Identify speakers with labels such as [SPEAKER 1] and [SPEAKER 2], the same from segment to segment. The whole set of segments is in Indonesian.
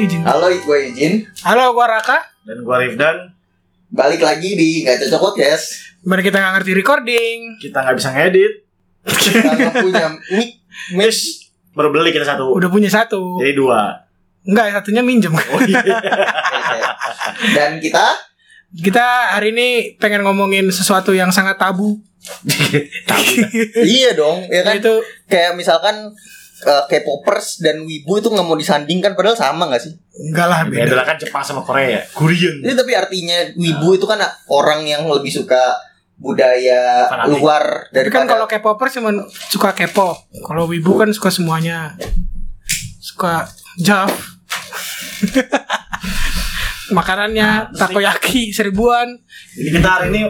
[SPEAKER 1] Yujin.
[SPEAKER 2] Halo, gue Yujin.
[SPEAKER 1] Halo, gua Raka.
[SPEAKER 3] Dan gua Rifdan,
[SPEAKER 2] Balik lagi di Gak Cocok Podcast.
[SPEAKER 1] Bener kita nggak ngerti recording.
[SPEAKER 3] kita nggak bisa ngedit.
[SPEAKER 2] Kita nggak punya mic.
[SPEAKER 3] Miss baru beli kita satu.
[SPEAKER 1] Udah punya satu.
[SPEAKER 3] Jadi dua.
[SPEAKER 1] Enggak, satunya minjem.
[SPEAKER 3] Oh iya.
[SPEAKER 2] Dan kita
[SPEAKER 1] Kita hari ini pengen ngomongin sesuatu yang sangat tabu.
[SPEAKER 2] iya dong, ya kan?
[SPEAKER 1] Yaitu
[SPEAKER 2] Kayak misalkan eh, K-popers dan Wibu itu nggak mau disandingkan padahal sama nggak sih?
[SPEAKER 1] enggak lah
[SPEAKER 3] Beda
[SPEAKER 1] beda.
[SPEAKER 3] adalah kan Jepang sama Korea.
[SPEAKER 1] Hmm.
[SPEAKER 3] Korean.
[SPEAKER 2] Ini tapi artinya Wibu itu kan orang yang lebih suka budaya
[SPEAKER 3] Fanatik.
[SPEAKER 2] luar
[SPEAKER 1] Tapi kan
[SPEAKER 2] daripada
[SPEAKER 1] kalau K-popers cuman suka K-pop. Kalau wibu kan suka semuanya. Suka Jav. Makanannya takoyaki seribuan.
[SPEAKER 3] Jadi kita hari ini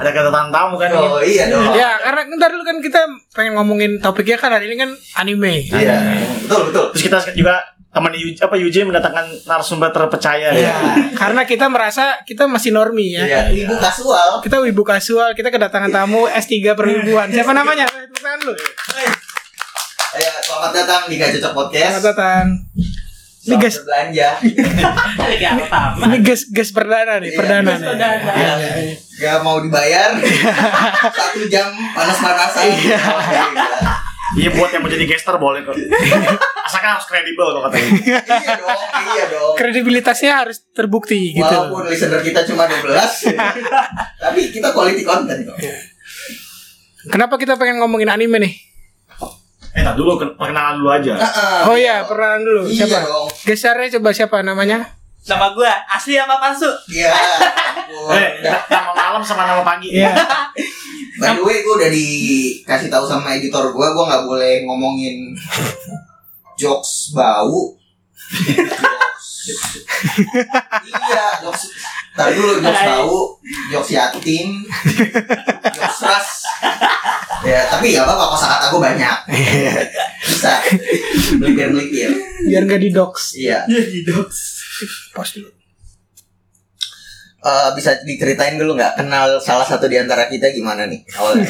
[SPEAKER 3] ada kedatangan tamu kan.
[SPEAKER 2] Oh iya dong. Iya.
[SPEAKER 1] Ya, karena ntar dulu kan kita pengen ngomongin topiknya kan hari ini kan anime.
[SPEAKER 2] Iya. Betul, betul.
[SPEAKER 3] Terus kita juga teman Yu- apa Yujin mendatangkan narasumber terpercaya
[SPEAKER 1] Ya,
[SPEAKER 3] ya.
[SPEAKER 1] karena kita merasa kita masih normi ya.
[SPEAKER 2] Iya, Wibu kasual.
[SPEAKER 1] Kita wibu kasual, kita kedatangan tamu S3 perwibuan. Siapa namanya? Tepuk tangan lu.
[SPEAKER 2] Ya, selamat datang di Gak Cocok Podcast.
[SPEAKER 1] Selamat datang. Ini
[SPEAKER 2] Selamat
[SPEAKER 1] guys,
[SPEAKER 2] berbelanja.
[SPEAKER 4] Liga pertama.
[SPEAKER 1] ini guys, guys perdana nih,
[SPEAKER 2] Iya,
[SPEAKER 1] perdana
[SPEAKER 2] guys
[SPEAKER 1] nih. Iya.
[SPEAKER 4] perdana.
[SPEAKER 2] Ya, Gak mau dibayar Satu jam panas-panasan
[SPEAKER 3] Iya buat yang mau jadi gester boleh kok. Asalkan harus kredibel kok katanya.
[SPEAKER 2] Iya dong, iya dong
[SPEAKER 1] Kredibilitasnya harus terbukti gitu.
[SPEAKER 2] Walaupun listener kita cuma 12 Tapi kita quality content kok
[SPEAKER 1] Kenapa kita pengen ngomongin anime nih?
[SPEAKER 3] Eh, tak dulu ken- perkenalan dulu aja.
[SPEAKER 2] Ah,
[SPEAKER 1] Oh iya, perkenalan dulu.
[SPEAKER 2] Iya
[SPEAKER 1] Siapa?
[SPEAKER 2] dong.
[SPEAKER 1] Gesernya coba siapa namanya?
[SPEAKER 4] Nama gue asli apa palsu?
[SPEAKER 2] Iya ampun.
[SPEAKER 3] Eh, nama malam sama nama pagi.
[SPEAKER 1] uh. Iya.
[SPEAKER 2] By the way, gue udah dikasih tahu sama editor gue Gue gak boleh ngomongin Jokes bau Jokes- Iya, jokes Ntar dulu, jokes bau Jokes yatim Jokes ras Ya, tapi gak apa-apa, kosa kata gue banyak Bisa Melipir-melipir
[SPEAKER 1] Biar nggak di dox.
[SPEAKER 2] Iya
[SPEAKER 4] Jadi dong.
[SPEAKER 1] Pos dulu.
[SPEAKER 2] Eh, Bisa diceritain dulu gak Kenal salah satu di antara kita gimana nih Awalnya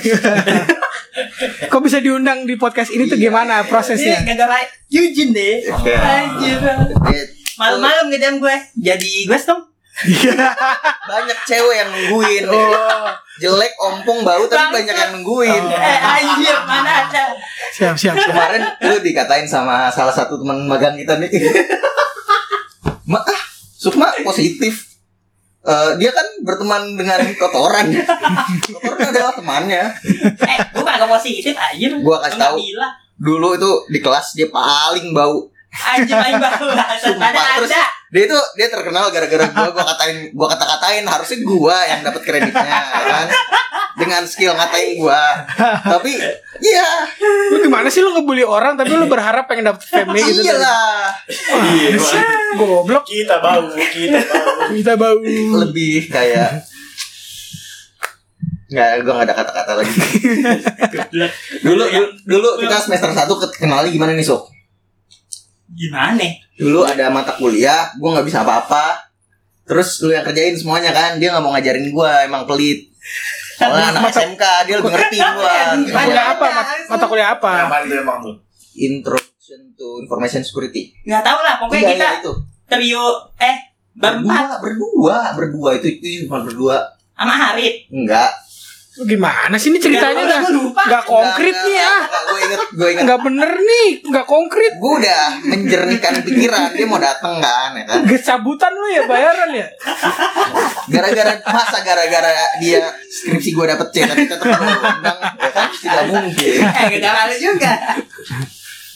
[SPEAKER 1] Kok bisa diundang di podcast ini tuh
[SPEAKER 2] Iya.
[SPEAKER 1] gimana
[SPEAKER 4] Ini
[SPEAKER 1] prosesnya?
[SPEAKER 4] gara-gara Yujin deh.
[SPEAKER 2] Oke.
[SPEAKER 4] Anjir.
[SPEAKER 2] Eh,
[SPEAKER 4] Malam-malam ngedam gue. Jadi gue dong.
[SPEAKER 2] Banyak cewek yang nungguin Jelek, ompong, bau Tapi
[SPEAKER 4] Bangsat.
[SPEAKER 2] banyak yang nungguin
[SPEAKER 4] Eh anjir mana ada.
[SPEAKER 1] Siap, siap, siap.
[SPEAKER 2] kemarin lu dikatain sama salah satu teman magang kita nih Ma, ah, Sukma positif Eh, dia kan berteman dengan kotoran kotoran adalah temannya
[SPEAKER 4] Eh gue kagak positif anjir.
[SPEAKER 2] Gua kasih tahu.
[SPEAKER 4] Gila.
[SPEAKER 2] dulu itu di kelas dia paling bau
[SPEAKER 4] Anjir main baru.
[SPEAKER 2] Sumpah,
[SPEAKER 4] Mana
[SPEAKER 2] terus-
[SPEAKER 4] ada.
[SPEAKER 2] dia itu dia terkenal gara-gara gua gua katain gua kata-katain harusnya gua yang dapat kreditnya ya kan dengan skill ngatain gua tapi iya
[SPEAKER 1] Lu gimana sih lu ngebully orang tapi lu berharap pengen dapet fame gitu.
[SPEAKER 2] Iya iyalah
[SPEAKER 3] Iya. Pak.
[SPEAKER 1] Goblok.
[SPEAKER 3] Kita bau, kita bau.
[SPEAKER 1] Kita bau.
[SPEAKER 2] lebih kayak nggak gue nggak ada kata-kata lagi dulu dulu, dulu kita semester 1 kenali gimana nih sok
[SPEAKER 4] Gimana?
[SPEAKER 2] dulu ada mata kuliah gue nggak bisa apa-apa terus lu yang kerjain semuanya kan dia nggak mau ngajarin gue emang pelit Soalnya anak
[SPEAKER 1] Mata-
[SPEAKER 2] SMK dia lebih ngerti gue
[SPEAKER 1] Mata kuliah apa? Mat- Mata kuliah apa?
[SPEAKER 3] Apaan itu emang tuh?
[SPEAKER 2] Introduction to Information Security
[SPEAKER 4] Gak tau lah
[SPEAKER 2] Iya,
[SPEAKER 4] pokoknya kita
[SPEAKER 2] iya, itu
[SPEAKER 4] trio eh
[SPEAKER 2] berdua
[SPEAKER 4] berempat
[SPEAKER 2] berdua berdua itu itu cuma berdua
[SPEAKER 4] sama Harit.
[SPEAKER 2] enggak
[SPEAKER 1] Lu gimana sih ini ceritanya
[SPEAKER 4] Nggak
[SPEAKER 1] dah?
[SPEAKER 4] tahu, gua lupa.
[SPEAKER 1] Nggak konkret nih ya.
[SPEAKER 2] gue inget gue inget
[SPEAKER 1] Nggak bener nih, nggak konkret.
[SPEAKER 2] gue udah menjernihkan pikiran dia mau dateng kan ya kan
[SPEAKER 1] Gecabutan lu ya bayaran ya.
[SPEAKER 2] gara-gara masa gara-gara dia skripsi gue dapet C tapi tetap mau undang ya kan tidak mungkin
[SPEAKER 4] Eh gak ada juga.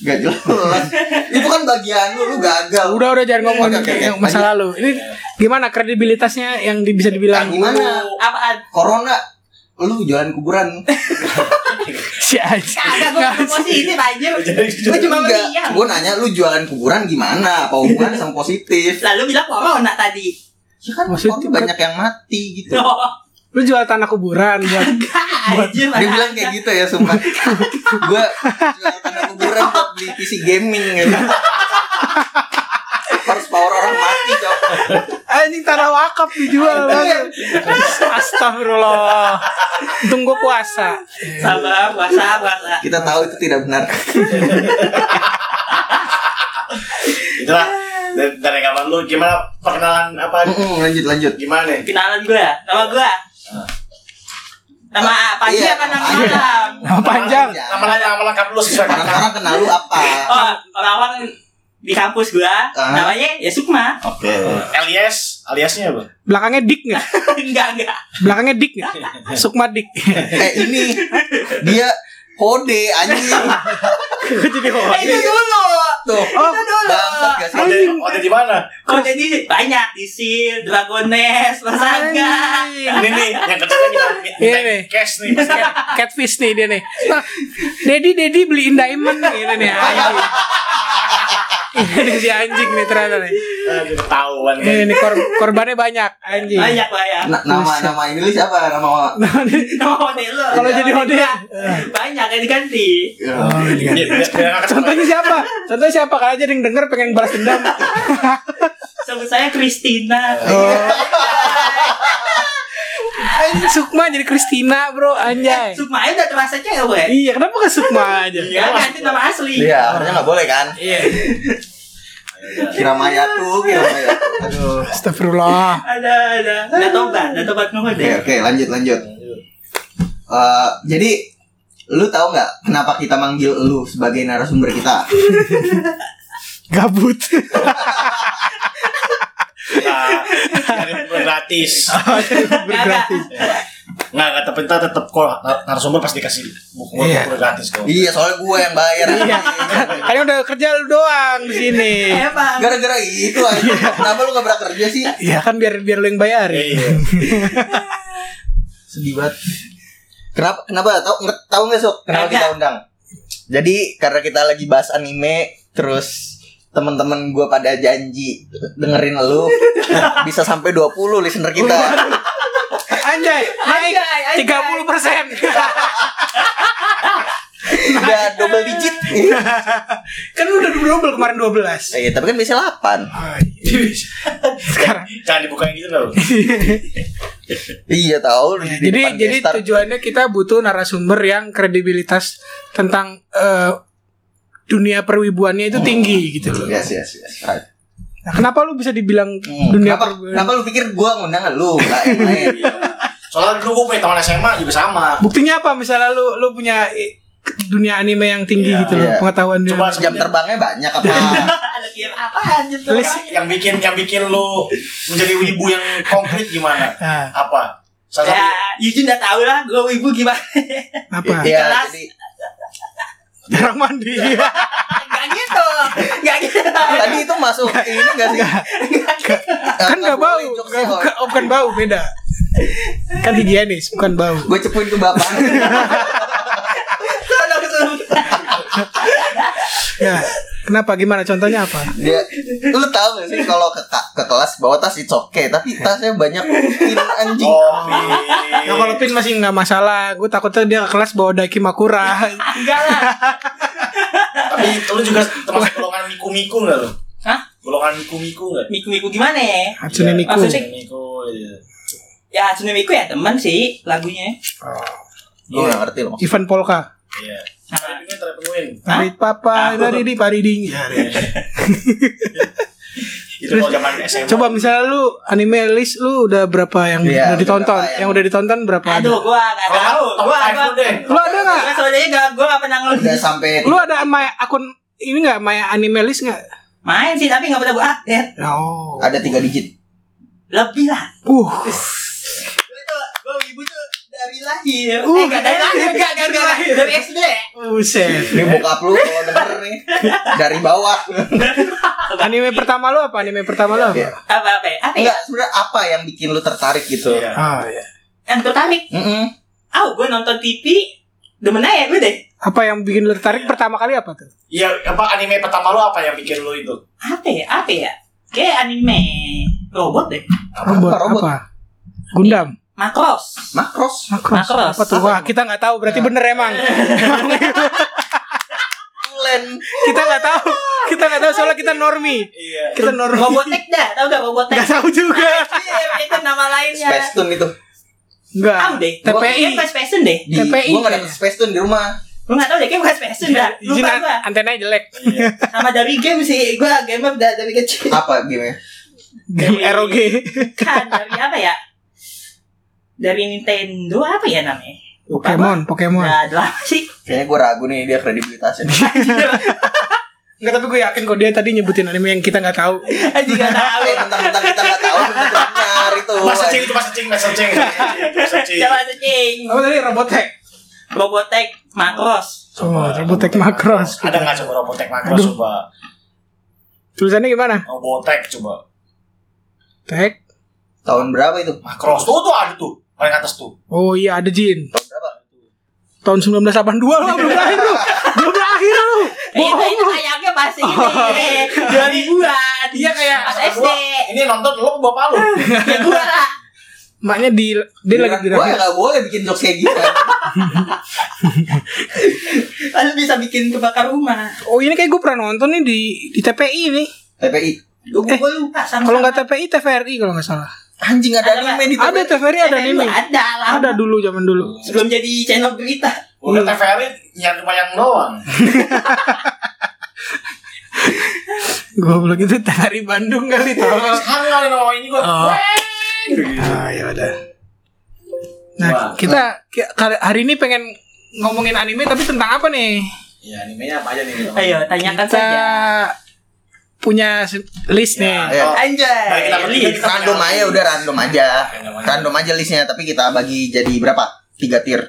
[SPEAKER 2] gak jelas itu kan bagian lu lu gagal
[SPEAKER 1] Udah udah jangan ngomongin
[SPEAKER 2] Oke, oke, oke.
[SPEAKER 1] yang masa lalu. Ini gimana kredibilitasnya yang di- bisa
[SPEAKER 2] Nah,
[SPEAKER 1] dibilang
[SPEAKER 2] gimana
[SPEAKER 4] Apaan?
[SPEAKER 2] corona lu jualan kuburan
[SPEAKER 1] si Aji.
[SPEAKER 4] Kagak gue cuma positif anjir. Gue cuma meriang.
[SPEAKER 2] gue nanya lu jualan kuburan gimana apa hubungan sama positif
[SPEAKER 4] Lalu bilang corona tadi.
[SPEAKER 2] ya kan
[SPEAKER 1] Maksudnya
[SPEAKER 2] orang banyak yang mati gitu
[SPEAKER 4] Oh,
[SPEAKER 1] Lu jual tanah kuburan buat
[SPEAKER 4] anjir
[SPEAKER 2] dia bilang kayak gitu ya sumpah gue jualan tanah kuburan buat beli PC gaming gitu harus power orang mati cok
[SPEAKER 1] anjing tanah wakaf dijual. Bang. Astagfirullah. Untung gua puasa.
[SPEAKER 4] Sabar, puasa, puasa.
[SPEAKER 2] kita tahu itu tidak benar
[SPEAKER 3] Itulah dan lu gimana perkenalan apa
[SPEAKER 2] Mm-mm, lanjut lanjut.
[SPEAKER 3] gimana nih?
[SPEAKER 4] Kenalan gue, nama gue. Nama pagi
[SPEAKER 2] Iya,
[SPEAKER 4] apa nama
[SPEAKER 2] iya.
[SPEAKER 4] malam?
[SPEAKER 1] Nama panjang.
[SPEAKER 3] Nama nama lengkap lu sesuai kata.
[SPEAKER 2] Orang-orang kenal lu apa?
[SPEAKER 4] Oh, orang-orang di kampus gue,
[SPEAKER 2] Ah.
[SPEAKER 4] namanya ya Sukma.
[SPEAKER 2] Oke.
[SPEAKER 3] Elias, aliasnya apa?
[SPEAKER 1] Belakangnya dik nggak?
[SPEAKER 4] enggak, enggak.
[SPEAKER 1] Belakangnya dik nggak? Sukma dik.
[SPEAKER 2] Eh ini dia kode anjing.
[SPEAKER 1] jadi
[SPEAKER 4] Eh, itu dulu.
[SPEAKER 2] Tuh.
[SPEAKER 1] Oh,
[SPEAKER 4] Itu dulu.
[SPEAKER 2] Bangsat gak sih?
[SPEAKER 3] Ode, ode di mana?
[SPEAKER 4] Kok jadi banyak di Seal, Dragones, Masangga.
[SPEAKER 3] Ini nih yang kerjanya kita
[SPEAKER 1] Iya,
[SPEAKER 3] minta
[SPEAKER 1] nih.
[SPEAKER 3] cash nih.
[SPEAKER 1] catfish nih dia nih. Nah, Dedi Dedi beliin diamond nih ini nih. Anjing. Ini si anjing nih ternyata nih.
[SPEAKER 3] Aduh, Ketahuan
[SPEAKER 1] Ini,
[SPEAKER 3] kan.
[SPEAKER 1] ini kor- korbannya banyak anjing.
[SPEAKER 4] Banyak lah ya.
[SPEAKER 2] Na- nama nama ini lu siapa?
[SPEAKER 1] Oh,
[SPEAKER 2] Nama
[SPEAKER 4] Nama Ode lu.
[SPEAKER 1] Kalau jadi
[SPEAKER 4] Nama
[SPEAKER 1] Ode.
[SPEAKER 4] gua. banyak yang diganti.
[SPEAKER 1] iya.
[SPEAKER 3] Biar- biar- biar nggak ketahuan.
[SPEAKER 1] Contohnya siapa? Contohnya siapa? Kalau aja ada yang denger pengen balas dendam.
[SPEAKER 4] Sebut saya Iya. Christina.
[SPEAKER 1] Oh. Anjing Sukma jadi Kristina bro anjay.
[SPEAKER 4] Sukma aja udah terasa cewek. gue.
[SPEAKER 1] Iya kenapa gak Sukma aja?
[SPEAKER 4] Ya ganti nama asli.
[SPEAKER 2] Iya, harusnya nggak boleh kan?
[SPEAKER 1] Iya.
[SPEAKER 2] Kira mayat tuh, kira mayat. Aduh.
[SPEAKER 1] Astagfirullah.
[SPEAKER 4] Ada ada. Udah tobat, udah tobat ngomong
[SPEAKER 2] Oke,
[SPEAKER 4] deh.
[SPEAKER 2] Iya, oke, lanjut, lanjut. Eh, jadi lu tahu nggak kenapa kita manggil lu sebagai narasumber kita?
[SPEAKER 1] Gabut.
[SPEAKER 3] Nah, dari bulan gratis.
[SPEAKER 1] Bergratis.
[SPEAKER 3] Nggak, nggak, tapi ntar tetep kok nar- narasumber pasti dikasih buku buku
[SPEAKER 1] Iya.
[SPEAKER 3] buku gratis kok.
[SPEAKER 2] iya, soalnya gue yang bayar.
[SPEAKER 1] Iya. Kalian udah kerja lu doang di sini.
[SPEAKER 4] Eh, Emang.
[SPEAKER 2] Gara-gara itu aja. Kenapa lu nggak pernah kerja sih?
[SPEAKER 1] Ya kan biar biar lu yang bayarin.
[SPEAKER 3] Iya.
[SPEAKER 2] Sedih banget. Kenapa? Kenapa? Tahu nggak? Tahu nggak sok? Kenapa
[SPEAKER 4] Kagak.
[SPEAKER 2] kita undang? Jadi karena kita lagi bahas anime, terus teman-teman gue pada janji dengerin lu bisa sampai 20 listener kita.
[SPEAKER 1] Anjay, naik
[SPEAKER 4] Anjay, anjay.
[SPEAKER 1] 30 persen.
[SPEAKER 2] Udah double digit.
[SPEAKER 1] kan lu udah double kemarin 12.
[SPEAKER 2] Iya, tapi kan bisa 8.
[SPEAKER 1] Sekarang.
[SPEAKER 3] Jangan dibukain gitu loh.
[SPEAKER 2] Iya, tahu lu di
[SPEAKER 1] Jadi
[SPEAKER 2] depan
[SPEAKER 1] jadi
[SPEAKER 2] gestar.
[SPEAKER 1] tujuannya kita butuh narasumber yang kredibilitas tentang eh, dunia perwibuannya itu tinggi
[SPEAKER 2] Hmm.
[SPEAKER 1] gitu loh.
[SPEAKER 2] Yes, yes, yes. Right.
[SPEAKER 1] Nah, kenapa lu bisa dibilang
[SPEAKER 2] Hmm,
[SPEAKER 1] dunia
[SPEAKER 2] kenapa,
[SPEAKER 1] perwibuan?
[SPEAKER 2] kenapa lu pikir gua ngundang lu? Nggak yang lain.
[SPEAKER 3] Soalnya dulu gue punya teman SMA juga sama.
[SPEAKER 1] Buktinya apa? Misalnya lu lu punya eh, dunia anime yang tinggi
[SPEAKER 3] Iya,
[SPEAKER 1] gitu loh,
[SPEAKER 2] iya.
[SPEAKER 1] pengetahuan dia.
[SPEAKER 3] Coba
[SPEAKER 2] Jam terbangnya banyak apa?
[SPEAKER 1] Iya.
[SPEAKER 4] Ada game apaan gitu.
[SPEAKER 1] List.
[SPEAKER 3] yang bikin yang bikin lu menjadi wibu yang konkret gimana?
[SPEAKER 1] Nah,
[SPEAKER 3] Apa? Salah
[SPEAKER 4] Ya,
[SPEAKER 3] satu
[SPEAKER 4] Yujin udah tau lah, gue wibu gimana
[SPEAKER 1] apa?
[SPEAKER 2] Iya,
[SPEAKER 4] Jelas.
[SPEAKER 2] jadi
[SPEAKER 1] Jarang mandi.
[SPEAKER 4] Gak gitu, gak gitu
[SPEAKER 2] tadi itu masuk ini enggak sih?
[SPEAKER 1] kan nggak bau, Nggak- bukan, oh, bukan bau beda. Kan higienis, bukan bau.
[SPEAKER 2] Gue cepuin ke bapak.
[SPEAKER 4] Tolong, tolong.
[SPEAKER 1] Ya, kenapa? Gimana? Contohnya apa?
[SPEAKER 2] Dia, lu tahu gak sih kalau ke, ke kelas bawa tas itu oke, tapi tasnya banyak pin anjing.
[SPEAKER 1] Oh.
[SPEAKER 3] kopi.
[SPEAKER 1] Nah, kalau pin masih nggak masalah, gue takutnya dia ke kelas bawa daki makura.
[SPEAKER 4] Enggak lah
[SPEAKER 3] Tapi lu juga termasuk golongan miku-miku enggak lu?
[SPEAKER 4] Hah?
[SPEAKER 3] Golongan miku-miku enggak?
[SPEAKER 4] Miku-miku gimana ya?
[SPEAKER 1] Hatsune Miku.
[SPEAKER 4] Maksudnya-
[SPEAKER 3] Miku. iya.
[SPEAKER 4] Ya, Hatsune Miku ya teman sih lagunya
[SPEAKER 2] Gue gak ngerti loh.
[SPEAKER 1] Ivan Polka.
[SPEAKER 3] Iya.
[SPEAKER 1] Nah.
[SPEAKER 3] Tapi kan terpenuhin.
[SPEAKER 1] Tarik papa,
[SPEAKER 4] Ah.
[SPEAKER 1] tarik di, tarik ding.
[SPEAKER 3] Iya. Itu kalau zaman SMA.
[SPEAKER 1] Coba misalnya lu anime list lu udah berapa yang
[SPEAKER 2] Iya,
[SPEAKER 1] udah ditonton?
[SPEAKER 2] berapa yang-
[SPEAKER 1] Yang udah ditonton berapa? ada?
[SPEAKER 4] Aduh, gua gak tau
[SPEAKER 3] Kalau
[SPEAKER 4] Gua,
[SPEAKER 3] top
[SPEAKER 4] gua
[SPEAKER 3] five lu deh.
[SPEAKER 1] Lu ada nggak?
[SPEAKER 4] Gua sebenarnya gak, gua gak pernah ngel
[SPEAKER 2] Udah sampai
[SPEAKER 1] Lu ada my akun ini nggak Maya anime list nggak?
[SPEAKER 4] Main sih, tapi gak pernah gua update
[SPEAKER 1] Oh.
[SPEAKER 2] ada tiga digit.
[SPEAKER 4] Lebih lah
[SPEAKER 1] Uh.
[SPEAKER 4] Gua tuh, gua wibu tuh dari lahir
[SPEAKER 1] Uh,
[SPEAKER 4] Eh, gak dari lahir, gak, gak, gak, gak. Dari SD
[SPEAKER 1] Buset.
[SPEAKER 2] Ini bokap lu kalau denger nih dari bawah.
[SPEAKER 1] Anime pertama lu apa? Anime pertama lu
[SPEAKER 2] Iya.
[SPEAKER 1] apa?
[SPEAKER 4] Apa-apa ya? Apa ya?
[SPEAKER 2] Enggak, sebenarnya apa yang bikin lu tertarik gitu?
[SPEAKER 3] Iya.
[SPEAKER 1] Ah, iya.
[SPEAKER 4] Yang tertarik
[SPEAKER 2] Mm-mm.
[SPEAKER 4] Ah, gua nonton TV Demen aja gue deh
[SPEAKER 1] Apa yang bikin lu tertarik pertama kali apa tuh?
[SPEAKER 3] Iya, apa anime pertama lu apa yang bikin lu itu?
[SPEAKER 4] Apa ya? Apa ya? Kayak anime Robot deh
[SPEAKER 1] Robot,
[SPEAKER 2] robot?
[SPEAKER 1] apa? Gundam.
[SPEAKER 4] Macross
[SPEAKER 3] Nah,
[SPEAKER 2] Macros.
[SPEAKER 1] Macross.
[SPEAKER 4] Macross.
[SPEAKER 1] Apa tuh?
[SPEAKER 2] Apa
[SPEAKER 1] Wah,
[SPEAKER 2] tuh?
[SPEAKER 1] kita nggak tahu. Berarti
[SPEAKER 2] Ya.
[SPEAKER 1] bener emang.
[SPEAKER 2] Tulen.
[SPEAKER 1] kita nggak tahu. Kita nggak tahu soalnya kita normi.
[SPEAKER 3] Iya.
[SPEAKER 1] Kita normi.
[SPEAKER 4] Robotek dah, tau gak Robotek?
[SPEAKER 1] Nggak tahu juga.
[SPEAKER 4] Iya, itu nama lainnya.
[SPEAKER 2] Space Tune itu.
[SPEAKER 1] Enggak.
[SPEAKER 4] Tahu deh.
[SPEAKER 1] TPI.
[SPEAKER 4] Gua- Kayaknya bukan Space Tune deh.
[SPEAKER 2] Di,
[SPEAKER 1] TPI
[SPEAKER 2] gua gak
[SPEAKER 1] kayaknya.
[SPEAKER 2] dapet Space Tune di rumah.
[SPEAKER 4] Gua nggak tahu deh, kayaknya bukan Space Tune dah.
[SPEAKER 1] Izin
[SPEAKER 4] Lupa gua. Iya.
[SPEAKER 1] antenanya jelek.
[SPEAKER 4] Sama dari game sih. Gua gamer dah dari kecil.
[SPEAKER 2] Apa gamenya?
[SPEAKER 1] Game
[SPEAKER 4] Dari-
[SPEAKER 1] ROG.
[SPEAKER 4] Bukan, dari apa ya? Dari Nintendo apa ya namanya? Lupa gua.
[SPEAKER 1] Pokemon, Pokemon.
[SPEAKER 4] Nah, ada apa sih?
[SPEAKER 2] Kayaknya gue ragu nih dia kredibilitasnya.
[SPEAKER 4] Iya.
[SPEAKER 1] Enggak tapi gue yakin kok dia tadi nyebutin anime yang kita nggak tahu.
[SPEAKER 4] Aja nggak tahu.
[SPEAKER 2] Eh, bentar-bentar kita nggak tahu bentar benar itu.
[SPEAKER 3] Mas cing itu mas cing, mas cing, mas cing.
[SPEAKER 4] Coba searching.
[SPEAKER 1] Apa tadi Robotech?
[SPEAKER 4] Robotech Macross.
[SPEAKER 1] Oh, Robotech Macross.
[SPEAKER 3] Ada nggak coba robotek makros
[SPEAKER 1] Aduh.
[SPEAKER 3] coba?
[SPEAKER 1] Tulisannya gimana?
[SPEAKER 3] Robotek coba.
[SPEAKER 1] Tek.
[SPEAKER 2] Tahun berapa itu?
[SPEAKER 3] Makros tuh tuh ada tuh paling atas tuh.
[SPEAKER 1] Oh iya ada Jin.
[SPEAKER 2] Tahun berapa?
[SPEAKER 1] Tahun 1982 lah belum lahir lu. Belum lahir lu.
[SPEAKER 4] Eh, itu
[SPEAKER 1] Bohong
[SPEAKER 4] itu
[SPEAKER 1] lu.
[SPEAKER 4] kayaknya masih ini. 2000-an.
[SPEAKER 1] Iya, kayak-
[SPEAKER 4] pas SD.
[SPEAKER 3] Ini nonton lo apa bapak lo.
[SPEAKER 4] Ya gua lah.
[SPEAKER 1] Maknya di dia lagi di
[SPEAKER 4] Iya,
[SPEAKER 2] Gue ya nggak boleh bikin jokes kayak gitu.
[SPEAKER 4] Lalu bisa bikin kebakar rumah.
[SPEAKER 1] Oh ini kayak gue pernah nonton nih di di TPI nih.
[SPEAKER 2] TPI.
[SPEAKER 4] Gua
[SPEAKER 1] Eh,
[SPEAKER 4] gua lupa sama.
[SPEAKER 1] Kalau nggak TPI TVRI kalau nggak salah.
[SPEAKER 2] Anjing ada
[SPEAKER 4] Ada
[SPEAKER 2] anime di TPI.
[SPEAKER 1] Ada TVRI ada
[SPEAKER 4] Eh,
[SPEAKER 1] anime.
[SPEAKER 4] Ada lah.
[SPEAKER 1] Ada dulu zaman dulu.
[SPEAKER 4] Sebelum jadi channel berita.
[SPEAKER 3] Udah TVRI nyari cuma yang doang.
[SPEAKER 1] Goblok itu TVRI Bandung kali tolong.
[SPEAKER 3] Sekarang kali nama ini gue.
[SPEAKER 1] Iya. Oh. Ah, ya udah. Nah,
[SPEAKER 3] Wah.
[SPEAKER 1] kita ki- kali- hari ini pengen ngomongin anime tapi tentang apa nih?
[SPEAKER 3] Ya animenya apa aja nih? teman?
[SPEAKER 4] Ayo
[SPEAKER 1] Kita
[SPEAKER 4] tanyakan saja.
[SPEAKER 1] punya se- list nih.
[SPEAKER 2] Ya.
[SPEAKER 3] Mari
[SPEAKER 4] Anjay.
[SPEAKER 3] kita bertiga,
[SPEAKER 4] Lis.
[SPEAKER 3] Iya, kita
[SPEAKER 2] Random
[SPEAKER 3] punya Iya,
[SPEAKER 2] aja
[SPEAKER 3] list.
[SPEAKER 2] udah random aja.
[SPEAKER 3] Random aja.
[SPEAKER 2] Random aja listnya tapi kita bagi jadi berapa? Tiga tier.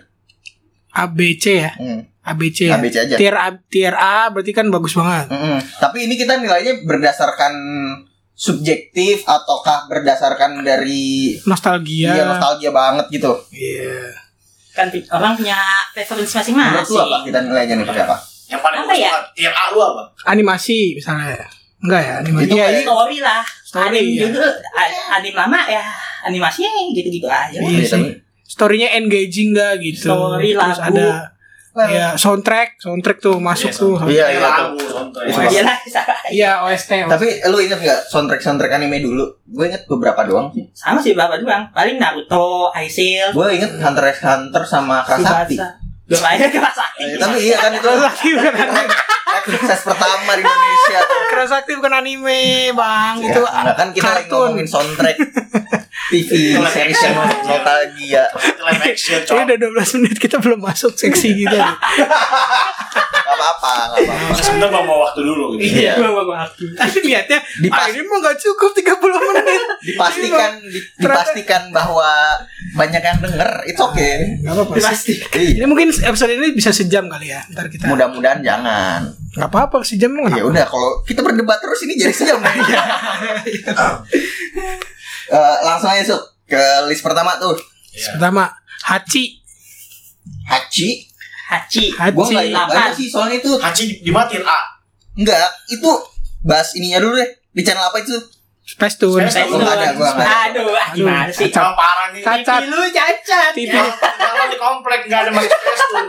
[SPEAKER 1] ABC ya.
[SPEAKER 2] Hmm.
[SPEAKER 1] ABC. ya?
[SPEAKER 2] ABC aja.
[SPEAKER 1] Tier A, tier A berarti kan bagus banget.
[SPEAKER 2] Mm-mm. Hmm. Tapi ini kita nilainya berdasarkan subjektif ataukah berdasarkan dari
[SPEAKER 1] Nostalgia.
[SPEAKER 2] dia
[SPEAKER 1] Iya.
[SPEAKER 2] nostalgia banget gitu.
[SPEAKER 4] Kan pi- orang punya
[SPEAKER 1] Nah,
[SPEAKER 2] Menurut
[SPEAKER 4] preferensi
[SPEAKER 2] lu apa
[SPEAKER 4] masing-masing.
[SPEAKER 2] kita nilainya nih pakai apa?
[SPEAKER 3] Yang paling
[SPEAKER 4] Apa
[SPEAKER 3] gue
[SPEAKER 4] ya?
[SPEAKER 3] suka tier A lu apa?
[SPEAKER 1] Animasi misalnya. Enggak ya, animasi.
[SPEAKER 2] Itu
[SPEAKER 1] Iya,
[SPEAKER 2] kayak-
[SPEAKER 1] iya.
[SPEAKER 4] Story lah.
[SPEAKER 1] Story,
[SPEAKER 4] anim
[SPEAKER 1] ya.
[SPEAKER 4] juga, a- anim lama ya animasinya gitu-gitu aja.
[SPEAKER 1] Iya
[SPEAKER 2] Iya,
[SPEAKER 1] sih.
[SPEAKER 2] tapi-
[SPEAKER 1] Story-nya engaging enggak gitu.
[SPEAKER 4] Story,
[SPEAKER 1] Terus
[SPEAKER 4] lagu.
[SPEAKER 1] ada ya soundtrack, soundtrack tuh masuk
[SPEAKER 3] Iya,
[SPEAKER 1] tuh.
[SPEAKER 3] soundtrack.
[SPEAKER 2] Iya,
[SPEAKER 3] Tier
[SPEAKER 2] iya,
[SPEAKER 3] A
[SPEAKER 2] tuh.
[SPEAKER 3] lu contoh. ya.
[SPEAKER 2] Iya.
[SPEAKER 4] Iya lah, sama.
[SPEAKER 1] Iya, OST.
[SPEAKER 2] Tapi lu inget gak soundtrack-soundtrack anime dulu? Gue inget beberapa doang sih
[SPEAKER 4] sama sih bapak doang. Paling Naruto, Aisil,
[SPEAKER 2] Gue inget Hunter x Hunter sama Kasati
[SPEAKER 4] Tsubasa. Belum ada Kurosaki.
[SPEAKER 2] Eh, Tapi iya kan itu
[SPEAKER 1] Kerasakti bukan anime.
[SPEAKER 2] sukses pertama di Indonesia tuh.
[SPEAKER 1] Kerasakti bukan anime, Bang. gitu. itu
[SPEAKER 2] Ya,
[SPEAKER 3] Iya.
[SPEAKER 2] nggak, kan kita lagi
[SPEAKER 1] kartun.
[SPEAKER 2] ngomongin soundtrack TV series yang nostalgia
[SPEAKER 3] Live
[SPEAKER 1] ini
[SPEAKER 3] action coy.
[SPEAKER 1] udah 12 menit kita belum masuk seksi gitu.
[SPEAKER 3] Iya.
[SPEAKER 2] Gak apa-apa gak
[SPEAKER 1] Iya.
[SPEAKER 2] apa-apa
[SPEAKER 3] Kita sebentar mau mau waktu dulu gitu.
[SPEAKER 2] Iya.
[SPEAKER 4] Gua gua- gua aku.
[SPEAKER 1] Tapi lihatnya ah,
[SPEAKER 2] Dipas-
[SPEAKER 1] ini mau gak cukup 30 menit.
[SPEAKER 2] Dipastikan di- Dipastikan bahwa Banyak yang denger It's okay
[SPEAKER 1] Gak apa-apa sih.
[SPEAKER 4] Pasti.
[SPEAKER 2] Iya.
[SPEAKER 1] Ini mungkin episode ini bisa sejam kali ya. Ntar kita.
[SPEAKER 2] Mudah-mudahan jangan
[SPEAKER 1] Gak apa-apa sejam mah
[SPEAKER 2] Ya
[SPEAKER 3] Iya.
[SPEAKER 1] kenapa?
[SPEAKER 2] udah kalau kita berdebat terus ini jadi sejam Eh, Langsung aja Suk Ke list pertama tuh
[SPEAKER 1] Pertama, Hachi.
[SPEAKER 2] Hachi
[SPEAKER 4] Hachi.
[SPEAKER 2] Gue
[SPEAKER 1] Hachi.
[SPEAKER 2] gak ingat
[SPEAKER 4] Lapan.
[SPEAKER 2] banyak sih soalnya itu
[SPEAKER 3] Haji di- di mana tier A?
[SPEAKER 2] Enggak itu Bahas ininya dulu deh Di channel apa itu
[SPEAKER 1] Space Tune.
[SPEAKER 3] Space
[SPEAKER 2] Gua nggak ada, gua nggak ada.
[SPEAKER 4] Aduh, ah, gimana
[SPEAKER 1] Aduh,
[SPEAKER 4] sih?
[SPEAKER 1] cacat.
[SPEAKER 3] Sama parah nih.
[SPEAKER 1] Cacat.
[SPEAKER 4] Cacat. Lu cacat.
[SPEAKER 1] TV.
[SPEAKER 3] Ya, Jangan di komplek nggak ada masuk PS tuh.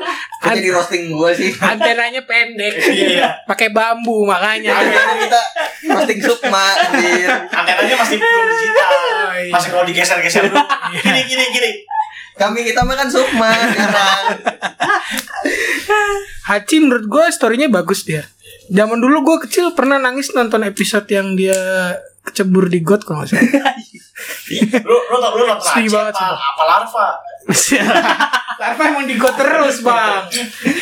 [SPEAKER 2] Kok jadi roasting gue sih
[SPEAKER 1] Antenanya pendek.
[SPEAKER 3] Iya.
[SPEAKER 1] Pakai bambu makanya.
[SPEAKER 2] Akhirnya kita roasting Sukma anjir.
[SPEAKER 3] Antenanya masih belum digital.
[SPEAKER 1] iya.
[SPEAKER 3] Masih kalau digeser-geser dulu. Gini gini gini.
[SPEAKER 2] Kami kita makan Sukma ya kan? sekarang
[SPEAKER 1] Hachi menurut gue storynya bagus dia. Zaman dulu gue kecil pernah nangis nonton episode yang dia kecebur di got kalau nggak salah.
[SPEAKER 3] Lu lu tau lu nonton
[SPEAKER 1] Sedih
[SPEAKER 3] Haji
[SPEAKER 1] banget,
[SPEAKER 3] apa,
[SPEAKER 1] sumpah.
[SPEAKER 3] apa larva?
[SPEAKER 1] Larva emang di got terus bang.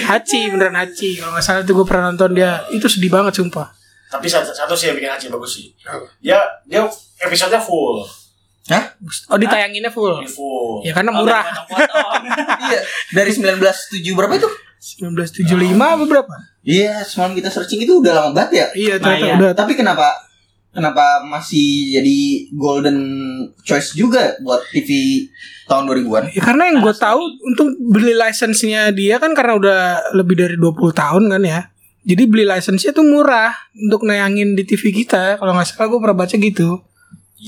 [SPEAKER 1] Hachi beneran Hachi kalau nggak salah tuh gue pernah nonton dia itu sedih banget sumpah.
[SPEAKER 3] Tapi satu, satu sih yang bikin Haji bagus sih. Dia dia episode-nya full.
[SPEAKER 2] Hah?
[SPEAKER 1] Oh ditayanginnya full.
[SPEAKER 3] Full.
[SPEAKER 1] Ya karena murah.
[SPEAKER 2] Iya Dari 1907 berapa itu?
[SPEAKER 1] 1975 apa berapa?
[SPEAKER 2] Iya semalam kita searching itu udah lama banget ya
[SPEAKER 1] Iya ternyata
[SPEAKER 4] Maya.
[SPEAKER 1] udah.
[SPEAKER 2] Tapi kenapa Kenapa masih jadi golden choice juga buat TV tahun 2000-an?
[SPEAKER 1] Ya, karena yang gue tahu untuk beli license-nya dia kan karena udah lebih dari 20 tahun kan ya. Jadi beli license-nya tuh murah untuk nayangin di TV kita. Kalau nggak salah gue pernah baca gitu.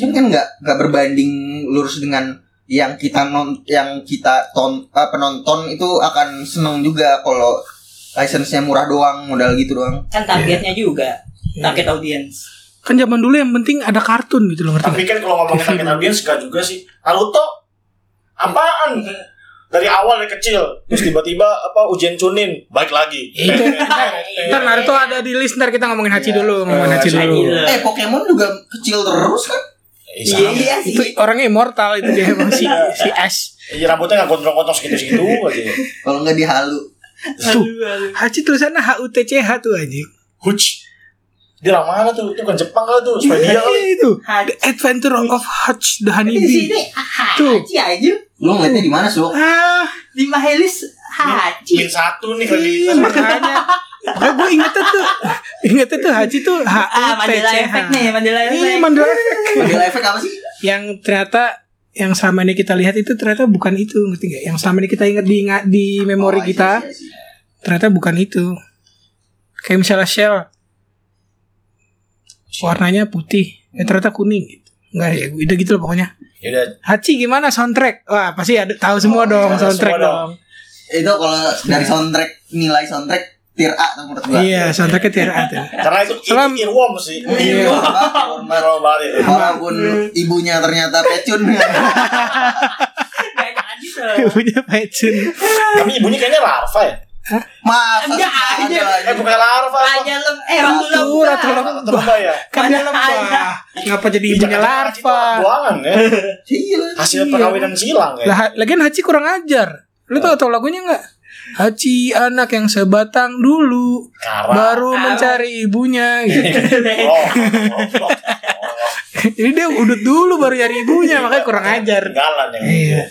[SPEAKER 2] Cuman kan nggak nggak berbanding lurus dengan yang kita non yang kita ton eh, penonton itu akan seneng juga kalau license-nya murah doang modal gitu doang.
[SPEAKER 4] Kan targetnya juga. Target audience.
[SPEAKER 1] Kan zaman dulu yang penting ada kartun gitu loh ngerti
[SPEAKER 3] Tapi
[SPEAKER 1] nggak?
[SPEAKER 3] kan kalau ngomongin target audiens suka juga sih. Naruto apaan? Dari awal dari kecil, terus tiba-tiba apa ujian cunin, balik lagi.
[SPEAKER 1] Ya, itu. Ntar Naruto ada di list ntar kita ngomongin Iya, Hachi dulu, ngomongin Hachi
[SPEAKER 3] Hachi
[SPEAKER 1] dulu.
[SPEAKER 4] dulu.
[SPEAKER 2] Eh Pokemon juga kecil terus kan?
[SPEAKER 3] Iya,
[SPEAKER 2] iya sih.
[SPEAKER 1] Itu orangnya immortal itu dia emang si si S.
[SPEAKER 3] Iya, rambutnya nggak gondrong-gondrong segitu-segitu aja.
[SPEAKER 2] Kalau nggak dihalu.
[SPEAKER 1] Tuh. Haji tulisannya H U T C H tuh anjing.
[SPEAKER 3] Huch. Dia orang mana tuh? Itu kan Jepang lah tuh, Swedia kali.
[SPEAKER 1] Iya, itu.
[SPEAKER 4] Haji.
[SPEAKER 1] The Adventure of Hutch the
[SPEAKER 4] Di
[SPEAKER 1] Honeybee.
[SPEAKER 4] sini Ah,
[SPEAKER 1] Tuh.
[SPEAKER 4] Haji aja.
[SPEAKER 2] Lu ngeliatnya di mana, Sok?
[SPEAKER 1] Ah,
[SPEAKER 4] Di Mahelis
[SPEAKER 3] Min
[SPEAKER 4] Haji.
[SPEAKER 3] satu nih kali.
[SPEAKER 1] iya, makanya. Makanya gue ingetnya tuh, ingetnya tuh Haji tuh H U
[SPEAKER 4] Ah,
[SPEAKER 1] T C
[SPEAKER 4] Mandela
[SPEAKER 1] H.
[SPEAKER 4] Effect nih, Mandela
[SPEAKER 1] Iya,
[SPEAKER 4] Effect.
[SPEAKER 1] Mandela Effect.
[SPEAKER 2] Mandela efek apa sih?
[SPEAKER 1] yang ternyata yang selama ini kita lihat itu ternyata bukan itu ngerti gak? Yang selama ini kita ingat di ingat di memori
[SPEAKER 2] Oh, iya,
[SPEAKER 1] kita
[SPEAKER 2] iya, iya.
[SPEAKER 1] ternyata bukan itu. Kayak misalnya shell warnanya putih, eh, ternyata kuning gitu. Enggak ya, udah gitu loh pokoknya.
[SPEAKER 3] Ya udah,
[SPEAKER 1] Haji gimana soundtrack? Wah, pasti ada tahu semua
[SPEAKER 2] Oh,
[SPEAKER 1] dong
[SPEAKER 3] iya,
[SPEAKER 1] soundtrack
[SPEAKER 3] semua
[SPEAKER 1] dong.
[SPEAKER 2] Itu kalau dari soundtrack nilai soundtrack tier A tuh menurut gua.
[SPEAKER 1] Iya, soundtracknya tiara tuh.
[SPEAKER 3] karena itu
[SPEAKER 1] Salam.
[SPEAKER 3] itu earworm sih.
[SPEAKER 1] Iya.
[SPEAKER 2] Hormat.
[SPEAKER 3] Earworm banget itu.
[SPEAKER 2] Walaupun ibunya ternyata pecun.
[SPEAKER 4] Banyak aja tuh.
[SPEAKER 1] Punya Pecun.
[SPEAKER 3] Tapi ibunya kayaknya larva ya.
[SPEAKER 2] Masa
[SPEAKER 4] Enggak aja.
[SPEAKER 3] Eh bukan larva.
[SPEAKER 4] Raja Lem, eh Ratu
[SPEAKER 1] Ratu,
[SPEAKER 4] Lembah.
[SPEAKER 1] Ratu Lembah.
[SPEAKER 3] Terbuka ya.
[SPEAKER 1] Kan dia
[SPEAKER 4] Mana ada?
[SPEAKER 1] lembah. Ngapa jadi
[SPEAKER 3] Di
[SPEAKER 1] ibunya
[SPEAKER 3] Jakarta
[SPEAKER 1] larva?
[SPEAKER 3] Iya, itu Buangan ya.
[SPEAKER 2] Gila.
[SPEAKER 3] Hasil
[SPEAKER 1] Iya.
[SPEAKER 3] perkawinan silang
[SPEAKER 1] Lah,
[SPEAKER 3] ya.
[SPEAKER 1] Ha- lagian Haji kurang ajar. Lu tau tau lagunya nggak? Haji anak yang sebatang dulu
[SPEAKER 3] Karang.
[SPEAKER 1] baru
[SPEAKER 4] Karang.
[SPEAKER 1] mencari ibunya. Gitu.
[SPEAKER 3] Oh, oh, oh.
[SPEAKER 1] Jadi dia udut dulu baru nyari ibunya, makanya kurang
[SPEAKER 3] Iya.
[SPEAKER 1] ajar.
[SPEAKER 3] oh, Ketinggalan yang gitu.
[SPEAKER 1] Iya.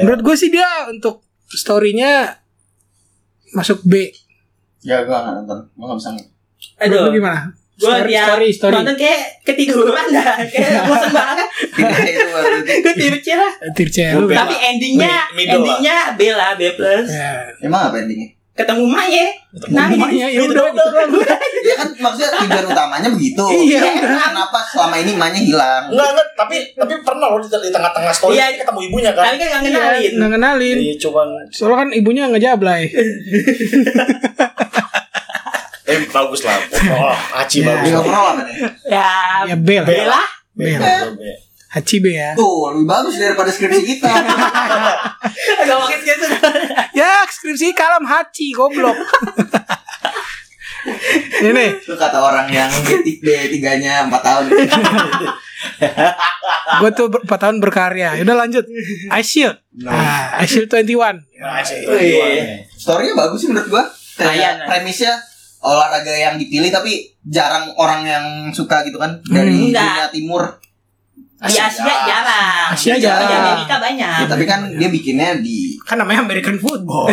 [SPEAKER 1] Menurut gue sih dia untuk story-nya masuk B.
[SPEAKER 2] Ya gua nggak nonton, gua nggak bisa nonton.
[SPEAKER 1] Menurut lu
[SPEAKER 4] Aduh,
[SPEAKER 1] gimana?
[SPEAKER 4] gue
[SPEAKER 1] Story,
[SPEAKER 4] tiap
[SPEAKER 1] story, story.
[SPEAKER 4] nonton kayak ketiduran dah. Kayak bosan banget.
[SPEAKER 2] Tidak itu baru itu.
[SPEAKER 4] Gue tidur cila.
[SPEAKER 1] Tirce, lu
[SPEAKER 3] Gua B.
[SPEAKER 1] ya.
[SPEAKER 4] Tapi endingnya,
[SPEAKER 3] Mi- middle lah.
[SPEAKER 4] endingnya B lah, B plus.
[SPEAKER 1] Iya. Ya.
[SPEAKER 2] Emang apa endingnya?
[SPEAKER 4] Ketemu Maya.
[SPEAKER 1] Namanya ya udah gitu doang.
[SPEAKER 2] Ya kan maksudnya tujuan utamanya begitu. Ya,
[SPEAKER 1] Iya, udah.
[SPEAKER 2] Kenapa selama ini emaknya hilang?
[SPEAKER 3] Enggak, enggak, tapi tapi pernah loh di, di tengah-tengah story
[SPEAKER 4] Iya.
[SPEAKER 3] dia ketemu ibunya kan.
[SPEAKER 4] Tapi kan gak
[SPEAKER 1] Iya,
[SPEAKER 4] kenalin.
[SPEAKER 1] nggak kenalin.
[SPEAKER 3] Iya, cuman
[SPEAKER 1] Soalnya kan ibunya ngejablay.
[SPEAKER 3] eh bagus lah. Oh, Aci
[SPEAKER 1] Iya.
[SPEAKER 2] Dia
[SPEAKER 3] bagus. lah.
[SPEAKER 2] nggak pernah apa nih?
[SPEAKER 4] Ya,
[SPEAKER 1] Ya B lah.
[SPEAKER 3] B.
[SPEAKER 4] Bella
[SPEAKER 1] Bel. Haji B ya.
[SPEAKER 2] Tuh, lebih bagus daripada skripsi kita.
[SPEAKER 4] Gak pakai sketsa
[SPEAKER 1] Ya, skripsi kalam Haji goblok. Ini nih,
[SPEAKER 2] Itu kata orang yang B3 tiganya 4 tahun.
[SPEAKER 1] gue tuh 4 tahun berkarya. Ya Udah lanjut. Ice Shield.
[SPEAKER 2] Nah.
[SPEAKER 1] Ah, Ice Shield 21.
[SPEAKER 3] Nah, Aci itu.
[SPEAKER 4] Wih.
[SPEAKER 1] Iya.
[SPEAKER 3] juaranya.
[SPEAKER 2] Story-nya bagus sih menurut gua.
[SPEAKER 4] Layan,
[SPEAKER 2] Kayak
[SPEAKER 4] layan.
[SPEAKER 2] premisnya olahraga yang dipilih tapi jarang orang yang suka gitu kan dari
[SPEAKER 4] Hmm.
[SPEAKER 2] dunia timur.
[SPEAKER 4] Di Asia jarang
[SPEAKER 1] Asia
[SPEAKER 4] Di
[SPEAKER 1] jarang.
[SPEAKER 4] Amerika
[SPEAKER 2] Ya,
[SPEAKER 4] banyak
[SPEAKER 2] tapi kan dia bikinnya di
[SPEAKER 1] Kan namanya American Football.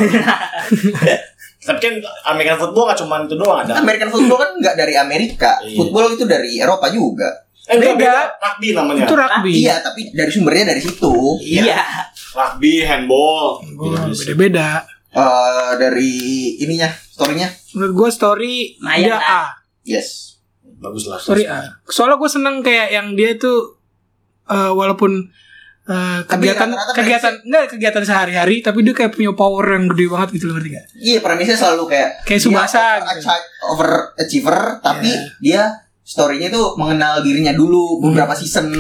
[SPEAKER 3] Tapi kan American football nggak cuma itu doang ada.
[SPEAKER 2] American football kan nggak dari Amerika,
[SPEAKER 3] Iya.
[SPEAKER 2] football itu dari Eropa juga.
[SPEAKER 3] Eh, enggak
[SPEAKER 1] Beda.
[SPEAKER 3] beda. Rugby namanya.
[SPEAKER 1] Itu rugby.
[SPEAKER 2] Iya, tapi dari sumbernya dari situ.
[SPEAKER 4] Iya
[SPEAKER 3] Rugby, handball.
[SPEAKER 1] Oh,
[SPEAKER 3] Gitu.
[SPEAKER 1] Beda-beda.
[SPEAKER 2] Eh, dari ininya, storynya.
[SPEAKER 1] Menurut gue story
[SPEAKER 2] Nah, iya,
[SPEAKER 1] dia
[SPEAKER 4] Lumayan lah.
[SPEAKER 1] A.
[SPEAKER 2] Yes.
[SPEAKER 3] Bagus lah. Oh,
[SPEAKER 1] Story A. Soalnya gue seneng kayak yang dia tuh eh, walaupun eh,
[SPEAKER 2] Tapi
[SPEAKER 1] kegiatan
[SPEAKER 2] rata-rata
[SPEAKER 1] kegiatan enggak kegiatan sehari-hari tapi dia kayak punya power yang gede banget gitu loh ngerti gak?
[SPEAKER 2] Iya, premisnya selalu kayak
[SPEAKER 1] Kayak
[SPEAKER 2] dia
[SPEAKER 1] Subasa
[SPEAKER 2] overachi- overachiever, tapi dia storynya itu mengenal dirinya dulu beberapa season.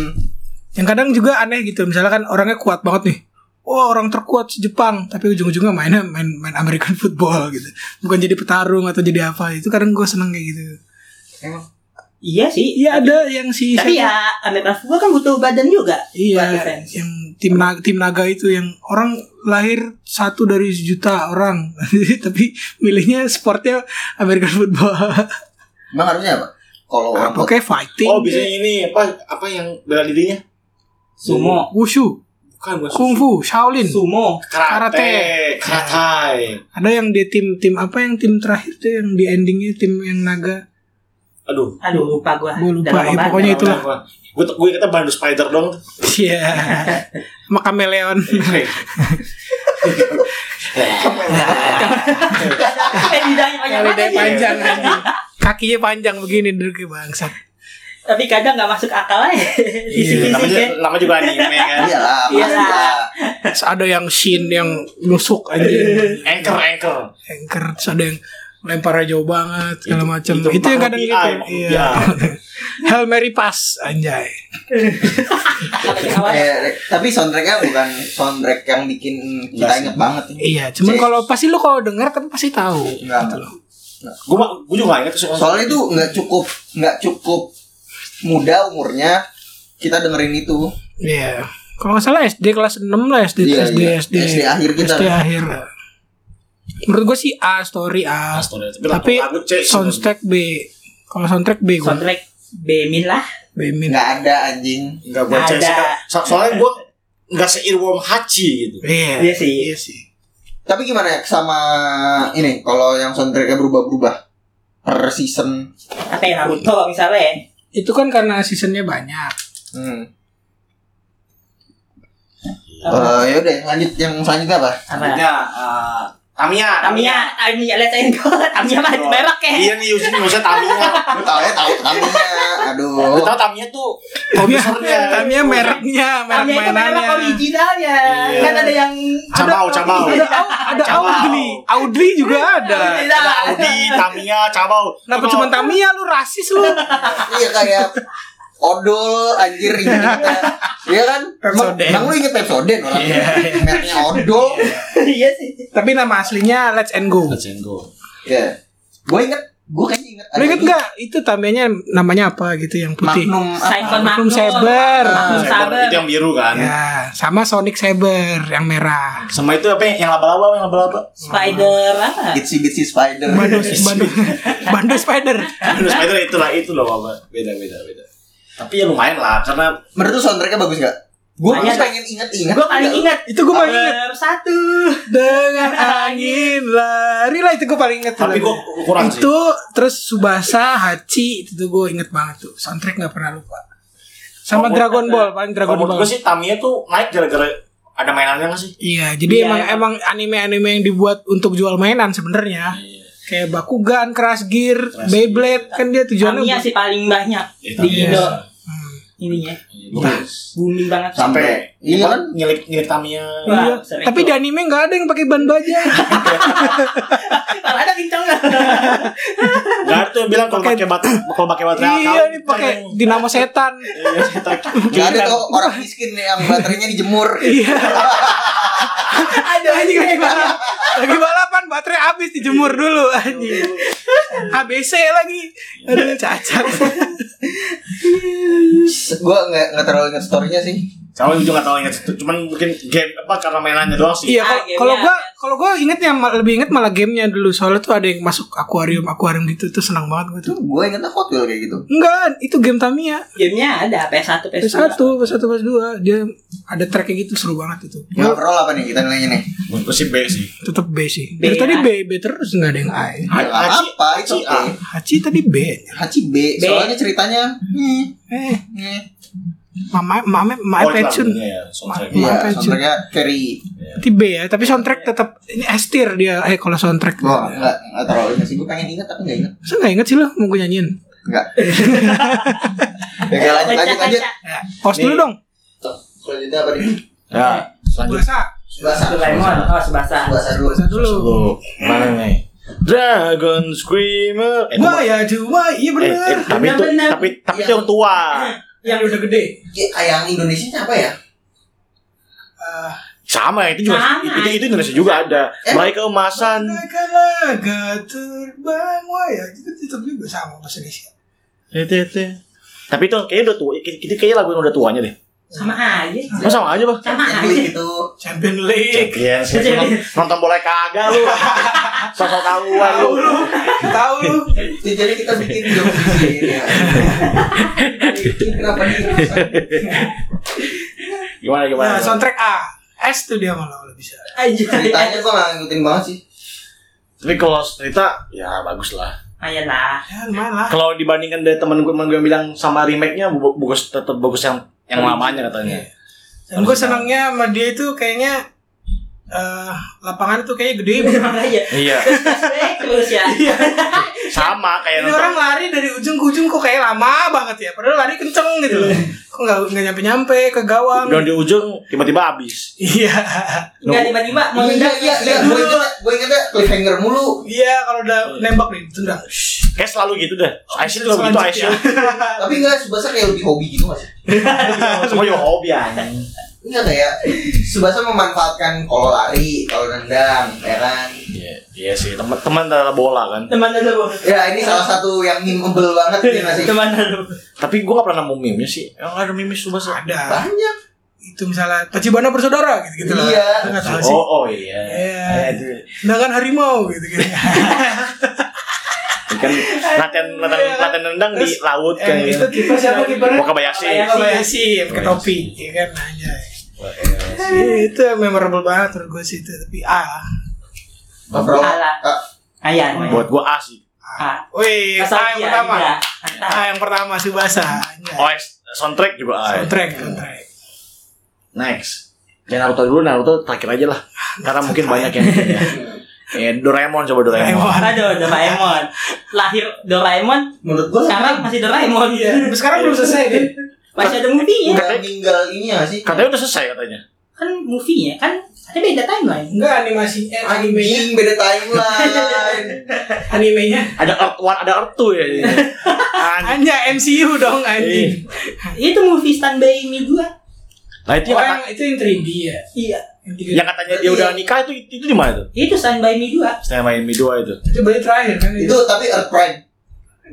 [SPEAKER 1] Yang kadang juga aneh gitu. Misalnya kan orangnya kuat banget nih. Wah orang terkuat se Jepang tapi ujung-ujungnya mainnya main main American football gitu. Bukan jadi petarung atau jadi apa itu kadang gue seneng kayak gitu.
[SPEAKER 4] Iya sih
[SPEAKER 1] Iya ada yang si
[SPEAKER 4] Tapi
[SPEAKER 1] siapa?
[SPEAKER 4] ya Amerika Football kan butuh badan juga
[SPEAKER 1] Iya,
[SPEAKER 4] buat defense.
[SPEAKER 1] yang tim naga, tim naga itu yang orang lahir satu dari sejuta orang, tapi milihnya sportnya American football.
[SPEAKER 2] Emang harusnya apa? Kalau orang
[SPEAKER 1] Apa kayak fighting?
[SPEAKER 3] Oh, bisa ini apa apa yang bela dirinya?
[SPEAKER 4] Sumo
[SPEAKER 1] Wushu,
[SPEAKER 3] Bukan, bukan.
[SPEAKER 1] kungfu, Shaolin.
[SPEAKER 4] Sumo
[SPEAKER 3] Karate, karatai.
[SPEAKER 1] Ada yang di tim tim apa yang tim terakhir tuh yang di endingnya tim yang naga.
[SPEAKER 3] Aduh.
[SPEAKER 4] Aduh lupa gua
[SPEAKER 1] Gua lupa,
[SPEAKER 4] Udah
[SPEAKER 1] ya,
[SPEAKER 4] banget.
[SPEAKER 1] pokoknya itu. Itulah.
[SPEAKER 3] Gue gue kata bandu spider dong.
[SPEAKER 1] Iya. Sama kameleon.
[SPEAKER 4] Eh lidahnya banyak
[SPEAKER 1] Lidahnya
[SPEAKER 4] banget
[SPEAKER 1] panjang.
[SPEAKER 2] ya?
[SPEAKER 1] anjing. Kakinya panjang begini duduk bangsa.
[SPEAKER 4] Tapi kadang gak masuk akal aja
[SPEAKER 3] Iya,
[SPEAKER 4] Fisik-fisik
[SPEAKER 3] namanya
[SPEAKER 4] ya
[SPEAKER 3] namanya juga anime kan.
[SPEAKER 2] iyalah,
[SPEAKER 4] Iya.
[SPEAKER 2] pasti lah.
[SPEAKER 1] Terus ada yang shin yang nusuk aja.
[SPEAKER 3] Anchor, anchor.
[SPEAKER 1] anchor terus ada yang lemparnya jauh banget segala
[SPEAKER 3] Itu-
[SPEAKER 1] macam
[SPEAKER 3] itu
[SPEAKER 1] itu, yang kadang
[SPEAKER 3] makhluk
[SPEAKER 1] gitu
[SPEAKER 3] AI, makhluk
[SPEAKER 1] iya
[SPEAKER 2] ya.
[SPEAKER 1] Hail Mary pass anjay
[SPEAKER 3] Iya.
[SPEAKER 4] Awalnya.
[SPEAKER 2] Eh, tapi soundtracknya bukan soundtrack yang bikin kita
[SPEAKER 3] Enggak sih.
[SPEAKER 2] inget banget. ya.
[SPEAKER 1] iya cuman
[SPEAKER 2] Jadi-
[SPEAKER 1] kalau pasti lu kalau denger tapi pasti tahu
[SPEAKER 2] Enggak,
[SPEAKER 1] gitu
[SPEAKER 2] enggak.
[SPEAKER 1] loh.
[SPEAKER 3] Gue gue juga nggak ingat tuh soal-
[SPEAKER 2] Soalnya itu nggak cukup nggak cukup muda umurnya kita dengerin itu
[SPEAKER 1] Iya. Kalau nggak salah SD kelas 6 lah SD
[SPEAKER 2] Iya,
[SPEAKER 1] SD,
[SPEAKER 2] iya.
[SPEAKER 1] SD
[SPEAKER 2] SD akhir kita.
[SPEAKER 1] SD akhir. Menurut gue sih A story A.
[SPEAKER 3] Astoria. Tapi,
[SPEAKER 1] Tapi
[SPEAKER 3] lagu C sih.
[SPEAKER 1] soundtrack B. Kalau soundtrack B gue
[SPEAKER 4] soundtrack B min lah
[SPEAKER 1] B min.
[SPEAKER 2] nggak ada anjing
[SPEAKER 3] Enggak gua C sih.
[SPEAKER 4] Ada.
[SPEAKER 3] Kak. So- Soalnya gua enggak seirwom Hachi gitu.
[SPEAKER 1] Iya.
[SPEAKER 4] Iya sih.
[SPEAKER 1] Iya sih.
[SPEAKER 2] tapi gimana ya sama ini kalau yang soundtracknya berubah-berubah per season
[SPEAKER 4] apa ya Naruto misalnya ya
[SPEAKER 1] Itu kan karena seasonnya banyak.
[SPEAKER 2] hmm.
[SPEAKER 4] Apa?
[SPEAKER 2] Eh, yaudah lanjut yang selanjutnya apa
[SPEAKER 4] apa
[SPEAKER 3] Selanjutnya eh, Tamiya.
[SPEAKER 4] Tamiya Tamiya let's go Tamiya mah merek ya
[SPEAKER 3] Iya nih Yusin maksudnya Tamiya.
[SPEAKER 2] lu tahu ya tahu tamunya
[SPEAKER 3] Lu
[SPEAKER 2] aduh
[SPEAKER 3] tahu Tamiya tuh
[SPEAKER 1] Tamiya,
[SPEAKER 3] produsernya.
[SPEAKER 1] Tamiya mereknya, merek
[SPEAKER 4] Tamiya itu
[SPEAKER 1] mainannya.
[SPEAKER 4] memang originalnya
[SPEAKER 3] Iya.
[SPEAKER 4] kan ada yang
[SPEAKER 3] Camau, camau.
[SPEAKER 1] Ada, ada
[SPEAKER 3] Cabau.
[SPEAKER 1] Audrey, Audrey juga ada.
[SPEAKER 4] Tidak.
[SPEAKER 3] Ada Audi, Tamiya, Cabau.
[SPEAKER 1] Kenapa cuma Tamiya lu rasis lu?
[SPEAKER 2] iya kayak odol anjir gitu Iya kan? Emang,
[SPEAKER 1] Pepsodent.
[SPEAKER 2] emang lu inget Pepsodent orang
[SPEAKER 1] Iya.
[SPEAKER 2] mereknya odol.
[SPEAKER 4] iya sih
[SPEAKER 1] Tapi nama aslinya Let's and Go.
[SPEAKER 3] Cengo.
[SPEAKER 2] Iya. Gue inget, gue kayaknya inget.
[SPEAKER 1] Lu inget nggak itu Tamiyanya namanya apa gitu yang putih?
[SPEAKER 2] Magnum
[SPEAKER 4] Saifon
[SPEAKER 1] Magnum
[SPEAKER 4] Magnum
[SPEAKER 1] Saber.
[SPEAKER 4] Magnum Saber
[SPEAKER 3] Ah, Itu yang biru kan.
[SPEAKER 1] Ya, sama Sonic Saber yang merah.
[SPEAKER 3] Sama itu apa ya? yang laba-laba, yang laba-laba.
[SPEAKER 4] Spider apa
[SPEAKER 2] Itsy Bitsy Spider.
[SPEAKER 1] Bando, Bando, Bando Spider.
[SPEAKER 3] Minus Spider itu lah itu loh Bapak. Beda beda beda. Tapi ya lumayan lah karena
[SPEAKER 2] Menurut lu soundtracknya bagus nggak? Gue
[SPEAKER 4] Banyak.
[SPEAKER 2] pengen inget-inget.
[SPEAKER 4] gue paling ingat
[SPEAKER 1] Itu gue paling inget.
[SPEAKER 4] bersatu
[SPEAKER 1] Dengan angin lari lah itu gue paling inget.
[SPEAKER 3] tapi gua kurang sih.
[SPEAKER 1] itu terus Subasa, Hachi itu tuh gue inget banget tuh. Soundtrack nggak pernah lupa. Sama
[SPEAKER 3] Kalau
[SPEAKER 1] Dragon
[SPEAKER 3] menurut-
[SPEAKER 1] Ball, paling Dragon
[SPEAKER 3] Kalau menurut
[SPEAKER 1] Ball.
[SPEAKER 3] gue sih Tamiya tuh naik gara-gara ada mainannya nggak sih?
[SPEAKER 1] Iya, jadi
[SPEAKER 4] Iya.
[SPEAKER 1] emang emang anime-anime yang dibuat untuk jual mainan sebenarnya. Kayak Bakugan, Crash Gear,
[SPEAKER 3] Crash
[SPEAKER 1] Beyblade kan dia tujuannya
[SPEAKER 4] Tamiya sih paling banyak
[SPEAKER 3] Iya,
[SPEAKER 4] di
[SPEAKER 3] Tamiya.
[SPEAKER 4] Indo
[SPEAKER 1] Hmm.
[SPEAKER 4] ininya
[SPEAKER 3] Bagus.
[SPEAKER 4] booming banget
[SPEAKER 2] Sampai iya
[SPEAKER 3] Iya kan
[SPEAKER 2] kan?
[SPEAKER 3] nyilik nyilik Tamiya.
[SPEAKER 4] Wah,
[SPEAKER 1] Iya.
[SPEAKER 4] sering
[SPEAKER 1] Tapi
[SPEAKER 4] tuh.
[SPEAKER 1] di anime nggak ada yang pakai ban baja.
[SPEAKER 4] kalau ada kenceng
[SPEAKER 3] Gak ada tuh yang bilang kalau
[SPEAKER 1] Pakai-
[SPEAKER 3] pakai baterai Nah, kalau pakai baterai
[SPEAKER 1] iya, ini pakai dinamo setan.
[SPEAKER 3] Iya, cetak.
[SPEAKER 2] Gak ada
[SPEAKER 3] Iya.
[SPEAKER 2] tuh orang miskin yang baterainya dijemur.
[SPEAKER 1] Iya.
[SPEAKER 4] ada
[SPEAKER 1] Anjing lagi balap. Lagi balapan baterai habis dijemur
[SPEAKER 4] Iya.
[SPEAKER 1] dulu anjing. ABC lagi. Aduh
[SPEAKER 4] Iya.
[SPEAKER 1] cacat.
[SPEAKER 2] gue nggak nggak terlalu inget storynya sih.
[SPEAKER 3] Sama juga nggak tahu ingat situ. Cuman mungkin game apa karena mainannya doang sih.
[SPEAKER 1] Iya,
[SPEAKER 4] Ah,
[SPEAKER 1] kalau-
[SPEAKER 4] gamenya
[SPEAKER 1] kalau gua
[SPEAKER 4] ada.
[SPEAKER 1] kalau gua ingetnya mal- lebih inget malah gamenya dulu soalnya tuh ada yang masuk akuarium akuarium gitu tuh senang banget gua tuh.
[SPEAKER 2] Tuh gue ingetnya Hot Wheels kayak gitu.
[SPEAKER 1] Enggak, itu game Tamiya.
[SPEAKER 4] gamenya ada PS1 PS2
[SPEAKER 1] PS1, PS1, PS2 dia ada track kayak gitu seru banget itu.
[SPEAKER 2] Nggak
[SPEAKER 1] Gua
[SPEAKER 2] overall apa nih kita nilainya nih?
[SPEAKER 3] Menurut gue sih B sih.
[SPEAKER 1] tetap B sih.
[SPEAKER 4] B
[SPEAKER 1] Dari
[SPEAKER 4] ya.
[SPEAKER 1] tadi B, B terus nggak ada yang A. ya.
[SPEAKER 2] Nggak apa, itu
[SPEAKER 3] Hachi A.
[SPEAKER 2] oke.
[SPEAKER 1] Hachi tadi B. ya.
[SPEAKER 2] Hachi B.
[SPEAKER 4] B.
[SPEAKER 2] Soalnya ceritanya, hmm,
[SPEAKER 1] Eh,
[SPEAKER 2] hmm.
[SPEAKER 1] Mama, Mama,
[SPEAKER 3] Oh,
[SPEAKER 1] Mama
[SPEAKER 3] itu
[SPEAKER 1] Pension.
[SPEAKER 3] lagunya ya, soundtrack.
[SPEAKER 1] Ma-
[SPEAKER 2] Iya,
[SPEAKER 1] Pension.
[SPEAKER 2] soundtracknya carry.
[SPEAKER 1] Berarti B ya, tapi soundtrack
[SPEAKER 4] Iya.
[SPEAKER 1] tetap ini S tier dia. Eh kalau soundtrack.
[SPEAKER 2] Gue nggak nggak terlalu inget sih. Gue pengen inget tapi nggak inget.
[SPEAKER 1] Masa nggak inget sih lo mau gue nyanyiin?
[SPEAKER 2] Enggak. Oke, lanjut lanjut lanjut.
[SPEAKER 1] Ya. Pause dulu
[SPEAKER 3] Nih.
[SPEAKER 1] dong.
[SPEAKER 2] Selanjutnya apa nih?
[SPEAKER 3] Ya, selanjutnya.
[SPEAKER 2] Subasa.
[SPEAKER 4] Doraemon oh Subasa
[SPEAKER 2] Subasa dulu.
[SPEAKER 1] Pause dulu.
[SPEAKER 3] Lu mana nih? Dragon Screamer. Eh,
[SPEAKER 1] Wah
[SPEAKER 3] itu-
[SPEAKER 1] ya cuma iya
[SPEAKER 3] eh, eh,
[SPEAKER 1] bener.
[SPEAKER 3] tapi itu
[SPEAKER 4] Bener-bener.
[SPEAKER 3] tapi tapi itu yang tua.
[SPEAKER 1] Yang udah gede.
[SPEAKER 2] Ki- ah, Yang Indonesia siapa ya?
[SPEAKER 1] Eh,
[SPEAKER 3] Sama itu juga
[SPEAKER 4] Sama.
[SPEAKER 3] itu itu Indonesia juga ada.
[SPEAKER 2] Eh.
[SPEAKER 3] Mereka emasan.
[SPEAKER 1] Katakanlah terbang wah ya itu tetap juga sama bahasa Indonesia.
[SPEAKER 3] Itu itu. Tapi itu kayaknya udah tua. Itu kayaknya lagu yang udah tuanya deh.
[SPEAKER 4] sama aja
[SPEAKER 3] Oh, sama aja, Bah.
[SPEAKER 2] Yang gitu.
[SPEAKER 4] sama aja
[SPEAKER 2] duit itu.
[SPEAKER 1] Champion League.
[SPEAKER 3] Iya, sih. Nonton- nonton boleh kagak lu. Sosok tahuan lu.
[SPEAKER 1] Tahu lu.
[SPEAKER 2] Jadi- Jadi kita bikin job di sini. ya. Kenapa nih?
[SPEAKER 3] Gimana gimana?
[SPEAKER 1] Nah, soundtrack A. S tuh dia malah kalau bisa.
[SPEAKER 4] aja
[SPEAKER 2] Ceritanya gue nggak ngikutin banget sih.
[SPEAKER 3] Tapi kalau cerita ya bagus lah.
[SPEAKER 4] aja lah
[SPEAKER 1] Ya lumayan lah.
[SPEAKER 3] Kalau dibandingkan dari teman gue teman gue bilang sama remake-nya bu- bagus tetap bagus yang yang lamanya katanya.
[SPEAKER 1] Dan gue Iya. senangnya sama dia itu kayaknya eh lapangan itu kayaknya gede.
[SPEAKER 4] emang aja
[SPEAKER 3] Iya.
[SPEAKER 4] terus ya
[SPEAKER 2] Iya.
[SPEAKER 3] Sama kayak
[SPEAKER 1] Ini
[SPEAKER 3] nonton
[SPEAKER 1] orang lari dari ujung ke ujung kok kayak lama banget ya. Padahal lari kenceng gitu loh. Kok nggak nggak nyampe nyampe ke gawang.
[SPEAKER 3] dan di ujung tiba-tiba habis.
[SPEAKER 1] Iya.
[SPEAKER 4] nggak tiba-tiba mau
[SPEAKER 2] Iya iya iya. Gue
[SPEAKER 1] dulu.
[SPEAKER 2] ingetnya gue ingetnya cliffhanger mulu.
[SPEAKER 1] Iya kalau udah nembak nih tendang.
[SPEAKER 3] Kayak selalu gitu dah.
[SPEAKER 1] Oh,
[SPEAKER 3] Aisyah juga begitu
[SPEAKER 1] Selanjutnya.
[SPEAKER 3] Aisyah.
[SPEAKER 2] Tapi enggak Subasa kayak lebih hobi gitu nggak sih?
[SPEAKER 3] Semua juga hobi ya.
[SPEAKER 2] Enggak Iya, kayak Subasa memanfaatkan kalau lari, kalau nendang, ya kan.
[SPEAKER 3] Iya, iya sih. Teman-teman adalah bola kan.
[SPEAKER 4] Teman lu.
[SPEAKER 2] Ya ini salah satu yang memeble banget ya nggak sih.
[SPEAKER 4] Teman lu.
[SPEAKER 3] Tapi gue gak pernah nemu meme sih. Yang ada meme Subasa.
[SPEAKER 1] Ada.
[SPEAKER 2] Banyak.
[SPEAKER 1] Itu misalnya Tachibana bersaudara gitu-gitu lah.
[SPEAKER 2] Iya.
[SPEAKER 1] Lu nggak tahu sih.
[SPEAKER 3] Oh, oh iya.
[SPEAKER 1] Iya.
[SPEAKER 3] Iya, itu.
[SPEAKER 1] Sedangkan harimau gitu kan.
[SPEAKER 3] Kan latihan latihan
[SPEAKER 1] Iya.
[SPEAKER 3] latihan nendang di laut kan.
[SPEAKER 1] Yang Eh, itu kiper siapa Iya, kipernya?
[SPEAKER 3] Wakabayashi.
[SPEAKER 1] Kobayashi pakai topi, ya kan anjay. Eh, itu yang memorable banget menurut gue sih itu tapi ah
[SPEAKER 2] Overall.
[SPEAKER 4] Salah.
[SPEAKER 2] eh,
[SPEAKER 4] Ayan.
[SPEAKER 3] Buat gue A sih.
[SPEAKER 4] Ah.
[SPEAKER 1] wih
[SPEAKER 4] Asal
[SPEAKER 1] ah yang
[SPEAKER 4] dia,
[SPEAKER 1] pertama
[SPEAKER 4] iya.
[SPEAKER 1] ah yang pertama Subasa anjay
[SPEAKER 3] OS Oh, soundtrack juga A.
[SPEAKER 1] soundtrack soundtrack
[SPEAKER 3] Next. Ya Naruto dulu, Naruto terakhir aja lah. Karena mungkin banyak yang ya. Ya, Doraemon coba Doraemon.
[SPEAKER 1] Doraemon.
[SPEAKER 4] Aduh, Doraemon. Lahir Doraemon,
[SPEAKER 2] menurut gua
[SPEAKER 4] sekarang masih Doraemon.
[SPEAKER 2] Iya.
[SPEAKER 1] Tapi sekarang belum selesai kan
[SPEAKER 4] Masih ada movie-nya.
[SPEAKER 2] udah meninggal ini ya sih.
[SPEAKER 3] Katanya udah selesai katanya.
[SPEAKER 4] Kan movie-nya kan ada beda timeline.
[SPEAKER 1] enggak animasi eh, animenya
[SPEAKER 2] Anjing beda timeline.
[SPEAKER 1] animenya
[SPEAKER 3] Ada Earth One, ada Earth Two ya. jadinya. Anjing.
[SPEAKER 1] hanya MCU dong anjing
[SPEAKER 4] Nah, Itu movie Stand By Me gua.
[SPEAKER 3] Nah itu
[SPEAKER 1] Oh,
[SPEAKER 3] yang, kata,
[SPEAKER 1] yang itu yang 3D ya
[SPEAKER 4] Iya.
[SPEAKER 1] yang 3D.
[SPEAKER 3] yang katanya dia udah
[SPEAKER 1] Iya.
[SPEAKER 3] nikah itu itu di mana tuh?
[SPEAKER 4] Itu Stand By Me gua.
[SPEAKER 3] Stand by me 2 itu.
[SPEAKER 1] itu berarti terakhir kan
[SPEAKER 2] itu tapi Earth Prime.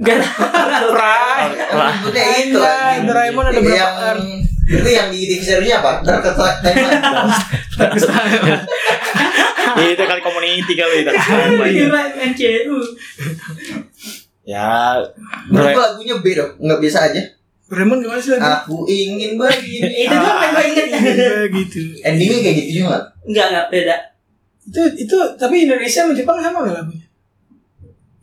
[SPEAKER 4] Gara
[SPEAKER 1] terakhir
[SPEAKER 3] Wah.
[SPEAKER 2] Maksudnya Iya, itu. Iya. anjing.
[SPEAKER 1] Doraemon ada
[SPEAKER 2] Itu
[SPEAKER 1] berapa
[SPEAKER 2] yang-
[SPEAKER 1] arc?
[SPEAKER 2] Itu yang di TV seriesnya apa? Dark Attack Timeline.
[SPEAKER 3] Ya, itu kali community kali itu. Iya.
[SPEAKER 4] gara MCU.
[SPEAKER 3] ya,
[SPEAKER 2] Menurut
[SPEAKER 3] Dora-
[SPEAKER 2] gua lagunya B dong, nggak biasa aja.
[SPEAKER 1] Doraemon gimana sih lagi
[SPEAKER 2] Aku ingin begini.
[SPEAKER 4] Itu doang Eh, yang gua inget.
[SPEAKER 1] Iya, gitu
[SPEAKER 2] Endingnya kayak gitu juga.
[SPEAKER 4] Enggak, enggak beda.
[SPEAKER 1] itu itu tapi Indonesia sama Jepang sama nggak lagunya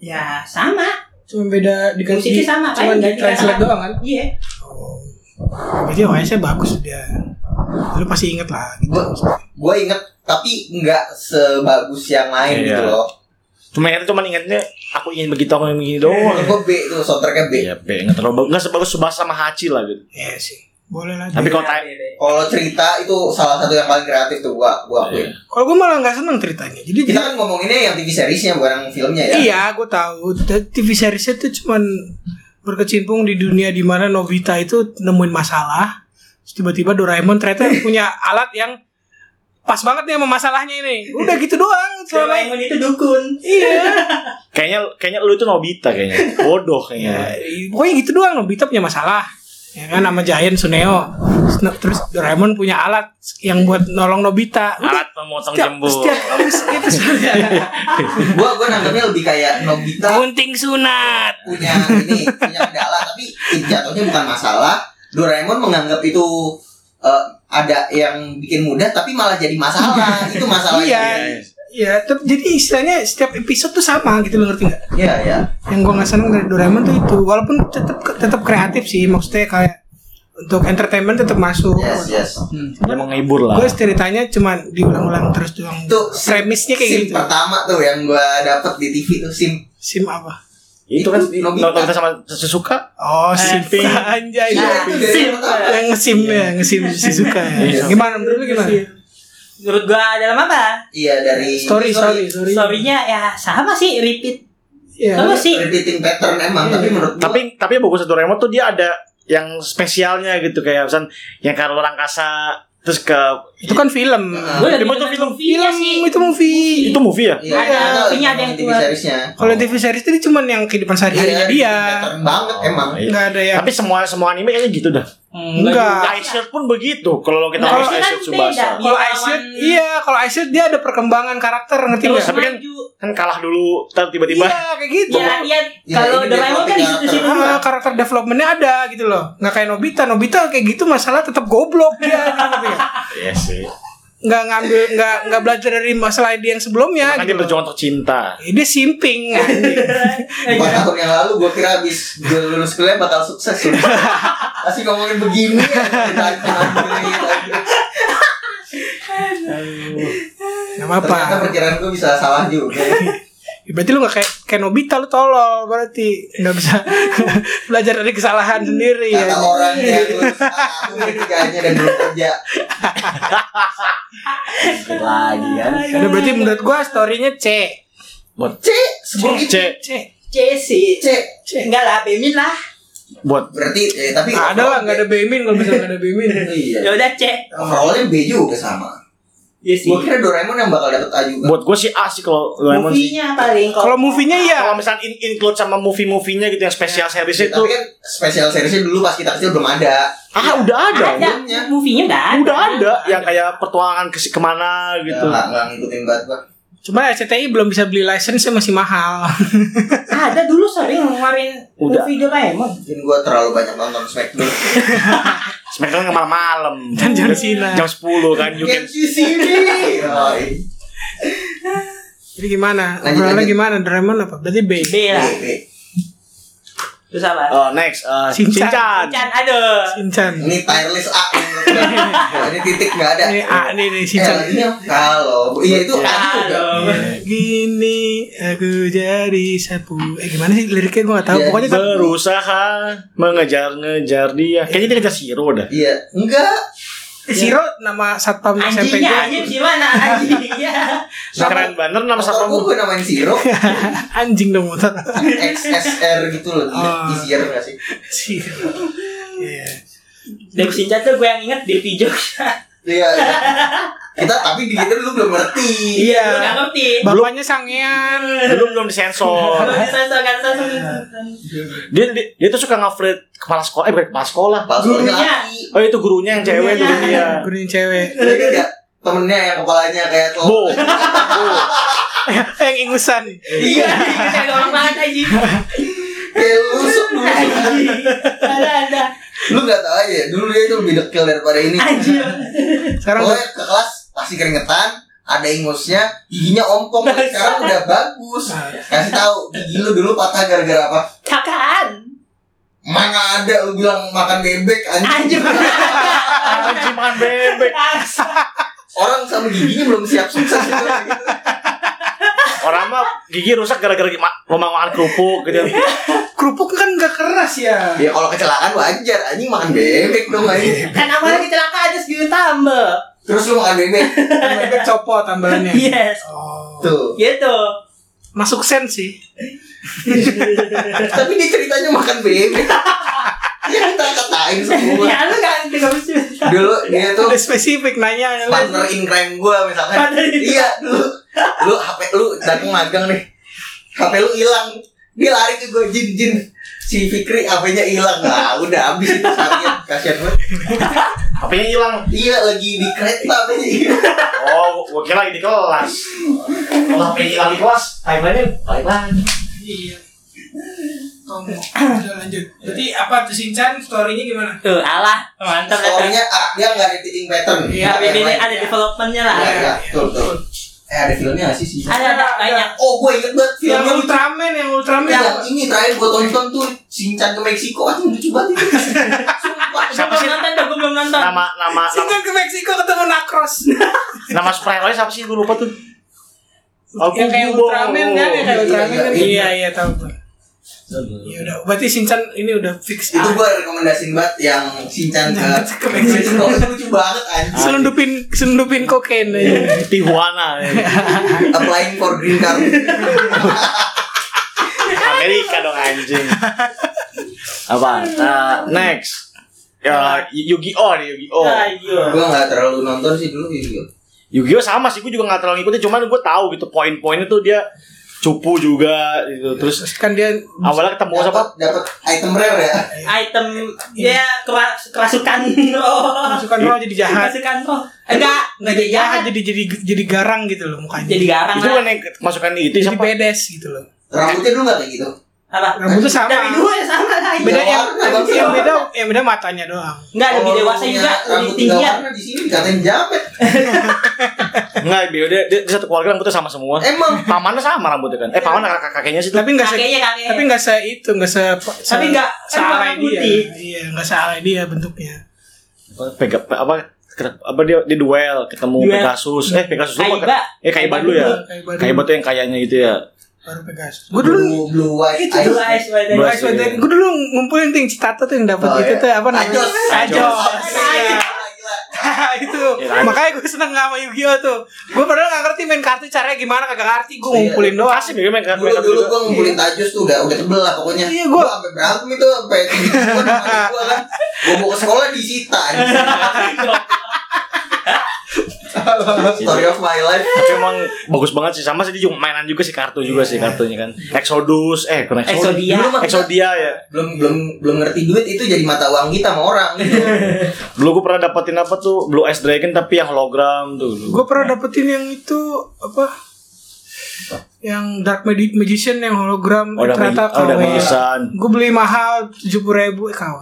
[SPEAKER 4] Ya, sama.
[SPEAKER 1] cuma beda di
[SPEAKER 4] Musiknya sama,
[SPEAKER 1] cuma
[SPEAKER 4] paling
[SPEAKER 1] di
[SPEAKER 4] nggak
[SPEAKER 1] translate
[SPEAKER 4] dikasih.
[SPEAKER 1] doang kan
[SPEAKER 4] Iya.
[SPEAKER 1] Berarti OS-nya bagus dia. Lu pasti inget lah. Gitu.
[SPEAKER 2] Gua, gua inget tapi nggak sebagus yang lain
[SPEAKER 3] Iya.
[SPEAKER 2] gitu loh.
[SPEAKER 3] cuma akhirnya cuma ingatnya aku ingin begitu aku ingin begini doang.
[SPEAKER 2] Menurut gua B itu soundtracknya B.
[SPEAKER 3] Ya, B enggak terlalu bagus, enggak sebagus Subasa sama Hachi lah gitu.
[SPEAKER 1] Iya sih. Boleh lah. Tapi
[SPEAKER 3] Tapi
[SPEAKER 4] Iya,
[SPEAKER 3] kalau time
[SPEAKER 2] Kalau cerita itu salah satu yang paling kreatif tuh gua gua akui.
[SPEAKER 1] kalau gue malah nggak seneng ceritanya. Jadi
[SPEAKER 2] Kita kan ngomonginnya yang TV seriesnya bukan yang filmnya ya.
[SPEAKER 1] iya, gue tahu. Dan TV series itu cuman berkecimpung di dunia di mana Nobita itu nemuin masalah. Terus tiba-tiba Doraemon ternyata punya alat yang pas banget nih sama masalahnya ini. Udah gitu doang. Selama
[SPEAKER 4] Doraemon itu dukun.
[SPEAKER 1] Iya.
[SPEAKER 3] kayaknya kayaknya lu itu Nobita kayaknya. Bodoh kayaknya.
[SPEAKER 1] Pokoknya gitu doang Nobita punya masalah. Ya kan sama Giant Suneo. Terus Doraemon punya alat yang buat nolong Nobita. Udah
[SPEAKER 3] Alat pemotong
[SPEAKER 1] setiap
[SPEAKER 3] jembut.
[SPEAKER 1] setiap episode
[SPEAKER 2] Gua gua nangkepnya lebih kayak Nobita
[SPEAKER 1] gunting sunat
[SPEAKER 2] punya ini punya kendala tapi jatuhnya bukan masalah. Doraemon menganggap itu eh, ada yang bikin mudah tapi malah jadi masalah. itu masalahnya.
[SPEAKER 1] Iya.
[SPEAKER 2] Iya.
[SPEAKER 1] ya tapi jadi istilahnya setiap episode tuh sama gitu lo ngerti nggak
[SPEAKER 2] Iya ya.
[SPEAKER 1] yang gua nggak seneng dari Doraemon tuh itu walaupun tetap tetap kreatif sih maksudnya kayak untuk entertainment tetap masuk
[SPEAKER 2] Yes, yes.
[SPEAKER 1] Hmm.
[SPEAKER 3] Ya menghibur lah.
[SPEAKER 1] gue ceritanya cuman diulang-ulang terus doang
[SPEAKER 2] Itu
[SPEAKER 1] premisnya kayak
[SPEAKER 2] scene
[SPEAKER 1] gitu
[SPEAKER 2] pertama tuh yang gua dapet di TV tuh sim
[SPEAKER 1] sim apa
[SPEAKER 3] Itu kan
[SPEAKER 2] Itu Nobita.
[SPEAKER 3] Nobita sama Susuka.
[SPEAKER 1] oh sim
[SPEAKER 3] Simping.
[SPEAKER 4] Nah,
[SPEAKER 1] anjay
[SPEAKER 2] Iya, itu dari
[SPEAKER 4] Sim.
[SPEAKER 2] pertama.
[SPEAKER 1] yang ngesim ya ngesim Shizuka
[SPEAKER 3] Iya.
[SPEAKER 1] ya. gimana menurut lu gimana
[SPEAKER 4] Menurut gua dalam apa?
[SPEAKER 2] Iya dari
[SPEAKER 1] story story story
[SPEAKER 4] Story-nya ya sama sih, repeat.
[SPEAKER 1] Iya.
[SPEAKER 4] Sama sih.
[SPEAKER 2] repeating pattern emang
[SPEAKER 1] Iya.
[SPEAKER 2] tapi menurut gua
[SPEAKER 3] Tapi tapi bagus Doraemon tuh dia ada yang spesialnya gitu kayak misalkan yang kalau angkasa terus ke
[SPEAKER 1] itu kan film
[SPEAKER 2] Nah,
[SPEAKER 4] Gua
[SPEAKER 3] Emang itu
[SPEAKER 4] lebih demen
[SPEAKER 3] film?
[SPEAKER 4] movie-nya sih.
[SPEAKER 1] film itu movie
[SPEAKER 3] itu movie ya?
[SPEAKER 2] Iya,
[SPEAKER 4] Ada
[SPEAKER 2] itu
[SPEAKER 4] movie-nya, ada yang
[SPEAKER 2] TV
[SPEAKER 4] keluar.
[SPEAKER 2] seriesnya.
[SPEAKER 1] Kalau yang TV series itu cuman yang kehidupan
[SPEAKER 2] Iya,
[SPEAKER 1] sehari-harinya dia.
[SPEAKER 2] repeating pattern banget emang.
[SPEAKER 3] Oh, iya.
[SPEAKER 1] Nggak ada yang
[SPEAKER 3] Tapi semua semua anime kayaknya gitu dah.
[SPEAKER 4] Hmm,
[SPEAKER 1] Enggak.
[SPEAKER 4] baju-
[SPEAKER 3] Ice Shield pun begitu. Kalau kita
[SPEAKER 1] Nah,
[SPEAKER 3] ngomong
[SPEAKER 1] itu
[SPEAKER 3] Ice
[SPEAKER 4] kan
[SPEAKER 3] Shield Tsubasa.
[SPEAKER 4] beda.
[SPEAKER 1] kalau
[SPEAKER 4] Lawan-
[SPEAKER 1] Aisyah iya, kalau Aisyah dia ada perkembangan karakter ngerti
[SPEAKER 4] Terus
[SPEAKER 1] enggak?
[SPEAKER 3] Tapi kan-
[SPEAKER 4] maju.
[SPEAKER 3] Kan kalah dulu ntar tiba-tiba
[SPEAKER 1] Iya, kayak gitu.
[SPEAKER 4] Ya, iya.
[SPEAKER 2] Ya,
[SPEAKER 4] Kalau
[SPEAKER 2] ini
[SPEAKER 4] Doraemon kan di
[SPEAKER 2] developing
[SPEAKER 4] situ-situ.
[SPEAKER 2] karakter.
[SPEAKER 1] Ah, karakter developmentnya ada gitu loh nggak kayak Nobita Nobita kayak gitu masalah tetap goblok dia ngerti nggak?
[SPEAKER 3] Iya sih.
[SPEAKER 1] nggak ngambil nggak nggak belajar dari masalah dia yang sebelumnya
[SPEAKER 3] Kan
[SPEAKER 1] gitu
[SPEAKER 3] dia
[SPEAKER 1] loh.
[SPEAKER 3] berjuang untuk cinta.
[SPEAKER 1] Eh, dia simping anjing.
[SPEAKER 3] Iya.
[SPEAKER 2] Empat tahun yang lalu gue kira abis gue lulus kuliah bakal sukses sumpah. Masih ngomongin begini ya ditarik ngomongin lagi.
[SPEAKER 1] nggak apa-apa
[SPEAKER 2] Ternyata perkiraan gue bisa salah juga
[SPEAKER 1] Ya, berarti lu nggak kayak kayak Nobita lu tolol berarti nggak bisa belajar dari kesalahan sendiri
[SPEAKER 2] Kata
[SPEAKER 1] ya
[SPEAKER 2] orang yang lulus aku ketiganya dan belum kerja Lagi
[SPEAKER 3] ya.
[SPEAKER 2] kan
[SPEAKER 1] Ada Ya, berarti menurut gua story-nya C.
[SPEAKER 2] C Sebelum itu
[SPEAKER 3] C.
[SPEAKER 1] C.
[SPEAKER 4] C sih.
[SPEAKER 2] C
[SPEAKER 4] Enggak lah, Bemin lah.
[SPEAKER 3] buat
[SPEAKER 2] Berarti eh, tapi
[SPEAKER 1] Nah, ada lah, nggak ada Bemin kalau bisa nggak ada Bemin.
[SPEAKER 2] Iya.
[SPEAKER 4] Ya udah cek.
[SPEAKER 2] Overallnya B juga sama.
[SPEAKER 4] Iya sih.
[SPEAKER 2] Gua kira Doraemon yang bakal dapet A juga.
[SPEAKER 3] buat gue sih A sih kalau Doraemon sih.
[SPEAKER 4] Movie-nya paling
[SPEAKER 1] Kalau movie-nya iya.
[SPEAKER 3] Kalau misalnya in include sama movie-movie-nya gitu yang spesial series itu,
[SPEAKER 2] Tapi kan spesial seriesnya dulu pas kita kecil belum ada.
[SPEAKER 3] ah udah ada.
[SPEAKER 4] ada.
[SPEAKER 2] filmnya.
[SPEAKER 4] Movie-nya enggak ada.
[SPEAKER 3] Udah ada yang kayak pertuangan ke kemana gitu.
[SPEAKER 2] Gitu. Nggak nggak ngikutin banget gua.
[SPEAKER 1] Cuma SCTI belum bisa beli license masih mahal.
[SPEAKER 4] Ada dulu sering ngeluarin
[SPEAKER 3] Udah.
[SPEAKER 4] movie Doraemon.
[SPEAKER 2] Mungkin gua terlalu banyak nonton Smackdown.
[SPEAKER 3] Smackdown ke kan malam-malam.
[SPEAKER 1] Dan John Cena.
[SPEAKER 3] Jam 10 kan you can
[SPEAKER 2] Get di sini. Yoi.
[SPEAKER 1] Jadi gimana?
[SPEAKER 2] Lanjut,
[SPEAKER 1] Overallnya
[SPEAKER 2] lanjut.
[SPEAKER 1] gimana? Doraemon apa? Berarti B.
[SPEAKER 4] B lah.
[SPEAKER 2] B, B.
[SPEAKER 4] Terus apa?
[SPEAKER 3] Oh, next eh,
[SPEAKER 1] Shinchan.
[SPEAKER 3] Shinchan.
[SPEAKER 4] Chan, aduh.
[SPEAKER 1] Shinchan.
[SPEAKER 2] Ini tireless A. Ini titik nggak ada.
[SPEAKER 1] Ini A nih nih
[SPEAKER 2] Eh,
[SPEAKER 1] Shinchan.
[SPEAKER 2] lagunya kalau iya itu A juga.
[SPEAKER 4] Halo.
[SPEAKER 1] Gini aku jadi sapu. Eh gimana sih liriknya gue gak tahu.
[SPEAKER 2] Ya,
[SPEAKER 1] Pokoknya kan
[SPEAKER 3] berusaha mengejar-ngejar dia. Kayaknya dia ngejar Shiro dah.
[SPEAKER 2] Iya, enggak.
[SPEAKER 1] Eh, Siro nama satpam SMP
[SPEAKER 4] Anjingnya
[SPEAKER 1] gue
[SPEAKER 4] anjing iya. gimana anjingnya?
[SPEAKER 3] Nah, keren bener nama
[SPEAKER 2] Masa
[SPEAKER 3] satpam.
[SPEAKER 2] gue namain Siro
[SPEAKER 1] anjing dong motor.
[SPEAKER 2] XSR gitu loh
[SPEAKER 1] Ah.
[SPEAKER 2] Easier gak sih?
[SPEAKER 1] Siro. Iya.
[SPEAKER 4] Dari Shinchan tuh gue yang inget Devi Jogja.
[SPEAKER 2] Iya iya. Kita tapi di kita dulu belum ngerti
[SPEAKER 1] Iya.
[SPEAKER 4] Gue nggak ngerti.
[SPEAKER 1] Bapaknya sangean.
[SPEAKER 3] Belum belum disensor.
[SPEAKER 4] Kalau disasar kan sasar.
[SPEAKER 3] dia, dia dia tuh suka ngaflit kepala sekolah, eh bukan kepala sekolah.
[SPEAKER 2] Pas
[SPEAKER 4] Gurunya.
[SPEAKER 2] sekolahnya laki.
[SPEAKER 3] Oh, itu gurunya yang cewek dulu dia.
[SPEAKER 1] Iya. Gurunya cewek.
[SPEAKER 2] Iya iya. Temennya yang kepalanya kayak
[SPEAKER 3] Bo.
[SPEAKER 2] tuh
[SPEAKER 1] Eh, yang ingusan.
[SPEAKER 4] Iya, kita gak orang banget anjing.
[SPEAKER 2] Kayak lusuk lusuk.
[SPEAKER 4] Anjing. Ada ada.
[SPEAKER 2] Lu gak tau aja Dulu dia itu lebih dekil daripada ini
[SPEAKER 4] Anjing.
[SPEAKER 1] Sekarang
[SPEAKER 2] Pokoknya ke kelas pasti keringetan ada ingusnya, giginya ompong Nah, sekarang Nah, ya. udah bagus. Kasih tahu gigi lu dulu patah gara-gara apa?
[SPEAKER 4] Cakaan.
[SPEAKER 2] Mana ada lu bilang makan bebek anjing.
[SPEAKER 4] Anjing.
[SPEAKER 3] Anjing makan bebek.
[SPEAKER 2] Orang sama giginya belum siap sukses gitu.
[SPEAKER 3] Orang mah gigi rusak gara-gara ma- lomba makan kerupuk gitu.
[SPEAKER 1] kerupuk kan gak keras ya.
[SPEAKER 2] Ya kalau kecelakaan wajar anjing makan bebek dong anjing.
[SPEAKER 4] Kan awalnya kecelakaan terus gitu tambah.
[SPEAKER 2] Terus lu makan bebek.
[SPEAKER 1] Mereka copot tambalannya.
[SPEAKER 2] Iya.
[SPEAKER 4] Yes.
[SPEAKER 1] Oh.
[SPEAKER 2] Tuh.
[SPEAKER 4] Gitu.
[SPEAKER 1] Masuk sen sih.
[SPEAKER 2] Tapi dia ceritanya makan bebek. Ya kita katain semua. Iya.
[SPEAKER 4] Ya lu kan enggak bisa.
[SPEAKER 2] Dulu dia tuh
[SPEAKER 1] Udah spesifik nanya.
[SPEAKER 2] partner in crime gue misalkan
[SPEAKER 4] Partner in crime.
[SPEAKER 2] iya lu lu HP lu datang magang nih HP lu hilang dia lari ke gue jin jin si Fikri HP-nya hilang lah udah habis itu seharian kasihan banget
[SPEAKER 3] HP-nya hilang.
[SPEAKER 2] iya lagi di kereta HP-nya hilang
[SPEAKER 3] Oh, gua kira lagi di kelas. Kalau HP hilang di kelas, timeline-nya bye bye.
[SPEAKER 1] Iya. Kamu. Udah lanjut. Berarti apa tuh Shinchan story-nya gimana?
[SPEAKER 4] Tuh, alah. Mantap lah.
[SPEAKER 2] soalnya A ah, dia nggak ada teaching pattern
[SPEAKER 4] Ya,
[SPEAKER 2] Kayak
[SPEAKER 4] ini
[SPEAKER 2] lain.
[SPEAKER 4] ada development-nya lah.
[SPEAKER 2] Iya, iya, betul betul eh ada filmnya nggak sih sih
[SPEAKER 4] Ada ada banyak.
[SPEAKER 2] oh gue inget banget
[SPEAKER 1] Yang
[SPEAKER 2] filmnya lucu
[SPEAKER 1] Ultraman, yang Ultraman.
[SPEAKER 2] yang ini terakhir gue tonton tuh Shinchan ke Meksiko anjing lucu banget itu. Sumpah.
[SPEAKER 4] Gue belum nonton, dah, gua belum nonton.
[SPEAKER 3] Nama nama nama,
[SPEAKER 1] Shinchan ke Meksiko ketemu Nakros.
[SPEAKER 3] nama superhero siapa sih? Gua lupa tuh.
[SPEAKER 1] yang kayak
[SPEAKER 3] Kubo.
[SPEAKER 1] Ultraman kan, yang kayak
[SPEAKER 2] Iya,
[SPEAKER 1] Ultraman
[SPEAKER 2] iya,
[SPEAKER 1] kan.
[SPEAKER 2] iya.
[SPEAKER 1] Iya, iya, tahu gue. Ya udah, berarti Shinchan ini udah fix.
[SPEAKER 2] itu
[SPEAKER 1] A.
[SPEAKER 2] gue rekomendasiin banget yang Shinchan ke
[SPEAKER 1] Ke
[SPEAKER 2] ke
[SPEAKER 1] Meksiko.
[SPEAKER 2] Meksiko Itu lucu banget anjing
[SPEAKER 1] selundupin selundupin kokain aja.
[SPEAKER 3] Tijuana. ya.
[SPEAKER 1] Ah.
[SPEAKER 2] applying for green card
[SPEAKER 3] Amerika dong anjing. Apa? Nah, next. Ya, Yu-Gi-Oh nih, Yu-Gi-Oh.
[SPEAKER 1] Nah,
[SPEAKER 4] Nah,
[SPEAKER 1] iya.
[SPEAKER 4] Ayo.
[SPEAKER 2] gue nggak terlalu nonton sih dulu gitu
[SPEAKER 3] Yu-Gi-Oh sama sih, gue juga gak terlalu ngikutin, cuman gue tahu gitu poin-poinnya tuh dia cupu juga gitu. Terus
[SPEAKER 1] Terus kan dia
[SPEAKER 3] awalnya ketemu siapa?
[SPEAKER 2] dapat dapat item rare ya
[SPEAKER 4] Item dia kera- kerasukan roh.
[SPEAKER 1] masukkan roh jadi jahat.
[SPEAKER 4] Kerasukan roh. Enggak, enggak jadi jahat.
[SPEAKER 1] jadi jadi jadi garang gitu loh mukanya.
[SPEAKER 4] Jadi garang
[SPEAKER 3] Itu
[SPEAKER 4] lah.
[SPEAKER 3] kan yang masukan itu
[SPEAKER 1] Jadi
[SPEAKER 3] siapa?
[SPEAKER 1] bedes gitu loh.
[SPEAKER 2] rambutnya dulu nggak kayak gitu
[SPEAKER 4] Apa?
[SPEAKER 1] Rambutnya sama.
[SPEAKER 4] Dari dulu ya sama lah.
[SPEAKER 1] Beda
[SPEAKER 2] Tiga
[SPEAKER 1] yang,
[SPEAKER 2] warna, Bang.
[SPEAKER 1] yang beda yang beda matanya doang.
[SPEAKER 4] Enggak lebih
[SPEAKER 2] Kalau
[SPEAKER 4] dewasa
[SPEAKER 2] punya
[SPEAKER 4] juga, lebih
[SPEAKER 2] Oh, iya. rambut tiga
[SPEAKER 1] ya.
[SPEAKER 4] tinggi.
[SPEAKER 2] warna di sini dikatain jamet
[SPEAKER 3] Enggak, dia, dia, dia satu keluarga rambutnya sama semua.
[SPEAKER 1] Eh.
[SPEAKER 2] emang
[SPEAKER 3] Pamannya sama rambutnya kan? Eh, paman kakak kakeknya sih.
[SPEAKER 1] Tapi enggak se
[SPEAKER 4] Kakeknya kakeknya.
[SPEAKER 1] tapi enggak se itu, enggak se, se
[SPEAKER 4] Tapi nggak-
[SPEAKER 1] sealai
[SPEAKER 4] kan warna
[SPEAKER 1] dia.
[SPEAKER 4] putih.
[SPEAKER 1] Iya, enggak sealai dia bentuknya.
[SPEAKER 3] Pega, pe- apa apa dia di duel ketemu
[SPEAKER 4] Duel.
[SPEAKER 3] Pegasus. Eh, Pegasus dulu
[SPEAKER 4] Kaiba.
[SPEAKER 3] apa? Eh, Kaiba dulu ya.
[SPEAKER 1] Kayak
[SPEAKER 3] Kaiba
[SPEAKER 1] baru
[SPEAKER 3] tuh yang kayaknya gitu ya.
[SPEAKER 1] baru Pegasus. Gua
[SPEAKER 2] blue
[SPEAKER 1] dulu
[SPEAKER 2] blue white
[SPEAKER 1] Itu
[SPEAKER 4] Dua
[SPEAKER 2] eyes
[SPEAKER 4] eyes wide
[SPEAKER 3] Dua
[SPEAKER 4] eyes.
[SPEAKER 3] eyes. Iya.
[SPEAKER 1] gue dulu ngumpulin ting Citata gitu tuh yang dapat
[SPEAKER 2] Oh,
[SPEAKER 1] itu
[SPEAKER 2] iya.
[SPEAKER 1] tuh apa namanya?
[SPEAKER 2] Ajos.
[SPEAKER 1] Ajos.
[SPEAKER 4] Ajos.
[SPEAKER 1] Iya.
[SPEAKER 2] Gila, gila.
[SPEAKER 1] itu
[SPEAKER 3] Ya, lanjut.
[SPEAKER 1] makanya gue seneng sama Yu-Gi-Oh tuh gue padahal gak ngerti main kartu caranya gimana kagak ngerti gue
[SPEAKER 2] Iya.
[SPEAKER 1] ngumpulin doang
[SPEAKER 3] Asik ya main
[SPEAKER 2] dulu
[SPEAKER 3] kartu main kartu
[SPEAKER 2] dulu
[SPEAKER 3] juga.
[SPEAKER 2] gue ngumpulin tajus tuh udah udah tebel lah pokoknya
[SPEAKER 1] Iya,
[SPEAKER 2] gue
[SPEAKER 1] gua-
[SPEAKER 2] sampai berantem itu sampai gue kan gue bawa ke sekolah disita anjing. story of my life
[SPEAKER 3] Tapi emang bagus banget sih sama sih dia juga mainan juga sih kartu juga sih kartunya kan. Exodus eh bukan Exodus.
[SPEAKER 4] Iya. Exodia.
[SPEAKER 2] Dulu mah-
[SPEAKER 3] Exodia ya.
[SPEAKER 2] belum belum belum ngerti duit itu jadi mata uang kita sama orang gitu
[SPEAKER 3] Dulu gue pernah dapetin apa tuh Blue Eyes Dragon tapi yang hologram tuh dulu.
[SPEAKER 1] gue pernah dapetin yang itu apa yang Dark Magi- Magician yang hologram
[SPEAKER 3] Oh, udah
[SPEAKER 1] ternyata
[SPEAKER 3] magi- oh, udah
[SPEAKER 1] KW
[SPEAKER 3] magisan.
[SPEAKER 1] gue beli mahal tujuh puluh ribu eh, KW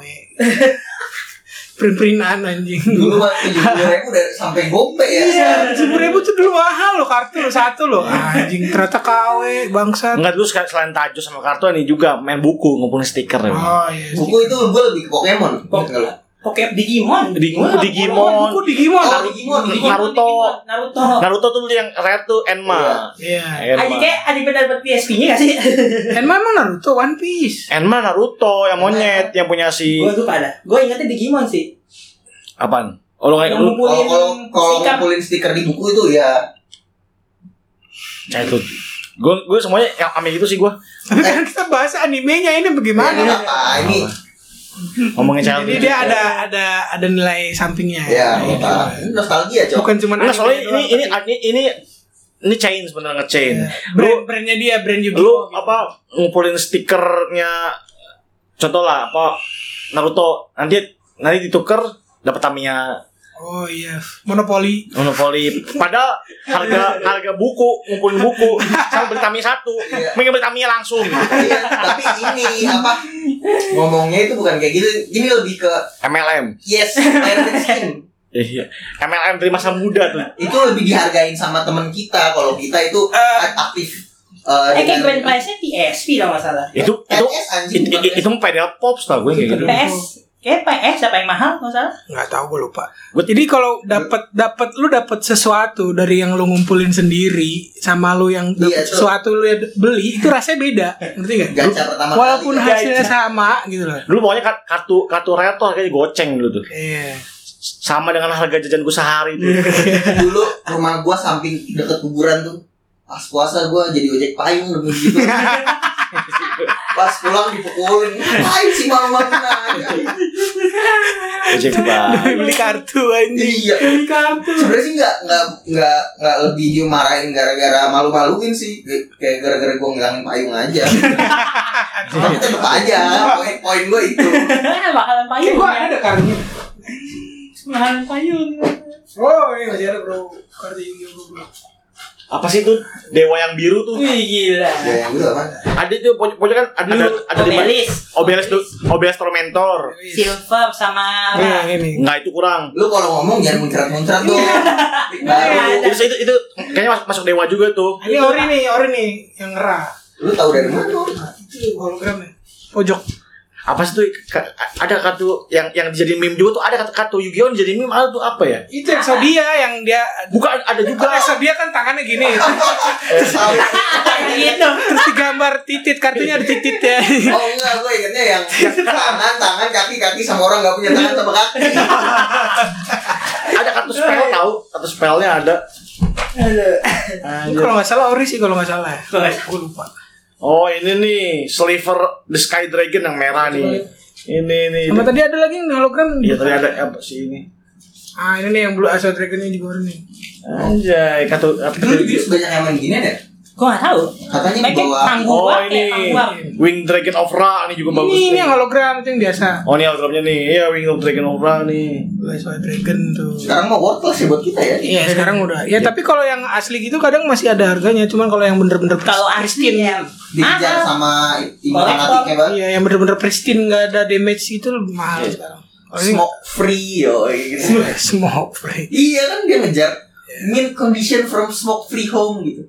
[SPEAKER 1] print printan anjing
[SPEAKER 2] dulu mah tujuh ribu udah sampai gope ya
[SPEAKER 1] Iya, tujuh ribu tuh dulu mahal loh kartu lo satu loh
[SPEAKER 3] Iya.
[SPEAKER 1] anjing ternyata KW bangsat
[SPEAKER 3] Enggak dulu sel- selain tajus sama kartu ini juga main buku ngumpulin stiker ya.
[SPEAKER 1] oh iya
[SPEAKER 2] buku itu gue lebih ke Pokemon ingat nggak lu?
[SPEAKER 4] Pokep Digimon.
[SPEAKER 3] Digimon, Digimon.
[SPEAKER 1] buku Digimon
[SPEAKER 2] Oh, Digimon, Digimon.
[SPEAKER 3] Naruto.
[SPEAKER 4] Digimon, Naruto.
[SPEAKER 3] Naruto tuh dulu yang rare tuh Enma.
[SPEAKER 1] iya
[SPEAKER 3] Enma.
[SPEAKER 4] Adik kayak adik benar dapat PSP-nya gak sih?
[SPEAKER 1] Enma emang Naruto One Piece
[SPEAKER 3] Enma Naruto yang monyet yang punya si
[SPEAKER 4] Gue lupa dah. Gue ingetnya Digimon sih.
[SPEAKER 3] apaan? Oh, lo nggak
[SPEAKER 4] Yang
[SPEAKER 3] lu
[SPEAKER 2] kalau
[SPEAKER 4] ngumpulin
[SPEAKER 2] kalau kalau
[SPEAKER 4] sikap.
[SPEAKER 2] ngumpulin stiker di buku itu ya
[SPEAKER 3] Nah, itu. Gue gue semuanya yang ame gitu sih gue
[SPEAKER 1] tapi kan kita bahas animenya ini
[SPEAKER 2] ini
[SPEAKER 3] Iya.
[SPEAKER 1] bagaimana
[SPEAKER 2] Ya, apa Ah, ini
[SPEAKER 3] ngomongin child
[SPEAKER 1] jadi dia ada ada ada nilai sampingnya
[SPEAKER 2] ya
[SPEAKER 1] Nah, itu.
[SPEAKER 2] apa ini nostalgia cok
[SPEAKER 1] bukan cuma anime
[SPEAKER 3] Enggak Nah, soalnya ini
[SPEAKER 1] doang,
[SPEAKER 3] ini
[SPEAKER 1] tapi-
[SPEAKER 3] ini ini ini chain sebenarnya ngechain.
[SPEAKER 1] Iya.
[SPEAKER 3] Lu
[SPEAKER 1] brand brandnya dia brand Yu-Gi-Oh
[SPEAKER 3] lu
[SPEAKER 1] gitu.
[SPEAKER 3] apa ngumpulin stikernya contoh lah apa Naruto nanti nanti ditukar dapat Tamiya
[SPEAKER 1] oh iya monopoli
[SPEAKER 3] monopoli padahal harga harga buku ngumpulin buku sama beli Tamiya satu
[SPEAKER 2] Iya.
[SPEAKER 3] mending beli Tamiya langsung
[SPEAKER 2] Iya, tapi ini apa ngomongnya itu bukan kayak gitu ini lebih ke
[SPEAKER 3] MLM
[SPEAKER 2] yes Iron Man skin
[SPEAKER 3] iya MLM dari masa muda tuh
[SPEAKER 2] itu lebih dihargain sama temen kita kalau kita itu
[SPEAKER 1] Eh.
[SPEAKER 2] aktif eh,
[SPEAKER 4] Eh kayak grand
[SPEAKER 2] dengan
[SPEAKER 4] prize-nya PSP kalau nggak salah.
[SPEAKER 3] itu itu
[SPEAKER 2] NS anjing
[SPEAKER 3] itu,
[SPEAKER 2] bukan
[SPEAKER 3] itu, itu mah pedal pops tau gue kayak gitu
[SPEAKER 4] PS. Kayak PS siapa yang mahal nggak salah?
[SPEAKER 1] nggak tahu gue lupa
[SPEAKER 3] Gua-
[SPEAKER 1] jadi kalau dapat dapat lu dapat sesuatu dari yang lu ngumpulin sendiri sama lu yang
[SPEAKER 2] Iya,
[SPEAKER 1] dapat
[SPEAKER 2] itu.
[SPEAKER 1] sesuatu lu yang beli itu rasanya beda ngerti gak?
[SPEAKER 2] gacha pertama
[SPEAKER 1] walaupun
[SPEAKER 2] kali.
[SPEAKER 1] hasilnya sama gitu loh
[SPEAKER 3] dulu pokoknya kar- kartu kartu rare tuh harganya goceng dulu tuh
[SPEAKER 1] iya
[SPEAKER 3] sama dengan harga jajanku sehari tuh
[SPEAKER 2] dulu rumah gua samping deket kuburan tuh pas puasa gua jadi ojek payung demi gitu pas pulang dipukulin ngapain sih malam-malam aja
[SPEAKER 3] Ojek bang.
[SPEAKER 1] beli kartu anjing
[SPEAKER 2] iya
[SPEAKER 4] Beli kartu.
[SPEAKER 2] sebenarnya sih nggak nggak nggak nggak lebih dimarahin gara-gara malu-maluin sih Kayak- kayak gara-gara gua ngilangin payung aja tapi tetep aja poin poin gua itu
[SPEAKER 4] Eh makanan payung.
[SPEAKER 1] Gua
[SPEAKER 4] ya.
[SPEAKER 1] kartunya
[SPEAKER 4] Makanan payung.
[SPEAKER 1] oh ini masih ada bro kartu Yu-Gi-Oh bro
[SPEAKER 3] Apa sih tuh dewa yang biru tuh?
[SPEAKER 4] Wih gila.
[SPEAKER 2] ya yang itu apa
[SPEAKER 3] Ada tuh pojok pojok kan ada ada, ada di mana?
[SPEAKER 4] Obelis,
[SPEAKER 3] Obelis tuh Obelis Tormentor.
[SPEAKER 4] silver sama
[SPEAKER 1] ini yang
[SPEAKER 4] apa?
[SPEAKER 1] Iya. Nah, ini
[SPEAKER 3] Enggak itu kurang.
[SPEAKER 2] lu kalau ngomong jangan muncrat-muncrat dong
[SPEAKER 1] Iya.
[SPEAKER 2] baru
[SPEAKER 3] Itu itu, itu kayaknya masuk, masuk dewa juga tuh.
[SPEAKER 1] ini ori nih ori nih yang ngerah
[SPEAKER 2] lu tahu dari mana
[SPEAKER 1] itu ya? hologramnya pojok
[SPEAKER 3] Apa sih tuh Ka- ada kartu yang yang dijadiin meme juga tuh ada kartu, kartu Yu-Gi-Oh jadi meme ada tuh apa ya?
[SPEAKER 1] itu yang Sodia yang dia
[SPEAKER 3] Bukan ada juga.
[SPEAKER 1] Kalau Sodia kan tangannya gini
[SPEAKER 4] Gitu.
[SPEAKER 1] terus digambar titit kartunya ada titit ya
[SPEAKER 2] oh enggak gue ingetnya yang tangan tangan kaki kaki sama orang nggak punya tangan sama kaki
[SPEAKER 3] Ada kartu spell tahu? Kartu spellnya ada.
[SPEAKER 1] Ini kalau nggak salah ori sih kalau nggak salah
[SPEAKER 4] Kalau nggak
[SPEAKER 1] gue lupa
[SPEAKER 3] Oh ini nih Sliver the Sky Dragon yang merah nih. Ini nih.
[SPEAKER 1] sama tadi ada lagi yang hologram
[SPEAKER 3] Iya tadi ada apa sih ini?
[SPEAKER 1] ah ini nih yang blue asal dragonnya juga ori nih
[SPEAKER 3] Anjay, kartu
[SPEAKER 2] dulu
[SPEAKER 3] kartu
[SPEAKER 2] di Greece banyak yang main gini deh
[SPEAKER 4] Gua nggak tahu.
[SPEAKER 2] katanya
[SPEAKER 4] Mereka
[SPEAKER 2] bawa
[SPEAKER 4] panggung
[SPEAKER 3] Oh
[SPEAKER 4] gua kayak
[SPEAKER 3] ini
[SPEAKER 4] panggung
[SPEAKER 3] Wing Dragon of Ra ini juga bagus
[SPEAKER 1] ini ini
[SPEAKER 3] nih.
[SPEAKER 1] yang hologram itu yang biasa
[SPEAKER 3] Oh ini autogramnya nih, iya Wing of Dragon of Ra nih.
[SPEAKER 1] blue asal dragon tuh
[SPEAKER 2] sekarang mau worthless ya buat kita ya
[SPEAKER 1] Iya sekarang udah. Ya tapi kalau yang asli gitu kadang masih ada harganya, cuman kalau yang bener-bener
[SPEAKER 4] Kalau
[SPEAKER 1] pristine-
[SPEAKER 4] Arskin
[SPEAKER 2] Iya.
[SPEAKER 4] ya.
[SPEAKER 2] dikejar
[SPEAKER 4] Mahal.
[SPEAKER 2] sama ya, ibu
[SPEAKER 4] Kolektor.
[SPEAKER 2] fanatiknya bang
[SPEAKER 1] Iya yang bener-bener pristine nggak ada damage itu lebih mahal sekarang. Kalau ini
[SPEAKER 2] smoke free yo gitu.
[SPEAKER 1] Iya. smoke free.
[SPEAKER 2] iya kan dia ngejar mint condition from smoke free home gitu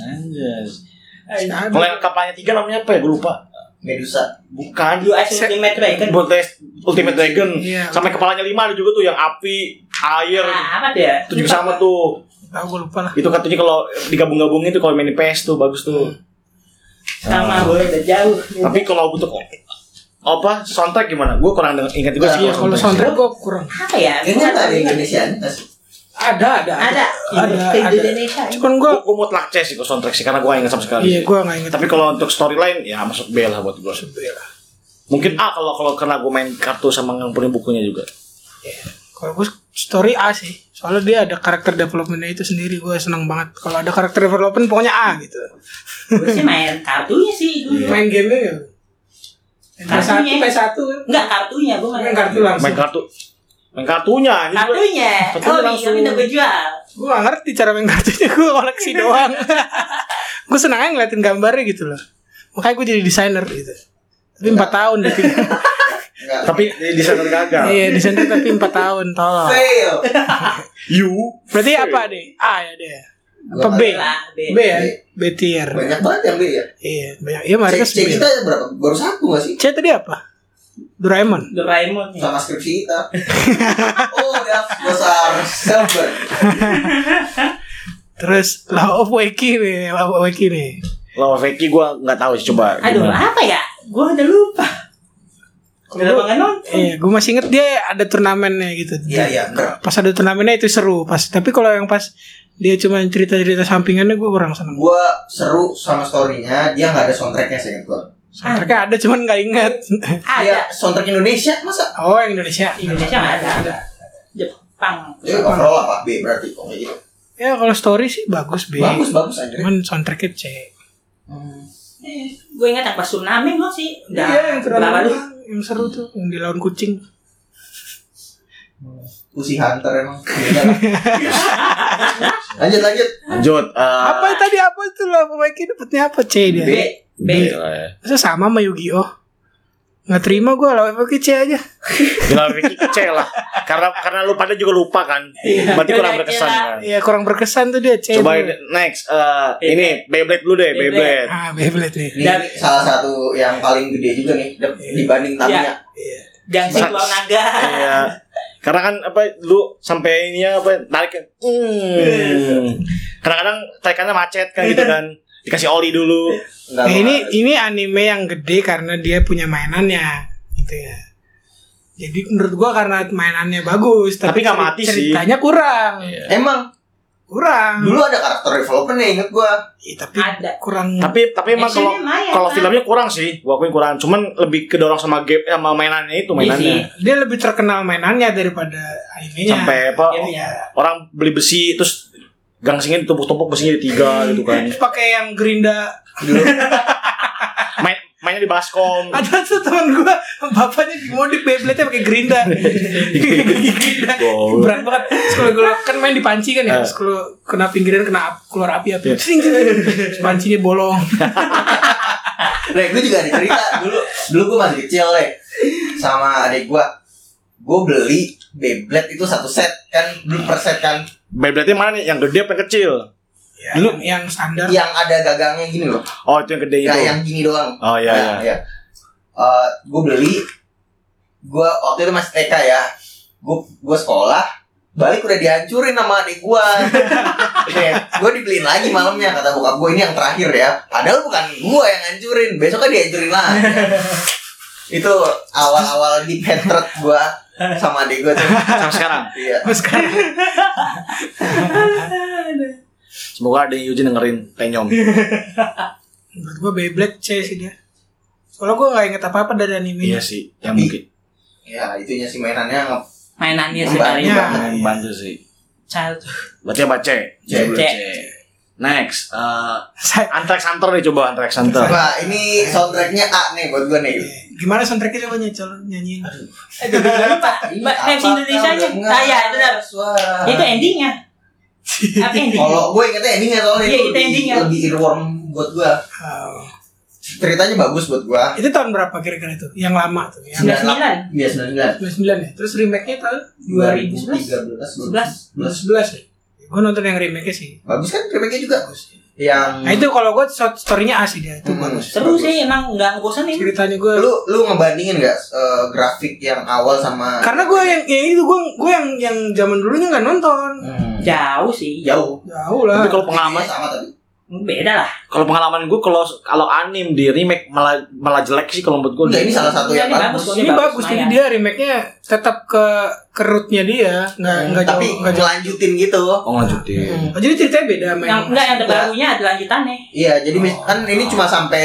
[SPEAKER 3] Anjas.
[SPEAKER 1] Ada.
[SPEAKER 3] Kalau yang kapalnya tiga namanya apa ya? Gue lupa.
[SPEAKER 2] Medusa
[SPEAKER 3] Bukan.
[SPEAKER 4] Blue Eyes Ultimate Dragon.
[SPEAKER 3] Boltes Ultimate Dragon.
[SPEAKER 1] Iya.
[SPEAKER 3] Sampai kepalanya lima ada juga tuh yang api, air.
[SPEAKER 4] Ah, apa dia?
[SPEAKER 3] Itu juga sama tuh.
[SPEAKER 1] Tahu gue Ah, lupa lah.
[SPEAKER 3] Itu kartunya kalau digabung-gabung itu kalau main di PS tuh bagus tuh.
[SPEAKER 4] Sama gue udah jauh.
[SPEAKER 3] Tapi kalau butuh apa soundtrack gimana? Gue kurang denger- ingat juga sih.
[SPEAKER 1] Iya, kalau soundtrack gue kurang.
[SPEAKER 4] Apa ya?
[SPEAKER 2] Kayaknya nggak ada
[SPEAKER 4] Bukan-
[SPEAKER 2] Indonesia tas.
[SPEAKER 1] Ada, ada.
[SPEAKER 4] Ada. Iya,
[SPEAKER 1] Ada,
[SPEAKER 4] Ke
[SPEAKER 1] ada.
[SPEAKER 4] Indonesia.
[SPEAKER 1] Cuman gue,
[SPEAKER 3] Gue gue mutlak C sih ke soundtrack sih karena gue ingat sama sekali.
[SPEAKER 1] iya gue nggak inget.
[SPEAKER 3] Tapi kalau untuk storyline ya masuk B lah buat gue. Mungkin A kalau kalau karena gue main kartu sama ngampunin bukunya juga.
[SPEAKER 1] Kalau gue story A sih. Soalnya dia ada karakter developmentnya itu sendiri. Gue seneng banget. Kalau ada karakter development pokoknya A gitu.
[SPEAKER 4] Gue sih main kartunya sih dulu.
[SPEAKER 1] Main game ya. PS1,
[SPEAKER 4] Kartunya.
[SPEAKER 1] PS1 kan.
[SPEAKER 4] Enggak kartunya, gue
[SPEAKER 1] Main kartu langsung.
[SPEAKER 3] Main kartu. Main kartunya. ini juga-
[SPEAKER 4] Kartunya.
[SPEAKER 3] Kartunya
[SPEAKER 4] Oh,
[SPEAKER 3] langsung.
[SPEAKER 4] langsung. udah gue jual.
[SPEAKER 1] Gue gak ngerti cara main kartunya. Gue koleksi doang. gue seneng aja ngeliatin gambarnya gitu loh. Makanya gue jadi desainer gitu. Tapi 4 tahun gitu.
[SPEAKER 2] Nggak.
[SPEAKER 3] Tapi di sana gagal.
[SPEAKER 1] Iya, desainer tapi 4 tahun.
[SPEAKER 2] Oh.
[SPEAKER 1] Tolong.
[SPEAKER 2] Fail.
[SPEAKER 3] You.
[SPEAKER 1] Berarti apa deh? A ya deh. Apa B?
[SPEAKER 4] Lah,
[SPEAKER 1] B
[SPEAKER 4] B.
[SPEAKER 1] ya? B tier.
[SPEAKER 2] Banyak banget yang B ya.
[SPEAKER 1] Iya, banyak. Iya,
[SPEAKER 2] Cek,
[SPEAKER 1] mereka
[SPEAKER 2] cek
[SPEAKER 1] sembilan.
[SPEAKER 2] kita berapa? Baru satu nggak sih?
[SPEAKER 1] C tadi apa? Doraemon.
[SPEAKER 4] Doraemon ya.
[SPEAKER 2] Sama skripsi kita. oh, udah besar server.
[SPEAKER 1] Terus Law of Wacky nih, Law of Wacky nih.
[SPEAKER 3] Lawan Vicky gue nggak tahu sih coba.
[SPEAKER 4] Aduh,
[SPEAKER 3] gimana.
[SPEAKER 4] apa ya? Gue udah lupa. Udah lama nggak nonton.
[SPEAKER 1] Iya, gue masih inget dia ada turnamennya gitu.
[SPEAKER 2] Iya, iya, bener.
[SPEAKER 1] Pas ada turnamennya itu seru pas. Tapi kalau yang pas dia cuma cerita-cerita sampingannya gue kurang seneng.
[SPEAKER 2] Gua seru sama story-nya, dia nggak ada soundtrack-nya seingat gua. Ah.
[SPEAKER 1] Soundtracknya ada cuman nggak inget.
[SPEAKER 4] Ada.
[SPEAKER 2] Iya, soundtrack Indonesia masa?
[SPEAKER 1] oh yang Indonesia.
[SPEAKER 4] Indonesia nggak ada. ada. Jepang.
[SPEAKER 2] Ya, overall apa? B berarti kok kayak gitu.
[SPEAKER 1] Ya kalau story sih bagus B.
[SPEAKER 2] Bagus, bagus aja.
[SPEAKER 1] Cuman soundtracknya C.
[SPEAKER 4] Eh, gue ingat yang pas tsunami gue sih.
[SPEAKER 2] Iya,
[SPEAKER 4] Udah berapa
[SPEAKER 1] turnamennya
[SPEAKER 4] lu?
[SPEAKER 1] Iya, yang seru tuh yang di lawan kucing.
[SPEAKER 2] Pussy Hunter emang. Beda lah. lanjut, lanjut.
[SPEAKER 3] Lanjut. eh,
[SPEAKER 2] Ah.
[SPEAKER 1] Apa tadi apa itu Law of Wacky dapetnya apa C dia?
[SPEAKER 4] B.
[SPEAKER 3] B
[SPEAKER 4] B.
[SPEAKER 3] lah ya.
[SPEAKER 1] Masa sama sama Yu-Gi-Oh? Nggak terima gue Law of Wacky C aja.
[SPEAKER 3] Lawan Vicky C lah. Karena karena lu pada juga lupa kan. Berarti kurang
[SPEAKER 4] Yaudah,
[SPEAKER 3] berkesan
[SPEAKER 4] C lah.
[SPEAKER 3] kan.
[SPEAKER 1] Iya kurang berkesan tuh dia C.
[SPEAKER 3] Coba
[SPEAKER 1] dulu.
[SPEAKER 3] next eh, ini Beyblade dulu deh,
[SPEAKER 4] Iya. Beyblade.
[SPEAKER 3] Beyblade.
[SPEAKER 1] Ah, Beyblade nih.
[SPEAKER 2] Ini
[SPEAKER 4] Dan-
[SPEAKER 2] salah satu yang paling gede juga nih de-
[SPEAKER 1] Iya.
[SPEAKER 2] dibanding Tamiya.
[SPEAKER 4] Gangsi
[SPEAKER 3] Sat-
[SPEAKER 4] Tuang Naga.
[SPEAKER 3] Iya. Karena kan apa lu sampai ini apa tarik kan. Hmm. Kadang-kadang tarikannya macet kan gitu kan. Dikasih oli dulu.
[SPEAKER 2] Enggak,
[SPEAKER 1] Nah, ini
[SPEAKER 2] enggak.
[SPEAKER 1] ini anime yang gede karena dia punya mainannya gitu ya. Jadi menurut gua karena mainannya bagus,
[SPEAKER 3] Tapi
[SPEAKER 1] tapi,
[SPEAKER 3] nggak
[SPEAKER 1] ceri-
[SPEAKER 3] mati sih.
[SPEAKER 1] ceritanya kurang.
[SPEAKER 4] Iya.
[SPEAKER 2] emang
[SPEAKER 1] Kurang.
[SPEAKER 2] dulu ada karakter developernya inget gua.
[SPEAKER 1] Iya, tapi
[SPEAKER 4] Ada.
[SPEAKER 1] kurang
[SPEAKER 3] Tapi tapi emang kalau
[SPEAKER 4] Actionnya lumayan,
[SPEAKER 3] kalau
[SPEAKER 4] Pak.
[SPEAKER 3] filmnya kurang sih, gua akuin kurang. Cuman lebih kedorong sama game eh, sama mainannya
[SPEAKER 4] Iya.
[SPEAKER 3] itu mainannya.
[SPEAKER 1] dia lebih terkenal mainannya daripada animenya. Gitu ya.
[SPEAKER 3] Sampai apa
[SPEAKER 4] Iya, iya.
[SPEAKER 3] orang beli besi terus gangsingin tumpuk-tumpuk besinya jadi
[SPEAKER 4] Iya.
[SPEAKER 3] tiga gitu kan.
[SPEAKER 1] Terus pakai yang gerinda
[SPEAKER 2] Dulu
[SPEAKER 3] Main mainnya di baskom.
[SPEAKER 1] ada tuh teman gua bapaknya dimodif Beyblade-nya pakai gerinda gerinda
[SPEAKER 2] Oh.
[SPEAKER 3] Wow.
[SPEAKER 1] berat banget Terus kalau gua kan main di panci kan ya
[SPEAKER 3] Eh.
[SPEAKER 1] Terus kalau kena pinggiran kena ap- keluar api
[SPEAKER 2] Iya.
[SPEAKER 1] api Terus pancinya bolong
[SPEAKER 2] Lek, gue Nah, juga ada cerita dulu. Dulu gue masih kecil, Lek. Sama adik gue. Gue beli Beyblade itu satu set kan, belum per set kan.
[SPEAKER 3] Beyblade-nya mana nih? Yang gede apa yang kecil?
[SPEAKER 2] Iya.
[SPEAKER 1] ya,
[SPEAKER 3] Dulu-
[SPEAKER 1] yang, yang standar
[SPEAKER 2] Yang ada gagangnya gini loh.
[SPEAKER 3] Oh, itu yang gede itu.
[SPEAKER 1] Iya,
[SPEAKER 2] Gak yang gini doang.
[SPEAKER 3] Oh iya iya.
[SPEAKER 2] Nah, iya. Eh, gue beli. Gue waktu itu masih TK ya. Gue gue sekolah. Balik udah dihancurin sama adik gue. gue dibeliin lagi malamnya kata bokap gue ini yang terakhir ya. Padahal bukan gue yang hancurin. Besoknya dihancurin lagi. itu awal-awal di hatred gue sama adik gue tuh.
[SPEAKER 3] Sampai sekarang.
[SPEAKER 2] Iya.
[SPEAKER 1] Terus sekarang
[SPEAKER 3] Semoga ada yang Yujin dengerin Tenyom.
[SPEAKER 1] menurut gua Beyblade C sih dia soalnya gua nggak inget apa apa dari
[SPEAKER 3] iya
[SPEAKER 1] animenya
[SPEAKER 3] sih, yang mungkin.
[SPEAKER 2] Ya itunya sih mainannya nge-
[SPEAKER 4] Mainannya
[SPEAKER 2] Kembali.
[SPEAKER 4] sekali.
[SPEAKER 1] Iya.
[SPEAKER 3] Yang bantu sih.
[SPEAKER 4] Child.
[SPEAKER 3] Baca baca.
[SPEAKER 2] C.
[SPEAKER 4] C.
[SPEAKER 3] Next, eh
[SPEAKER 1] Saya-
[SPEAKER 3] Antrax Hunter nih coba Antrax Hunter.
[SPEAKER 2] Wah ini soundtracknya A nih buat gue nih.
[SPEAKER 1] gimana soundtracknya coba nyecol nyanyiin
[SPEAKER 4] Aduh, gue lupa. Mbak Names Indonesia nya. Ah ya, itu dah.
[SPEAKER 2] Suara.
[SPEAKER 4] Itu endingnya. Apa endingnya?
[SPEAKER 2] Eh. Kalau gue ingetnya endingnya soalnya
[SPEAKER 4] Iya,
[SPEAKER 2] itu
[SPEAKER 4] itu
[SPEAKER 1] ya.
[SPEAKER 4] endingnya.
[SPEAKER 2] lebih earworm buat gue.
[SPEAKER 1] Oh.
[SPEAKER 2] Ceritanya bagus buat gue.
[SPEAKER 1] itu tahun berapa kira-kira itu yang lama tuh yang
[SPEAKER 4] 99.
[SPEAKER 2] Iya sembilan belas.
[SPEAKER 1] 99 ya terus remake-nya tahun
[SPEAKER 2] Dua ribu
[SPEAKER 1] 2000
[SPEAKER 2] tiga belas.
[SPEAKER 1] 2011 ya gua nonton yang remake-nya sih
[SPEAKER 2] Bagus kan remake juga. Yang
[SPEAKER 1] Nah itu kalau gue story-nya A sih dia itu
[SPEAKER 2] Hmm.
[SPEAKER 1] bagus.
[SPEAKER 4] Seru
[SPEAKER 2] Bagus.
[SPEAKER 4] sih, emang nggak ngebosenin.
[SPEAKER 1] Ceritanya gue
[SPEAKER 2] lu lu ngebandingin gak eh, grafik yang awal sama
[SPEAKER 1] karena ya- gue yang, yang itu gue gue yang yang zaman dulunya nggak nonton
[SPEAKER 2] Hmm.
[SPEAKER 4] Jauh sih. ya,
[SPEAKER 2] jauh.
[SPEAKER 1] jauh lah.
[SPEAKER 3] Tapi kalau pengalaman
[SPEAKER 2] Ini sama tapi
[SPEAKER 4] Beda lah.
[SPEAKER 3] Kalau pengalaman gue kalau kalau anim di remake malah malah jelek sih kalau menurut gue.
[SPEAKER 4] Iya.
[SPEAKER 2] Enggak, ini salah satu
[SPEAKER 4] Enggak,
[SPEAKER 2] yang
[SPEAKER 4] ini
[SPEAKER 2] bagus.
[SPEAKER 4] bagus.
[SPEAKER 1] Ini bagus, jadi
[SPEAKER 4] lumayan.
[SPEAKER 1] dia remake-nya tetap ke kerutnya dia, nggak nggak
[SPEAKER 2] Hmm, Tapi
[SPEAKER 1] jauh, nggak jauh.
[SPEAKER 2] ngelanjutin gitu. Hmm.
[SPEAKER 3] Oh lanjutin.
[SPEAKER 1] Oh, jadi ceritanya beda sama
[SPEAKER 4] Yang enggak yang
[SPEAKER 2] Enggak.
[SPEAKER 4] terbarunya ada lanjutannya.
[SPEAKER 2] Iya, jadi mis- kan ini cuma sampai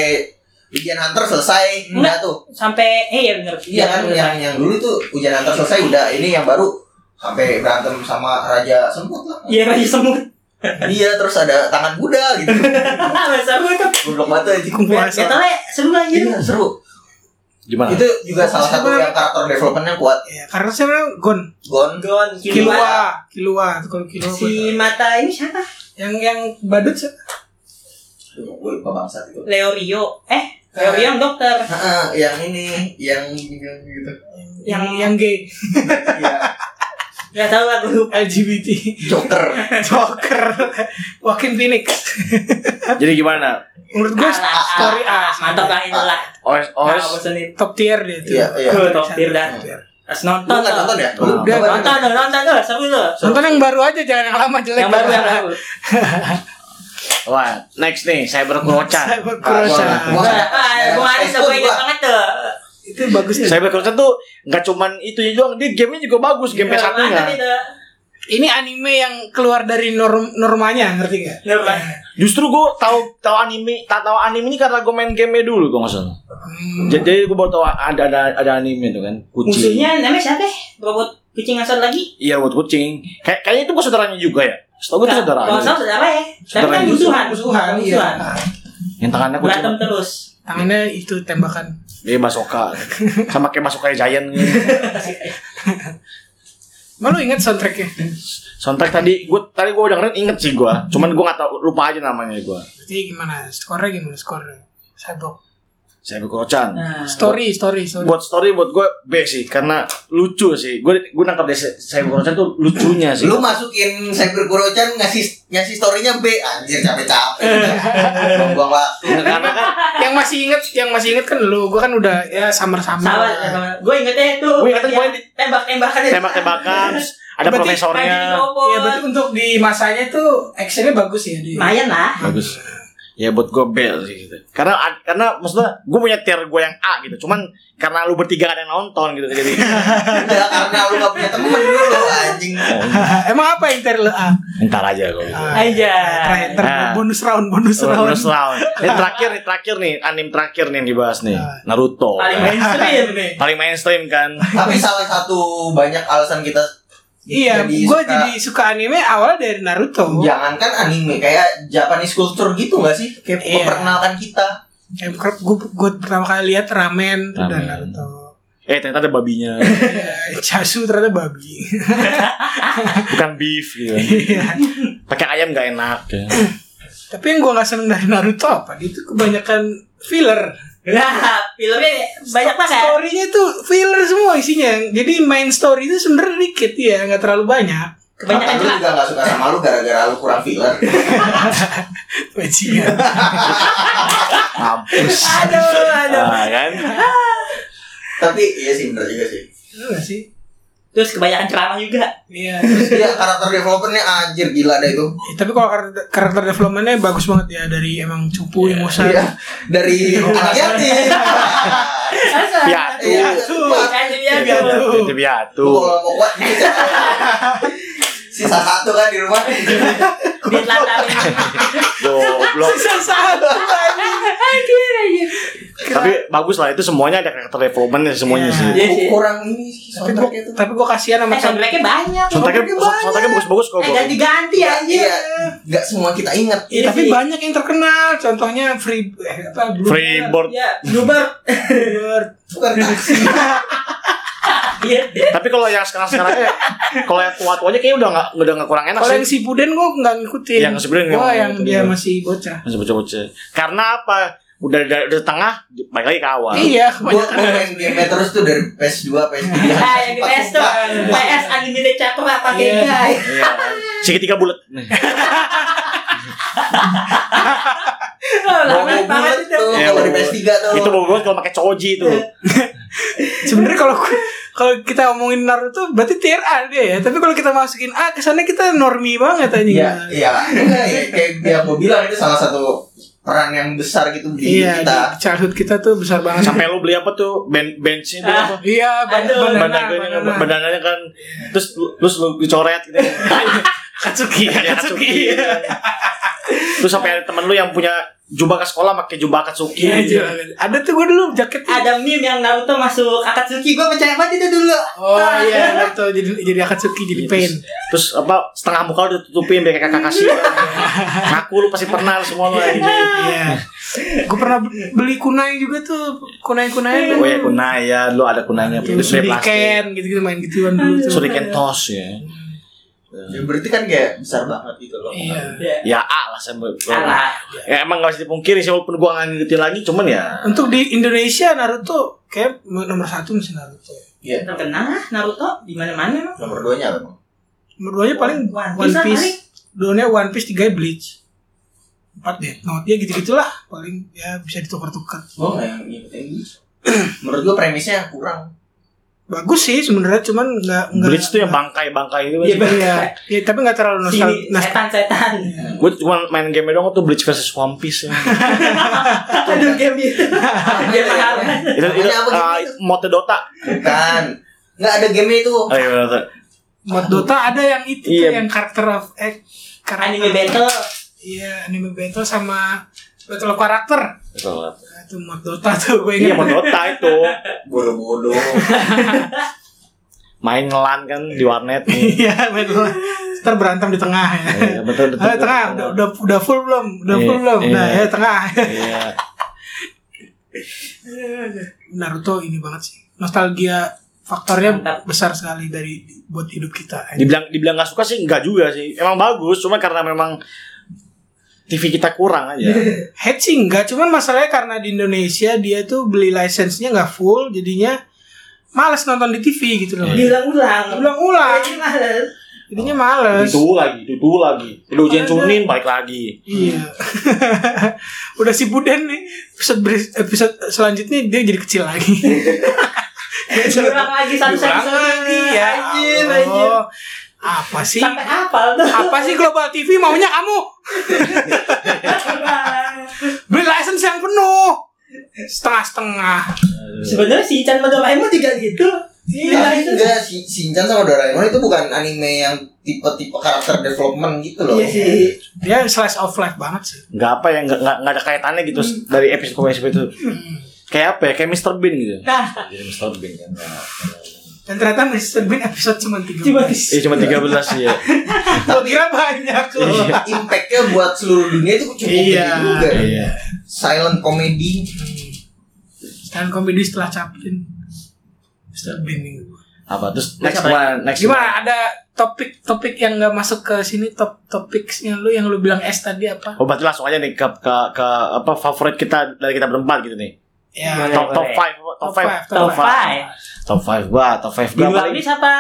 [SPEAKER 2] Ujian Hunter selesai
[SPEAKER 4] Enggak.
[SPEAKER 2] enggak tuh.
[SPEAKER 4] Sampai eh ya bener.
[SPEAKER 2] Iya kan
[SPEAKER 4] bener.
[SPEAKER 2] yang yang dulu tuh Ujian Hunter selesai udah ini yang baru sampai berantem sama Raja Semut lah.
[SPEAKER 4] Iya raja semut.
[SPEAKER 2] Iya, terus ada tangan Buddha gitu.
[SPEAKER 4] Masa gue tuh.
[SPEAKER 2] Goblok banget anjing.
[SPEAKER 1] Hukum puasa.
[SPEAKER 4] Ya tau lah, seru aja.
[SPEAKER 2] Iya, seru.
[SPEAKER 3] Gimana?
[SPEAKER 2] Itu juga salah satu
[SPEAKER 1] Siapa?
[SPEAKER 2] yang karakter development yang kuat.
[SPEAKER 1] Ya, karena saya bilang Gon,
[SPEAKER 2] Gon
[SPEAKER 4] Gon, Kilua.
[SPEAKER 1] Kilua, Kilua, kalau Kilua
[SPEAKER 4] Si mata ini siapa?
[SPEAKER 1] yang yang badut siapa?
[SPEAKER 2] Aduh, gue lupa bangsat itu.
[SPEAKER 4] Leo Rio. Eh, Leo Rio yang dokter.
[SPEAKER 2] Heeh, yang ini, yang yang gitu.
[SPEAKER 1] yang
[SPEAKER 4] Yang-
[SPEAKER 1] yang gay
[SPEAKER 2] Iya,
[SPEAKER 4] Gak tau lah gue lupa.
[SPEAKER 1] LGBT
[SPEAKER 2] Joker.
[SPEAKER 1] Joker Joaquin Phoenix
[SPEAKER 3] Jadi gimana?
[SPEAKER 1] menurut gue
[SPEAKER 4] Alah,
[SPEAKER 1] story
[SPEAKER 4] alah,
[SPEAKER 1] A
[SPEAKER 4] Mantap lah itu lah.
[SPEAKER 3] OS
[SPEAKER 4] Nah,
[SPEAKER 3] OS
[SPEAKER 4] bosenin.
[SPEAKER 1] top tier dia tuh
[SPEAKER 2] Iya, iya.
[SPEAKER 4] Gue top tier dah.
[SPEAKER 2] Iya.
[SPEAKER 4] Harus
[SPEAKER 2] Lu
[SPEAKER 4] nonton.
[SPEAKER 2] nggak
[SPEAKER 4] tuh.
[SPEAKER 2] nonton ya?
[SPEAKER 3] Nonton.
[SPEAKER 2] Lu nonton.
[SPEAKER 4] Nonton tuh, nonton tuh, seru tuh.
[SPEAKER 1] nonton yang baru aja jangan yang lama jelek
[SPEAKER 4] Yang baru yang baru.
[SPEAKER 3] Wah, next nih Cyber Kurocan.
[SPEAKER 1] Cyber Kurosan.
[SPEAKER 2] Ah, gua-
[SPEAKER 4] Wah, kemarin
[SPEAKER 2] Expose
[SPEAKER 4] tuh gue inget
[SPEAKER 2] gua.
[SPEAKER 4] banget tuh.
[SPEAKER 1] itu bagus tuh.
[SPEAKER 3] Cyber Kurocan tuh nggak cuman itu doang, dia gamenya juga bagus, game
[SPEAKER 4] Iya,
[SPEAKER 3] PS1 nya.
[SPEAKER 4] Mantap itu.
[SPEAKER 1] ini anime yang keluar dari norm normanya ngerti gak?
[SPEAKER 4] Bener banget.
[SPEAKER 3] Justru gue tahu tahu anime, tak tahu anime ini karena gue main game dulu gue nggak salah.
[SPEAKER 1] Hmm.
[SPEAKER 3] Jadi- Jadi gue baru tahu ada ada ada anime tuh kan, kucing.
[SPEAKER 4] Musuhnya namanya siapa? ya? Robot kucing asal lagi?
[SPEAKER 3] Iya buat kucing. Kayak kayaknya itu bukan saudaranya juga ya. Setahu gue itu saudara.
[SPEAKER 4] Kalau nggak salah saudara ya. Tapi
[SPEAKER 3] Saudaranya
[SPEAKER 4] kan
[SPEAKER 3] juga.
[SPEAKER 4] musuhan,
[SPEAKER 1] musuhan iya
[SPEAKER 4] musuhan.
[SPEAKER 1] Nah,
[SPEAKER 3] Yang tangannya kucing.
[SPEAKER 4] Berantem terus.
[SPEAKER 1] tangannya itu tembakan
[SPEAKER 3] Iya Masoka. Sama kayak Masoka Giant. gitu.
[SPEAKER 1] malu ingat soundtracknya
[SPEAKER 3] Soundtrack tadi gue tadi gue dengerin inget sih gue. Cuman gue nggak tahu lupa aja namanya gue.
[SPEAKER 1] jadi gimana skornya gimana skornya Cyber
[SPEAKER 3] Saya Kurocan.
[SPEAKER 4] Nah,
[SPEAKER 1] story story story
[SPEAKER 3] Buat story buat gue B sih karena lucu sih. Gue gue nangkap dari saya Kurocan tuh lucunya sih.
[SPEAKER 2] Lu masukin Cyber Kurochan ngasih ngasih story-nya B anjir capek-capek. Buang-buang waktu.
[SPEAKER 3] karena kan
[SPEAKER 1] yang masih inget yang masih inget kan lu gua kan udah ya
[SPEAKER 4] sama,
[SPEAKER 1] samar-samar
[SPEAKER 4] sama. Gue ingetnya tuh.
[SPEAKER 3] Gua ingetnya gua-
[SPEAKER 4] tembak-tembakan.
[SPEAKER 3] tembak-tembakan, ada
[SPEAKER 1] Berarti-
[SPEAKER 3] profesornya.
[SPEAKER 1] Iya berarti untuk di masanya tuh actionnya bagus ya di.
[SPEAKER 4] Lumayan lah.
[SPEAKER 3] Bagus. Ya buat gue B sih gitu. Karena karena maksudnya gue punya tier gue yang A gitu. Cuman karena lu bertiga gak ada yang nonton gitu jadi.
[SPEAKER 2] Enggak karena lu gak punya temen dulu anjing.
[SPEAKER 1] Emang apa yang ter ah,
[SPEAKER 3] Ntar aja gue. Gitu.
[SPEAKER 4] Aja.
[SPEAKER 1] terakhir
[SPEAKER 2] Nah.
[SPEAKER 1] ter-
[SPEAKER 3] Ah.
[SPEAKER 1] bonus round bonus
[SPEAKER 3] Oh,
[SPEAKER 1] round.
[SPEAKER 3] Bonus round. Ini terakhir nih, terakhir nih, anime terakhir nih yang dibahas nih,
[SPEAKER 1] Ah.
[SPEAKER 3] Naruto.
[SPEAKER 4] Paling mainstream nih.
[SPEAKER 3] Paling mainstream kan.
[SPEAKER 2] Tapi salah satu banyak alasan kita
[SPEAKER 1] Iya, gue
[SPEAKER 2] jadi suka- Iya.
[SPEAKER 1] jadi suka anime awal dari Naruto.
[SPEAKER 2] jangankan anime kayak Japanese culture gitu gak sih? Kayak
[SPEAKER 1] Iya.
[SPEAKER 2] memperkenalkan kita.
[SPEAKER 1] Eh, Gue gue pertama kali lihat ramen, tuh dan
[SPEAKER 3] Ramen.
[SPEAKER 1] Naruto.
[SPEAKER 3] Eh ternyata ada babinya,
[SPEAKER 1] Ya, Chasu ternyata babi.
[SPEAKER 3] bukan beef gitu.
[SPEAKER 1] Iya.
[SPEAKER 3] Pakai ayam gak enak. Ya.
[SPEAKER 1] Tapi yang gue gak seneng dari Naruto apa? Itu kebanyakan filler.
[SPEAKER 4] Nah, filmnya banyak banget.
[SPEAKER 1] Storynya tuh filler semua isinya. Jadi main story itu sebenarnya dikit ya, nggak terlalu banyak.
[SPEAKER 4] Kebanyakan
[SPEAKER 2] Mata lu
[SPEAKER 4] jelas.
[SPEAKER 2] juga gak suka sama lu gara-gara lu kurang filler.
[SPEAKER 1] Bajingan.
[SPEAKER 3] Mampus.
[SPEAKER 4] Aduh, aduh.
[SPEAKER 3] Ah, kan?
[SPEAKER 2] Tapi iya sih bener juga sih.
[SPEAKER 1] Lu nggak sih?
[SPEAKER 4] Terus kebanyakan ceramah juga.
[SPEAKER 1] Iya.
[SPEAKER 2] Terus dia karakter developernya anjir gila deh itu.
[SPEAKER 1] Eh, tapi kalau karakter, karakter developmentnya bagus banget ya dari emang cupu emosan
[SPEAKER 2] Iya. Dari anak yatim.
[SPEAKER 3] Piatu.
[SPEAKER 2] Iya.
[SPEAKER 4] Kan dia
[SPEAKER 1] Piatu.
[SPEAKER 3] Itu
[SPEAKER 4] tuh.
[SPEAKER 3] Iya, piatu.
[SPEAKER 2] Lu kalau mau kuat gitu, siapa? Sisa satu kan di rumah.
[SPEAKER 4] Ditelantarin.
[SPEAKER 3] Goblok.
[SPEAKER 1] Sisa satu
[SPEAKER 4] Aduh, aja.
[SPEAKER 3] Tapi bagus lah itu semuanya ada karakter development semuanya
[SPEAKER 1] Iya.
[SPEAKER 3] sih.
[SPEAKER 4] Iya sih.
[SPEAKER 2] Kurang ini
[SPEAKER 1] tapi gua
[SPEAKER 2] soundtracknya tuh.
[SPEAKER 1] tapi gua kasihan sama
[SPEAKER 4] Eh, soundtracknya banyak.
[SPEAKER 3] Soalnya soalnya bagus-bagus kok.
[SPEAKER 4] Eh,
[SPEAKER 3] Bro.
[SPEAKER 4] ganti-ganti
[SPEAKER 2] Iya,
[SPEAKER 4] aja.
[SPEAKER 2] iya. Nggak semua kita ingat.
[SPEAKER 1] Iya, tapi banyak yang terkenal contohnya free eh, apa Blue
[SPEAKER 3] Freeboard.
[SPEAKER 4] Iya, Bluebird.
[SPEAKER 1] Bird.
[SPEAKER 2] Bukan taksi.
[SPEAKER 4] Iya.
[SPEAKER 3] Tapi kalau yang sekarang-sekarang ya, kalau yang tua-tuanya kayaknya udah nggak udah nggak kurang enak
[SPEAKER 1] kalau
[SPEAKER 3] sih.
[SPEAKER 1] yang si Puden gua nggak ngikutin
[SPEAKER 3] Yang si Puden
[SPEAKER 1] gua
[SPEAKER 3] yang-
[SPEAKER 1] yang
[SPEAKER 3] itu
[SPEAKER 1] dia
[SPEAKER 3] juga.
[SPEAKER 1] masih bocah
[SPEAKER 3] Masih bocah-bocah. Karena apa? Udah udah, udah tengah, balik lagi ke awal.
[SPEAKER 1] iya
[SPEAKER 2] Gua
[SPEAKER 1] kebanyakan
[SPEAKER 2] gua main game terus tuh dari PS2, PS3.
[SPEAKER 4] Ah, yang di PS tuh. PS Unlimited Cakra pakai
[SPEAKER 1] Iya.
[SPEAKER 4] guy.
[SPEAKER 3] Iya. Segitiga bulat. Nih.
[SPEAKER 4] Oh, lama
[SPEAKER 2] Bobo
[SPEAKER 4] banget
[SPEAKER 2] bulat
[SPEAKER 4] itu.
[SPEAKER 2] tuh
[SPEAKER 3] Iya,
[SPEAKER 2] kalau di
[SPEAKER 3] bobo.
[SPEAKER 2] PS3 tuh.
[SPEAKER 3] Itu bagus kalau pakai coji itu.
[SPEAKER 1] sebenarnya kalau gua- kalau kita ngomongin Naruto berarti tier A dia ya. Tapi kalau kita masukin A kesannya kita normi banget anjing.
[SPEAKER 2] Iya, iya. Kayak dia mau bilang itu salah satu peran yang besar gitu di hidup
[SPEAKER 1] Iya,
[SPEAKER 2] kita.
[SPEAKER 1] di childhood kita tuh besar banget.
[SPEAKER 3] Sampai lu beli apa tuh? Ben bench itu
[SPEAKER 4] Ah,
[SPEAKER 3] apa?
[SPEAKER 1] Iya, ban-
[SPEAKER 4] Aduh.
[SPEAKER 1] banana,
[SPEAKER 3] Bandananya kan,
[SPEAKER 1] banana.
[SPEAKER 3] bandananya kan terus lu- terus lu dicoret gitu. Katsuki, ya, Katsuki. Terus sampai ada temen lu yang punya jubah ke sekolah pakai jubah Katsuki.
[SPEAKER 1] Iya, iya. Ada tuh gue dulu jaket.
[SPEAKER 4] Ada meme yang Naruto masuk Akatsuki, gue percaya banget itu dulu.
[SPEAKER 1] Oh iya, Naruto jadi jadi Akatsuki jadi pain.
[SPEAKER 3] Iya, Terus apa setengah muka lu ditutupin biar kakak kasih. Ngaku lu pasti pernah lu semua lu. ya. anjing.
[SPEAKER 1] Iya. Gue pernah beli kunai juga tuh, kunai-kunai tuh.
[SPEAKER 3] Oh ya kunai ya, lu ada kunainya
[SPEAKER 1] Yang
[SPEAKER 3] dari plastik.
[SPEAKER 1] Suriken gitu-gitu main gituan dulu tuh.
[SPEAKER 3] Suriken tos ya.
[SPEAKER 2] Ya, berarti kan kayak besar banget gitu loh.
[SPEAKER 1] Iya.
[SPEAKER 3] Ya A lah saya
[SPEAKER 4] Alah,
[SPEAKER 3] Ya, emang gak bisa dipungkiri sih walaupun gua gak ngikutin lagi cuman ya
[SPEAKER 1] Untuk di Indonesia Naruto kayak nomor satu mesti Naruto.
[SPEAKER 2] Iya.
[SPEAKER 4] terkenal lah Naruto di mana-mana emang.
[SPEAKER 2] Nomor duanya apa? Bang?
[SPEAKER 1] Nomor duanya paling
[SPEAKER 4] One
[SPEAKER 1] One
[SPEAKER 4] Piece lah
[SPEAKER 1] Piece.
[SPEAKER 4] paling.
[SPEAKER 1] duanya One Piece tiga Bleach. Empat Death Note ya gitu-gitulah paling ya bisa ditukar-tukar.
[SPEAKER 2] Gue nggak yang ngikutin gitu. Menurut gue premisnya kurang.
[SPEAKER 1] Bagus sih sebenarnya cuman nggak nggak.
[SPEAKER 3] Bleach tuh yang bangkai-bangkai gitu, itu
[SPEAKER 1] Iya, iya. Ya, tapi nggak terlalu nostal
[SPEAKER 4] Sini,
[SPEAKER 1] nostal-
[SPEAKER 4] setan-setan.
[SPEAKER 3] Gue cuma main game doang tuh Bleach versus One Piece ya.
[SPEAKER 4] Aduh, game itu. Game haram.
[SPEAKER 3] itu itu
[SPEAKER 2] Namanya apa
[SPEAKER 3] eh,
[SPEAKER 2] gitu?
[SPEAKER 3] mode Dota.
[SPEAKER 2] Bukan. Nggak ada game itu.
[SPEAKER 3] Oh iya bener, bener.
[SPEAKER 1] Mod Dota ada yang itu tuh,
[SPEAKER 3] Iya.
[SPEAKER 1] yang karakter of eh karakter
[SPEAKER 4] Anime battle.
[SPEAKER 1] Iya, anime battle sama battle of karakter.
[SPEAKER 3] Betul banget.
[SPEAKER 1] Nah, itu mod Dota tuh gue
[SPEAKER 3] Iya
[SPEAKER 1] ingat.
[SPEAKER 3] mode Dota itu.
[SPEAKER 2] Bodoh-bodoh.
[SPEAKER 3] Main ngelan kan di warnet nih.
[SPEAKER 1] Iya, main bola. Ntar berantem di tengah ya.
[SPEAKER 3] Iya, betul betul.
[SPEAKER 1] Ah, tengah, udah, udah, udah full belum? Udah
[SPEAKER 3] Iya,
[SPEAKER 1] full belum? Nah,
[SPEAKER 3] iya.
[SPEAKER 1] ya tengah.
[SPEAKER 3] Iya.
[SPEAKER 1] Naruto ini banget sih. Nostalgia faktornya
[SPEAKER 4] Mantap.
[SPEAKER 1] besar sekali dari buat hidup kita.
[SPEAKER 3] Dibilang dibilang gak suka sih enggak juga sih. Emang bagus cuma karena memang TV kita kurang aja.
[SPEAKER 1] Head sih enggak, cuman masalahnya karena di Indonesia dia tuh beli license-nya enggak full, jadinya males nonton di TV gitu loh.
[SPEAKER 3] Iya.
[SPEAKER 4] Diulang-ulang.
[SPEAKER 1] Ulang-ulang,
[SPEAKER 4] Jadi mahal.
[SPEAKER 1] jadinya males.
[SPEAKER 3] Itu lagi, itu lagi. Udah ujian cunin balik lagi.
[SPEAKER 1] Iya. Udah si Buden nih episode ber- episode selanjutnya dia jadi kecil lagi.
[SPEAKER 4] Diulang lagi satu satu lagi.
[SPEAKER 1] ya.
[SPEAKER 4] Anjir,
[SPEAKER 1] Allah.
[SPEAKER 4] anjir.
[SPEAKER 1] Apa sih?
[SPEAKER 4] Sampai hafal tuh.
[SPEAKER 1] Apa sih Global TV maunya kamu? Beli license yang penuh. Setengah-setengah.
[SPEAKER 4] Sebenarnya si Chan sama Doraemon juga gitu.
[SPEAKER 2] Tapi
[SPEAKER 4] Iya,
[SPEAKER 2] enggak si Shinchan sama Doraemon itu bukan anime yang tipe-tipe karakter development gitu loh.
[SPEAKER 4] Iya sih.
[SPEAKER 1] Dia slice of life banget sih.
[SPEAKER 3] Enggak apa ya, enggak enggak ada kaitannya gitu dari episode ke episode itu. Kayak apa ya? Kayak Mr. Bean gitu.
[SPEAKER 4] Nah,
[SPEAKER 3] Jadi Mr. Bean kan.
[SPEAKER 1] Dan ternyata Mr. Bean episode cuma 3.
[SPEAKER 4] cuma
[SPEAKER 3] Iya cuma 13 ya.
[SPEAKER 1] Gua kira banyak loh.
[SPEAKER 3] Iya.
[SPEAKER 2] Impactnya buat seluruh dunia itu cukup gede
[SPEAKER 1] Iya.
[SPEAKER 2] juga.
[SPEAKER 3] Iya.
[SPEAKER 2] Silent comedy.
[SPEAKER 1] Dan komedi setelah Chaplin. Mr. Bean nih.
[SPEAKER 3] Apa terus next one, next one.
[SPEAKER 1] Gimana ada topik-topik yang nggak masuk ke sini top topiknya lu yang lu bilang S tadi apa?
[SPEAKER 3] Oh berarti langsung aja nih ke, ke, ke apa favorit kita dari kita berempat gitu nih.
[SPEAKER 1] Ya,
[SPEAKER 3] Top top
[SPEAKER 4] boleh.
[SPEAKER 3] 5 top 5
[SPEAKER 1] Top
[SPEAKER 4] Top
[SPEAKER 3] five.
[SPEAKER 4] 5.
[SPEAKER 3] Top 5 gua, top 5
[SPEAKER 4] Di
[SPEAKER 3] gua
[SPEAKER 4] luar
[SPEAKER 3] paling
[SPEAKER 4] bis apa?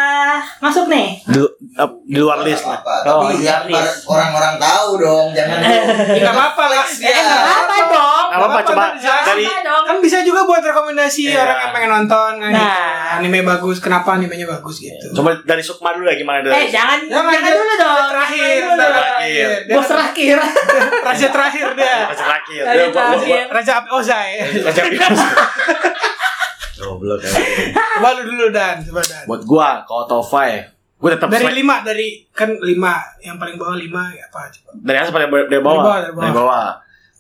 [SPEAKER 4] Masuk nih.
[SPEAKER 3] di, lu- eh, di luar list lah.
[SPEAKER 2] Apa,
[SPEAKER 3] Oh, Iya.
[SPEAKER 2] tapi
[SPEAKER 4] di
[SPEAKER 2] yang
[SPEAKER 4] luar list.
[SPEAKER 2] orang-orang tahu dong, jangan dong.
[SPEAKER 1] Ya, nggak apa-apa lah.
[SPEAKER 2] Flex ya.
[SPEAKER 4] apa dong?
[SPEAKER 3] Enggak apa-apa
[SPEAKER 1] apa-apa,
[SPEAKER 3] coba
[SPEAKER 1] kan bisa.
[SPEAKER 3] dari
[SPEAKER 4] Apa dong?
[SPEAKER 1] Kan bisa juga buat rekomendasi
[SPEAKER 3] Iya.
[SPEAKER 1] orang yang pengen nonton kan.
[SPEAKER 4] Nah.
[SPEAKER 1] Anime bagus, kenapa animenya bagus gitu.
[SPEAKER 3] coba dari Sukma dulu ya gimana
[SPEAKER 4] Eh,
[SPEAKER 3] dari.
[SPEAKER 4] jangan
[SPEAKER 1] Jangan,
[SPEAKER 4] jangan dulu dong.
[SPEAKER 1] Terakhir,
[SPEAKER 4] Jangan dulu.
[SPEAKER 3] terakhir.
[SPEAKER 1] Dia-
[SPEAKER 4] Bos terakhir.
[SPEAKER 1] Raja terakhir dia.
[SPEAKER 3] Raja terakhir.
[SPEAKER 4] Dari
[SPEAKER 3] Gua- gua-
[SPEAKER 4] terakhir.
[SPEAKER 3] gua-
[SPEAKER 1] Raja oh, Api Ozai.
[SPEAKER 3] Raja Goblok ya.
[SPEAKER 1] Coba lu dulu Dan, coba Dan.
[SPEAKER 3] Buat gua kalau top 5 gua tetap
[SPEAKER 1] Dari
[SPEAKER 3] select-
[SPEAKER 1] lima, dari kan lima yang paling bawah lima ya apa coba?
[SPEAKER 3] dari atas pada
[SPEAKER 1] Dari
[SPEAKER 3] dari bawah.
[SPEAKER 1] bawah, dari
[SPEAKER 3] Dari bawah.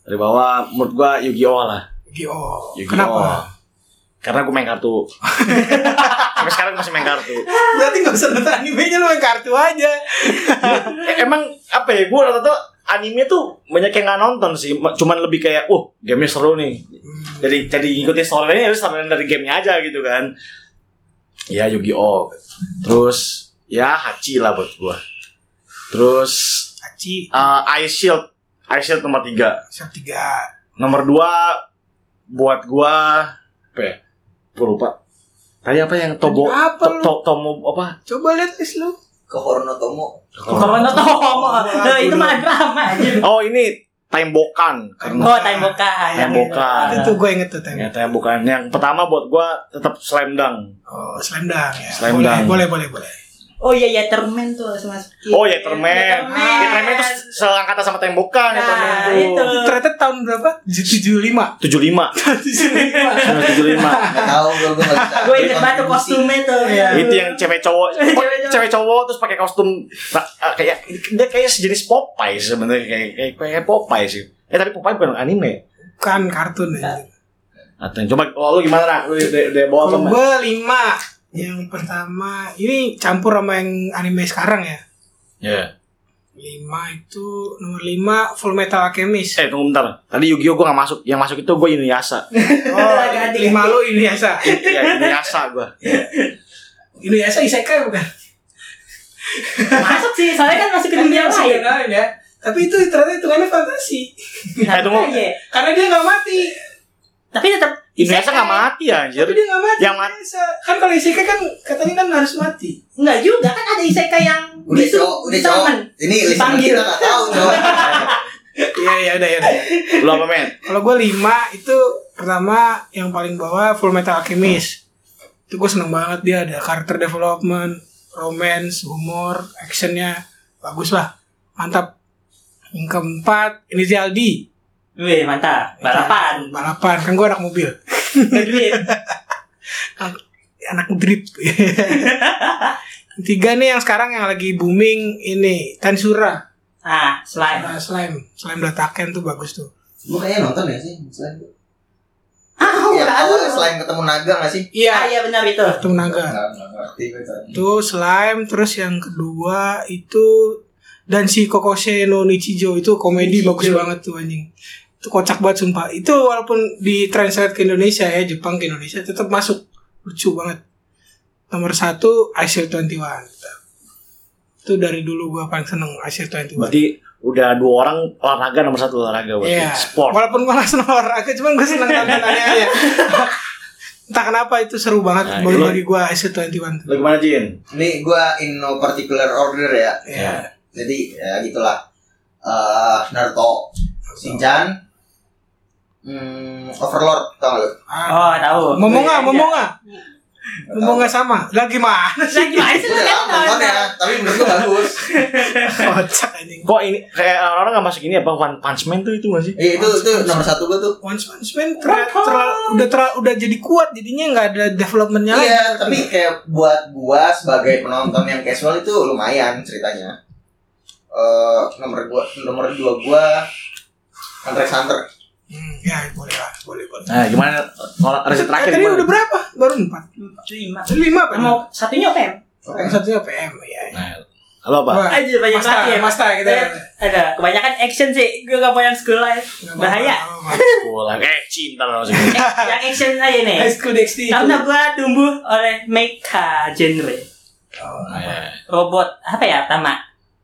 [SPEAKER 3] Dari bawah menurut gua Yu-Gi-Oh lah.
[SPEAKER 1] Yu-Gi-Oh.
[SPEAKER 3] Yu-Gi-Oh.
[SPEAKER 1] Kenapa?
[SPEAKER 3] Karena gue main kartu. Sampai sekarang gue masih main kartu.
[SPEAKER 1] Berarti nggak usah nonton animenya lu main kartu aja.
[SPEAKER 3] Eh, emang apa ya? Gue rata-rata anime tuh banyak yang nggak nonton sih. Ma- Cuman lebih kayak, uh, gamenya seru nih. Jadi jadi ngikutin storyline harus tambahin dari gamenya aja gitu kan. Ya Yu-Gi-Oh. Terus ya Hachi lah buat gue. Terus
[SPEAKER 1] Aci,
[SPEAKER 3] eh, Ice Shield. Ice Shield nomor 3
[SPEAKER 1] siap tiga.
[SPEAKER 3] Nomor 2 buat gue apa ya? Gue lupa. Tadi apa yang Tobo?
[SPEAKER 1] Apa
[SPEAKER 3] to,
[SPEAKER 1] lu?
[SPEAKER 3] to, tomo apa?
[SPEAKER 1] Coba lihat is lu.
[SPEAKER 2] Ke Horno Tomo.
[SPEAKER 4] Corona tuh homo. Nah, itu mah drama anjir.
[SPEAKER 3] Oh ini tembokan karena
[SPEAKER 4] Oh, tembokan.
[SPEAKER 3] Tembokan.
[SPEAKER 4] kan.
[SPEAKER 1] Itu gue inget tuh time.
[SPEAKER 3] ya tembokan yang pertama buat gua tetap slam dunk
[SPEAKER 1] Oh, slam dunk ya. boleh,
[SPEAKER 3] Slam dunk.
[SPEAKER 1] boleh, boleh, boleh.
[SPEAKER 4] Oh iya ya Termen tuh Iya, harus masuk.
[SPEAKER 3] oh ya termen
[SPEAKER 4] Ah,
[SPEAKER 3] ya termen itu seangkatan sama tembokan ya termen
[SPEAKER 4] Nah,
[SPEAKER 3] itu
[SPEAKER 4] itu.
[SPEAKER 1] Ternyata tahun berapa? 75.
[SPEAKER 3] 75 75
[SPEAKER 2] Nggak tahu gue gue nggak bisa.
[SPEAKER 4] Gue inget banget tuh kostumnya tuh.
[SPEAKER 1] Iya.
[SPEAKER 3] itu yang cewek cowok
[SPEAKER 4] Cewek
[SPEAKER 3] Oh,
[SPEAKER 4] cowok.
[SPEAKER 3] cewek cowok terus pakai kostum nah, ah, kayak dia kayak sejenis Popeye sebenarnya kayak kayak, kayak Popeye sih eh tapi Popeye bukan anime
[SPEAKER 1] Bukan kartun ya.
[SPEAKER 3] atau coba kalau lu gimana nak lu de, de bawa
[SPEAKER 1] Kalau
[SPEAKER 3] temen
[SPEAKER 1] gue 5. Yang pertama, ini campur sama yang anime sekarang ya.
[SPEAKER 3] ya
[SPEAKER 1] 5 itu nomor 5 Full Metal Alchemist.
[SPEAKER 3] eh tunggu bentar tadi Yu-Gi-Oh gue gak masuk yang masuk itu gue Inuyasha
[SPEAKER 1] Oh,
[SPEAKER 4] Ganti.
[SPEAKER 1] lima lu Inuyasha.
[SPEAKER 3] ya Inuyasha gue
[SPEAKER 1] Inuyasha isekai bukan?
[SPEAKER 4] Masuk sih, soalnya kan masuk ke dunia
[SPEAKER 1] Masih
[SPEAKER 4] lain.
[SPEAKER 1] kenalin ya. Tapi itu ternyata hitungannya fantasi.
[SPEAKER 3] Eh, tunggu.
[SPEAKER 4] Iya.
[SPEAKER 1] Karena dia nggak mati.
[SPEAKER 4] Tapi tetap
[SPEAKER 3] Inuyasha
[SPEAKER 4] isekai.
[SPEAKER 3] gak mati anjir
[SPEAKER 1] Tapi dia nggak mati.
[SPEAKER 3] Yang mati.
[SPEAKER 1] Inuyasha. Kan kalau isekai kan katanya kan harus mati.
[SPEAKER 4] Enggak juga kan ada isekai yang
[SPEAKER 2] Udah
[SPEAKER 4] disuruh
[SPEAKER 2] cowok, udah cowok.
[SPEAKER 4] ditaman.
[SPEAKER 2] Ini listener
[SPEAKER 4] Dipanggil.
[SPEAKER 2] kita nggak tahu cowok.
[SPEAKER 1] Iya, iya, udah, ya udah.
[SPEAKER 3] lu apa men
[SPEAKER 1] Kalau gue lima itu pertama yang paling bawah Full Metal Alchemist. Itu gue seneng banget dia ada karakter development, romance, humor, actionnya bagus lah, mantap. Yang keempat Inisial D.
[SPEAKER 4] Wih, mantap. Balapan.
[SPEAKER 1] Balapan kan gue anak mobil,
[SPEAKER 4] Duit.
[SPEAKER 1] anak drip. Yang Tiga nih yang sekarang yang lagi booming ini Tensura,
[SPEAKER 4] Ah, slime.
[SPEAKER 1] Nah, slime, slime dataken tuh bagus tuh.
[SPEAKER 2] Gue kayaknya nonton ya sih. Selain
[SPEAKER 4] Ah,
[SPEAKER 2] yang
[SPEAKER 4] udah
[SPEAKER 2] awal selain ketemu naga nggak sih?
[SPEAKER 4] Ah,
[SPEAKER 1] Iya,
[SPEAKER 4] iya benar itu.
[SPEAKER 1] Tuh naga.
[SPEAKER 2] Nggak nggak ngerti gue tadi.
[SPEAKER 1] Itu slime terus yang kedua itu dan si Kokose no Nichijo itu komedi
[SPEAKER 4] Nichijo.
[SPEAKER 1] bagus banget tuh anjing. Itu kocak banget sumpah. Itu walaupun di translate ke Indonesia ya, Jepang ke Indonesia tetap masuk lucu banget. Nomor satu Ice 21. Itu dari dulu gua paling seneng Ice 21.
[SPEAKER 3] berarti udah dua orang olahraga nomor satu olahraga berarti
[SPEAKER 1] Iya.
[SPEAKER 3] sport
[SPEAKER 1] Walaupun gua gak seneng olahraga, cuman gua seneng nontonannya aja. Entah kenapa itu seru banget
[SPEAKER 3] Nah,
[SPEAKER 1] bagi
[SPEAKER 3] lu-
[SPEAKER 1] bagi gua Ice 21.
[SPEAKER 3] lu gimana Jin
[SPEAKER 2] Ini gue in no particular order ya.
[SPEAKER 1] Iya.
[SPEAKER 2] Jadi ya gitulah. Eh Naruto, Shinchan, hmm, Overlord tau gak?
[SPEAKER 1] Ah,
[SPEAKER 4] Oh, tahu.
[SPEAKER 1] Momonga,
[SPEAKER 4] Iya, iya.
[SPEAKER 1] Momonga.
[SPEAKER 2] Nggak
[SPEAKER 1] Ngomong
[SPEAKER 2] tahu.
[SPEAKER 1] nggak sama. Lah gimana?
[SPEAKER 4] Lah gimana sih
[SPEAKER 2] Gue udah
[SPEAKER 4] lu kan
[SPEAKER 2] lama nonton ya, tapi menurut gue bagus.
[SPEAKER 1] Kocak anjing.
[SPEAKER 3] Ya. kok ini kayak orang-orang gak masuk ini apa One Punch Man tuh itu gak sih
[SPEAKER 2] Iya itu itu nomor satu gue tuh.
[SPEAKER 1] Once Punch Man terla- terla- udah terla- udah jadi kuat jadinya nggak ada developmentnya lagi.
[SPEAKER 2] Iya, tapi kayak buat gua sebagai penonton yang casual itu lumayan ceritanya. Eh nomor gua nomor dua gua Hunter x Hunter.
[SPEAKER 1] Hmm, ya boleh lah, boleh boleh.
[SPEAKER 3] nah gimana Olah-
[SPEAKER 1] Eh,
[SPEAKER 3] resep terakhir
[SPEAKER 1] tadi
[SPEAKER 3] gimana?
[SPEAKER 1] udah berapa? Baru empat.
[SPEAKER 4] Lima.
[SPEAKER 1] Lima apa?
[SPEAKER 4] Mau satunya apa ya?
[SPEAKER 2] Oke.
[SPEAKER 1] Yang satunya PM ya.
[SPEAKER 3] Nah, lu apa?
[SPEAKER 1] Wah,
[SPEAKER 4] Aja banyak
[SPEAKER 1] Masta,
[SPEAKER 4] lagi ya.
[SPEAKER 1] Masta kita.
[SPEAKER 4] Eh, Ada kebanyakan action sih. Gue gak mau yang school life.
[SPEAKER 1] Nggak apa-apa,
[SPEAKER 4] Bahaya.
[SPEAKER 1] nggak apa-apa.
[SPEAKER 3] Sekolah. Eh, cinta lah maksudnya.
[SPEAKER 4] yang action aja nih.
[SPEAKER 1] High School DxD.
[SPEAKER 4] Karena gue tumbuh oleh mecha genre.
[SPEAKER 3] Eh,
[SPEAKER 4] Robot apa ya pertama?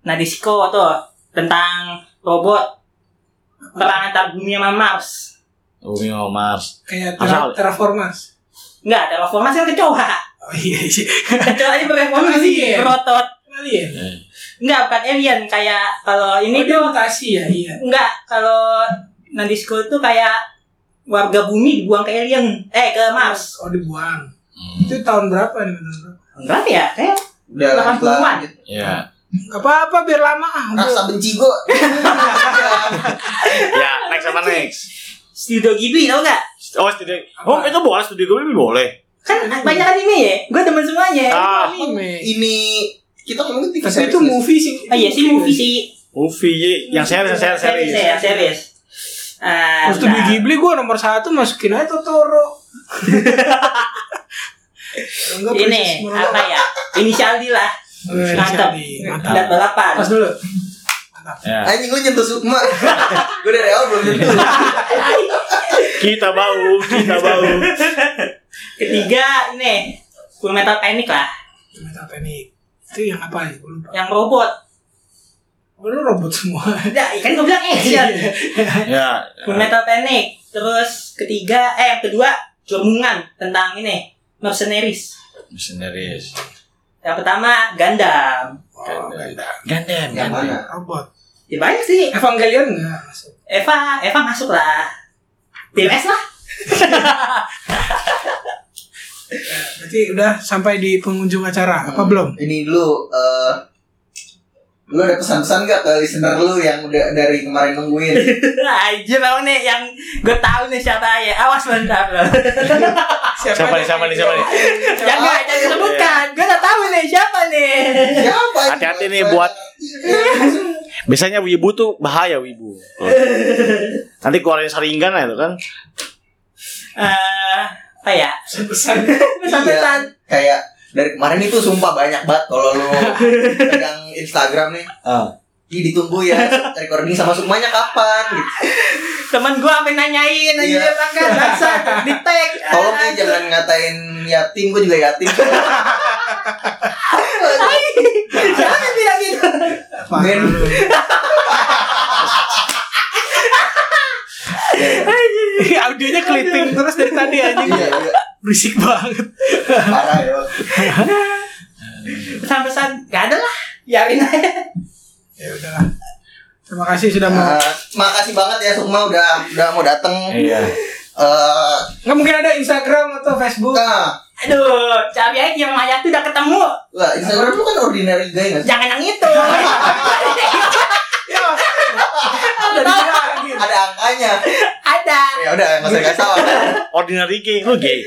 [SPEAKER 4] Nah di Siko tuh tentang robot perang antar bumi sama Mars.
[SPEAKER 3] Bumi sama Mars.
[SPEAKER 1] kayak
[SPEAKER 3] Asal.
[SPEAKER 1] tra- Terraformers.
[SPEAKER 4] Enggak, terraformasi kan kecoa.
[SPEAKER 1] Oh iya sih.
[SPEAKER 4] Kecoa ini berevolusi,
[SPEAKER 1] Alien.
[SPEAKER 4] berotot.
[SPEAKER 1] Alien.
[SPEAKER 3] Eh,
[SPEAKER 4] Enggak, bukan alien kayak kalau ini
[SPEAKER 1] Ini dia
[SPEAKER 4] tuh
[SPEAKER 1] mutasi ya, iya.
[SPEAKER 4] enggak kalau nanti Siko tuh kayak warga bumi dibuang ke alien, eh ke Mars.
[SPEAKER 1] Oh dibuang.
[SPEAKER 3] hmm,
[SPEAKER 1] Itu tahun berapa nih? tahun berapa?
[SPEAKER 4] Enggak ya, kayak
[SPEAKER 2] Udah lanjut
[SPEAKER 4] 80-an.
[SPEAKER 2] lah, lanjut.
[SPEAKER 3] Ya,
[SPEAKER 1] Nggak apa-apa biar lama. ah.
[SPEAKER 2] Rasa benci gua. Iya,
[SPEAKER 3] ya next apa next?
[SPEAKER 4] Studio Ghibli tau enggak?
[SPEAKER 3] Oh studio, oh itu boleh studio gue boleh.
[SPEAKER 4] Kan banyak anime ya, gue temen
[SPEAKER 1] Eh,
[SPEAKER 4] semuanya.
[SPEAKER 3] Ah,
[SPEAKER 1] Anime.
[SPEAKER 2] Ini kita ngomongin TV
[SPEAKER 1] Tapi
[SPEAKER 2] series.
[SPEAKER 1] itu movie sih.
[SPEAKER 4] Oh iya sih movie sih.
[SPEAKER 3] movie yang series, yang series,
[SPEAKER 4] Series,
[SPEAKER 3] series.
[SPEAKER 4] ya, series. Ah,
[SPEAKER 1] Terus Studio
[SPEAKER 4] nah,
[SPEAKER 1] Ghibli gue nomor satu masukin aja Totoro. Enggak
[SPEAKER 4] Ini
[SPEAKER 1] Princess Mononoke.
[SPEAKER 4] apa ya? Inisial D lah.
[SPEAKER 1] Oh, iya,
[SPEAKER 4] Mantap.
[SPEAKER 1] di- Mantap.
[SPEAKER 4] Dan balapan.
[SPEAKER 1] Pas dulu.
[SPEAKER 3] Ya.
[SPEAKER 2] Anjing lu nyentuh Sukma. gua dari awal belum nyentuh.
[SPEAKER 3] Kita bau, kita bau.
[SPEAKER 4] Ketiga ini Full Metal Panic lah.
[SPEAKER 1] Metal Panic. Itu yang apa ya? Gue lupa.
[SPEAKER 4] Yang robot.
[SPEAKER 1] Gue robot semua.
[SPEAKER 4] Udah, kan gue bilang action.
[SPEAKER 1] Iya.
[SPEAKER 3] Ya.
[SPEAKER 4] Full Metal Panic. Terus ketiga, eh yang kedua Jomungan tentang ini mercenaries.
[SPEAKER 3] Series.
[SPEAKER 4] Yang pertama Gundam.
[SPEAKER 1] Oh,
[SPEAKER 2] Yang
[SPEAKER 3] Gandem, gandem.
[SPEAKER 2] mana?
[SPEAKER 1] Robot.
[SPEAKER 4] Ya banyak sih.
[SPEAKER 1] Evangelion nggak masuk.
[SPEAKER 4] Eva, Eva masuk lah. Tim S lah.
[SPEAKER 1] Berarti udah sampai di pengunjung acara
[SPEAKER 4] Hmm.
[SPEAKER 1] apa belum?
[SPEAKER 2] Ini dulu eh lu ada pesan-pesan gak ke listener lu yang udah dari kemarin nungguin?
[SPEAKER 4] Aja bang nih yang gue tahu nih siapa ya. Awas bentar loh. Ah,
[SPEAKER 3] Siapa nih, siapa nih, siapa nih?
[SPEAKER 4] jangan jangan disebutkan. Gue udah tahu nih siapa nih.
[SPEAKER 2] Siapa? ini? Iya,
[SPEAKER 3] Hati-hati nih buat- Biasanya wibu tuh bahaya wibu. Nanti keluarin saringan lah itu kan.
[SPEAKER 4] Eh, apa ya?
[SPEAKER 2] Iya,
[SPEAKER 4] Pesan-pesan.
[SPEAKER 2] kayak dari kemarin itu sumpah banyak banget kalau lu pegang Instagram nih.
[SPEAKER 1] Ah.
[SPEAKER 2] Ini ditunggu ya recording sama Sukmanya kapan gitu.
[SPEAKER 4] Temen gue sampai nanyain aja
[SPEAKER 2] Iya.
[SPEAKER 4] bang kan bangsa di tag.
[SPEAKER 2] Tolong nih jangan ngatain yatim, gue juga yatim.
[SPEAKER 4] Jangan bilang gitu.
[SPEAKER 2] Men.
[SPEAKER 1] Audionya keliting terus dari tadi anjing.
[SPEAKER 2] Iya, iya.
[SPEAKER 1] Berisik banget.
[SPEAKER 2] Parah ya.
[SPEAKER 4] Pesan-pesan gak ada lah. Yarin aja.
[SPEAKER 1] Ya udahlah. Terima kasih sudah mau.
[SPEAKER 2] Eh, makasih banget ya Sukma udah udah mau dateng.
[SPEAKER 3] Iya.
[SPEAKER 2] Eh,
[SPEAKER 1] Nggak mungkin ada Instagram atau Facebook.
[SPEAKER 3] Ah,
[SPEAKER 2] nah,
[SPEAKER 4] Aduh, Cabi aja yang mayat tuh udah ketemu.
[SPEAKER 2] lah, Instagram lu kan ordinary guy nggak sih?
[SPEAKER 4] Jangan yang itu. Iya.
[SPEAKER 2] Iya.
[SPEAKER 1] Ada di mana lagi?
[SPEAKER 2] Ada angkanya.
[SPEAKER 4] ada.
[SPEAKER 2] Ya udah nggak usah kasih tau.
[SPEAKER 3] Iya, Ordinary gay, lu gay.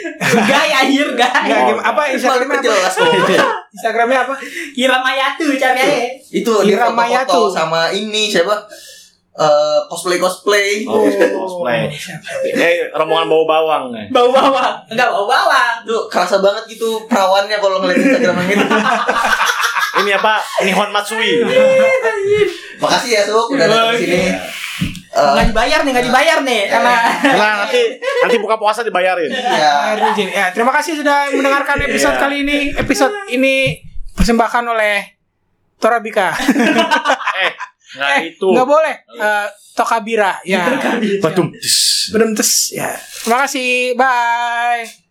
[SPEAKER 4] Gay anjir gay.
[SPEAKER 1] Nggak,
[SPEAKER 3] iya.
[SPEAKER 1] gimana- apa
[SPEAKER 2] Malu
[SPEAKER 1] Instagramnya apa?
[SPEAKER 2] jelas kok.
[SPEAKER 1] Oh, Instagramnya apa?
[SPEAKER 4] Kira Mayatu cabe aja.
[SPEAKER 2] itu
[SPEAKER 1] Ira
[SPEAKER 2] Ira
[SPEAKER 1] Mayatu.
[SPEAKER 2] foto sama ini siapa Eh cosplay cosplay
[SPEAKER 3] Oh, cosplay. Eh, rombongan bawa bawang.
[SPEAKER 4] Bau bawang. Enggak bau bawang.
[SPEAKER 2] tuh kerasa banget gitu perawannya kalau ngeliat Instagram gitu
[SPEAKER 3] Ini apa? Nihon Matsui.
[SPEAKER 2] makasih ya Suk udah datang sini Eh,
[SPEAKER 4] Enggak dibayar nih, enggak dibayar nih sama
[SPEAKER 3] Nah, nanti nanti buka puasa dibayarin.
[SPEAKER 2] ya
[SPEAKER 1] Aduh, Jin. Ya, terima kasih sudah mendengarkan episode
[SPEAKER 3] Iya.
[SPEAKER 1] kali ini. Episode ini persembahan oleh Torabika.
[SPEAKER 3] Eh, nggak
[SPEAKER 1] Eh,
[SPEAKER 3] itu.
[SPEAKER 1] nggak boleh. Eh, Tokabira. Ya.
[SPEAKER 3] Batum. Tis.
[SPEAKER 1] Belum tes. Ya. Terima kasih. Bye.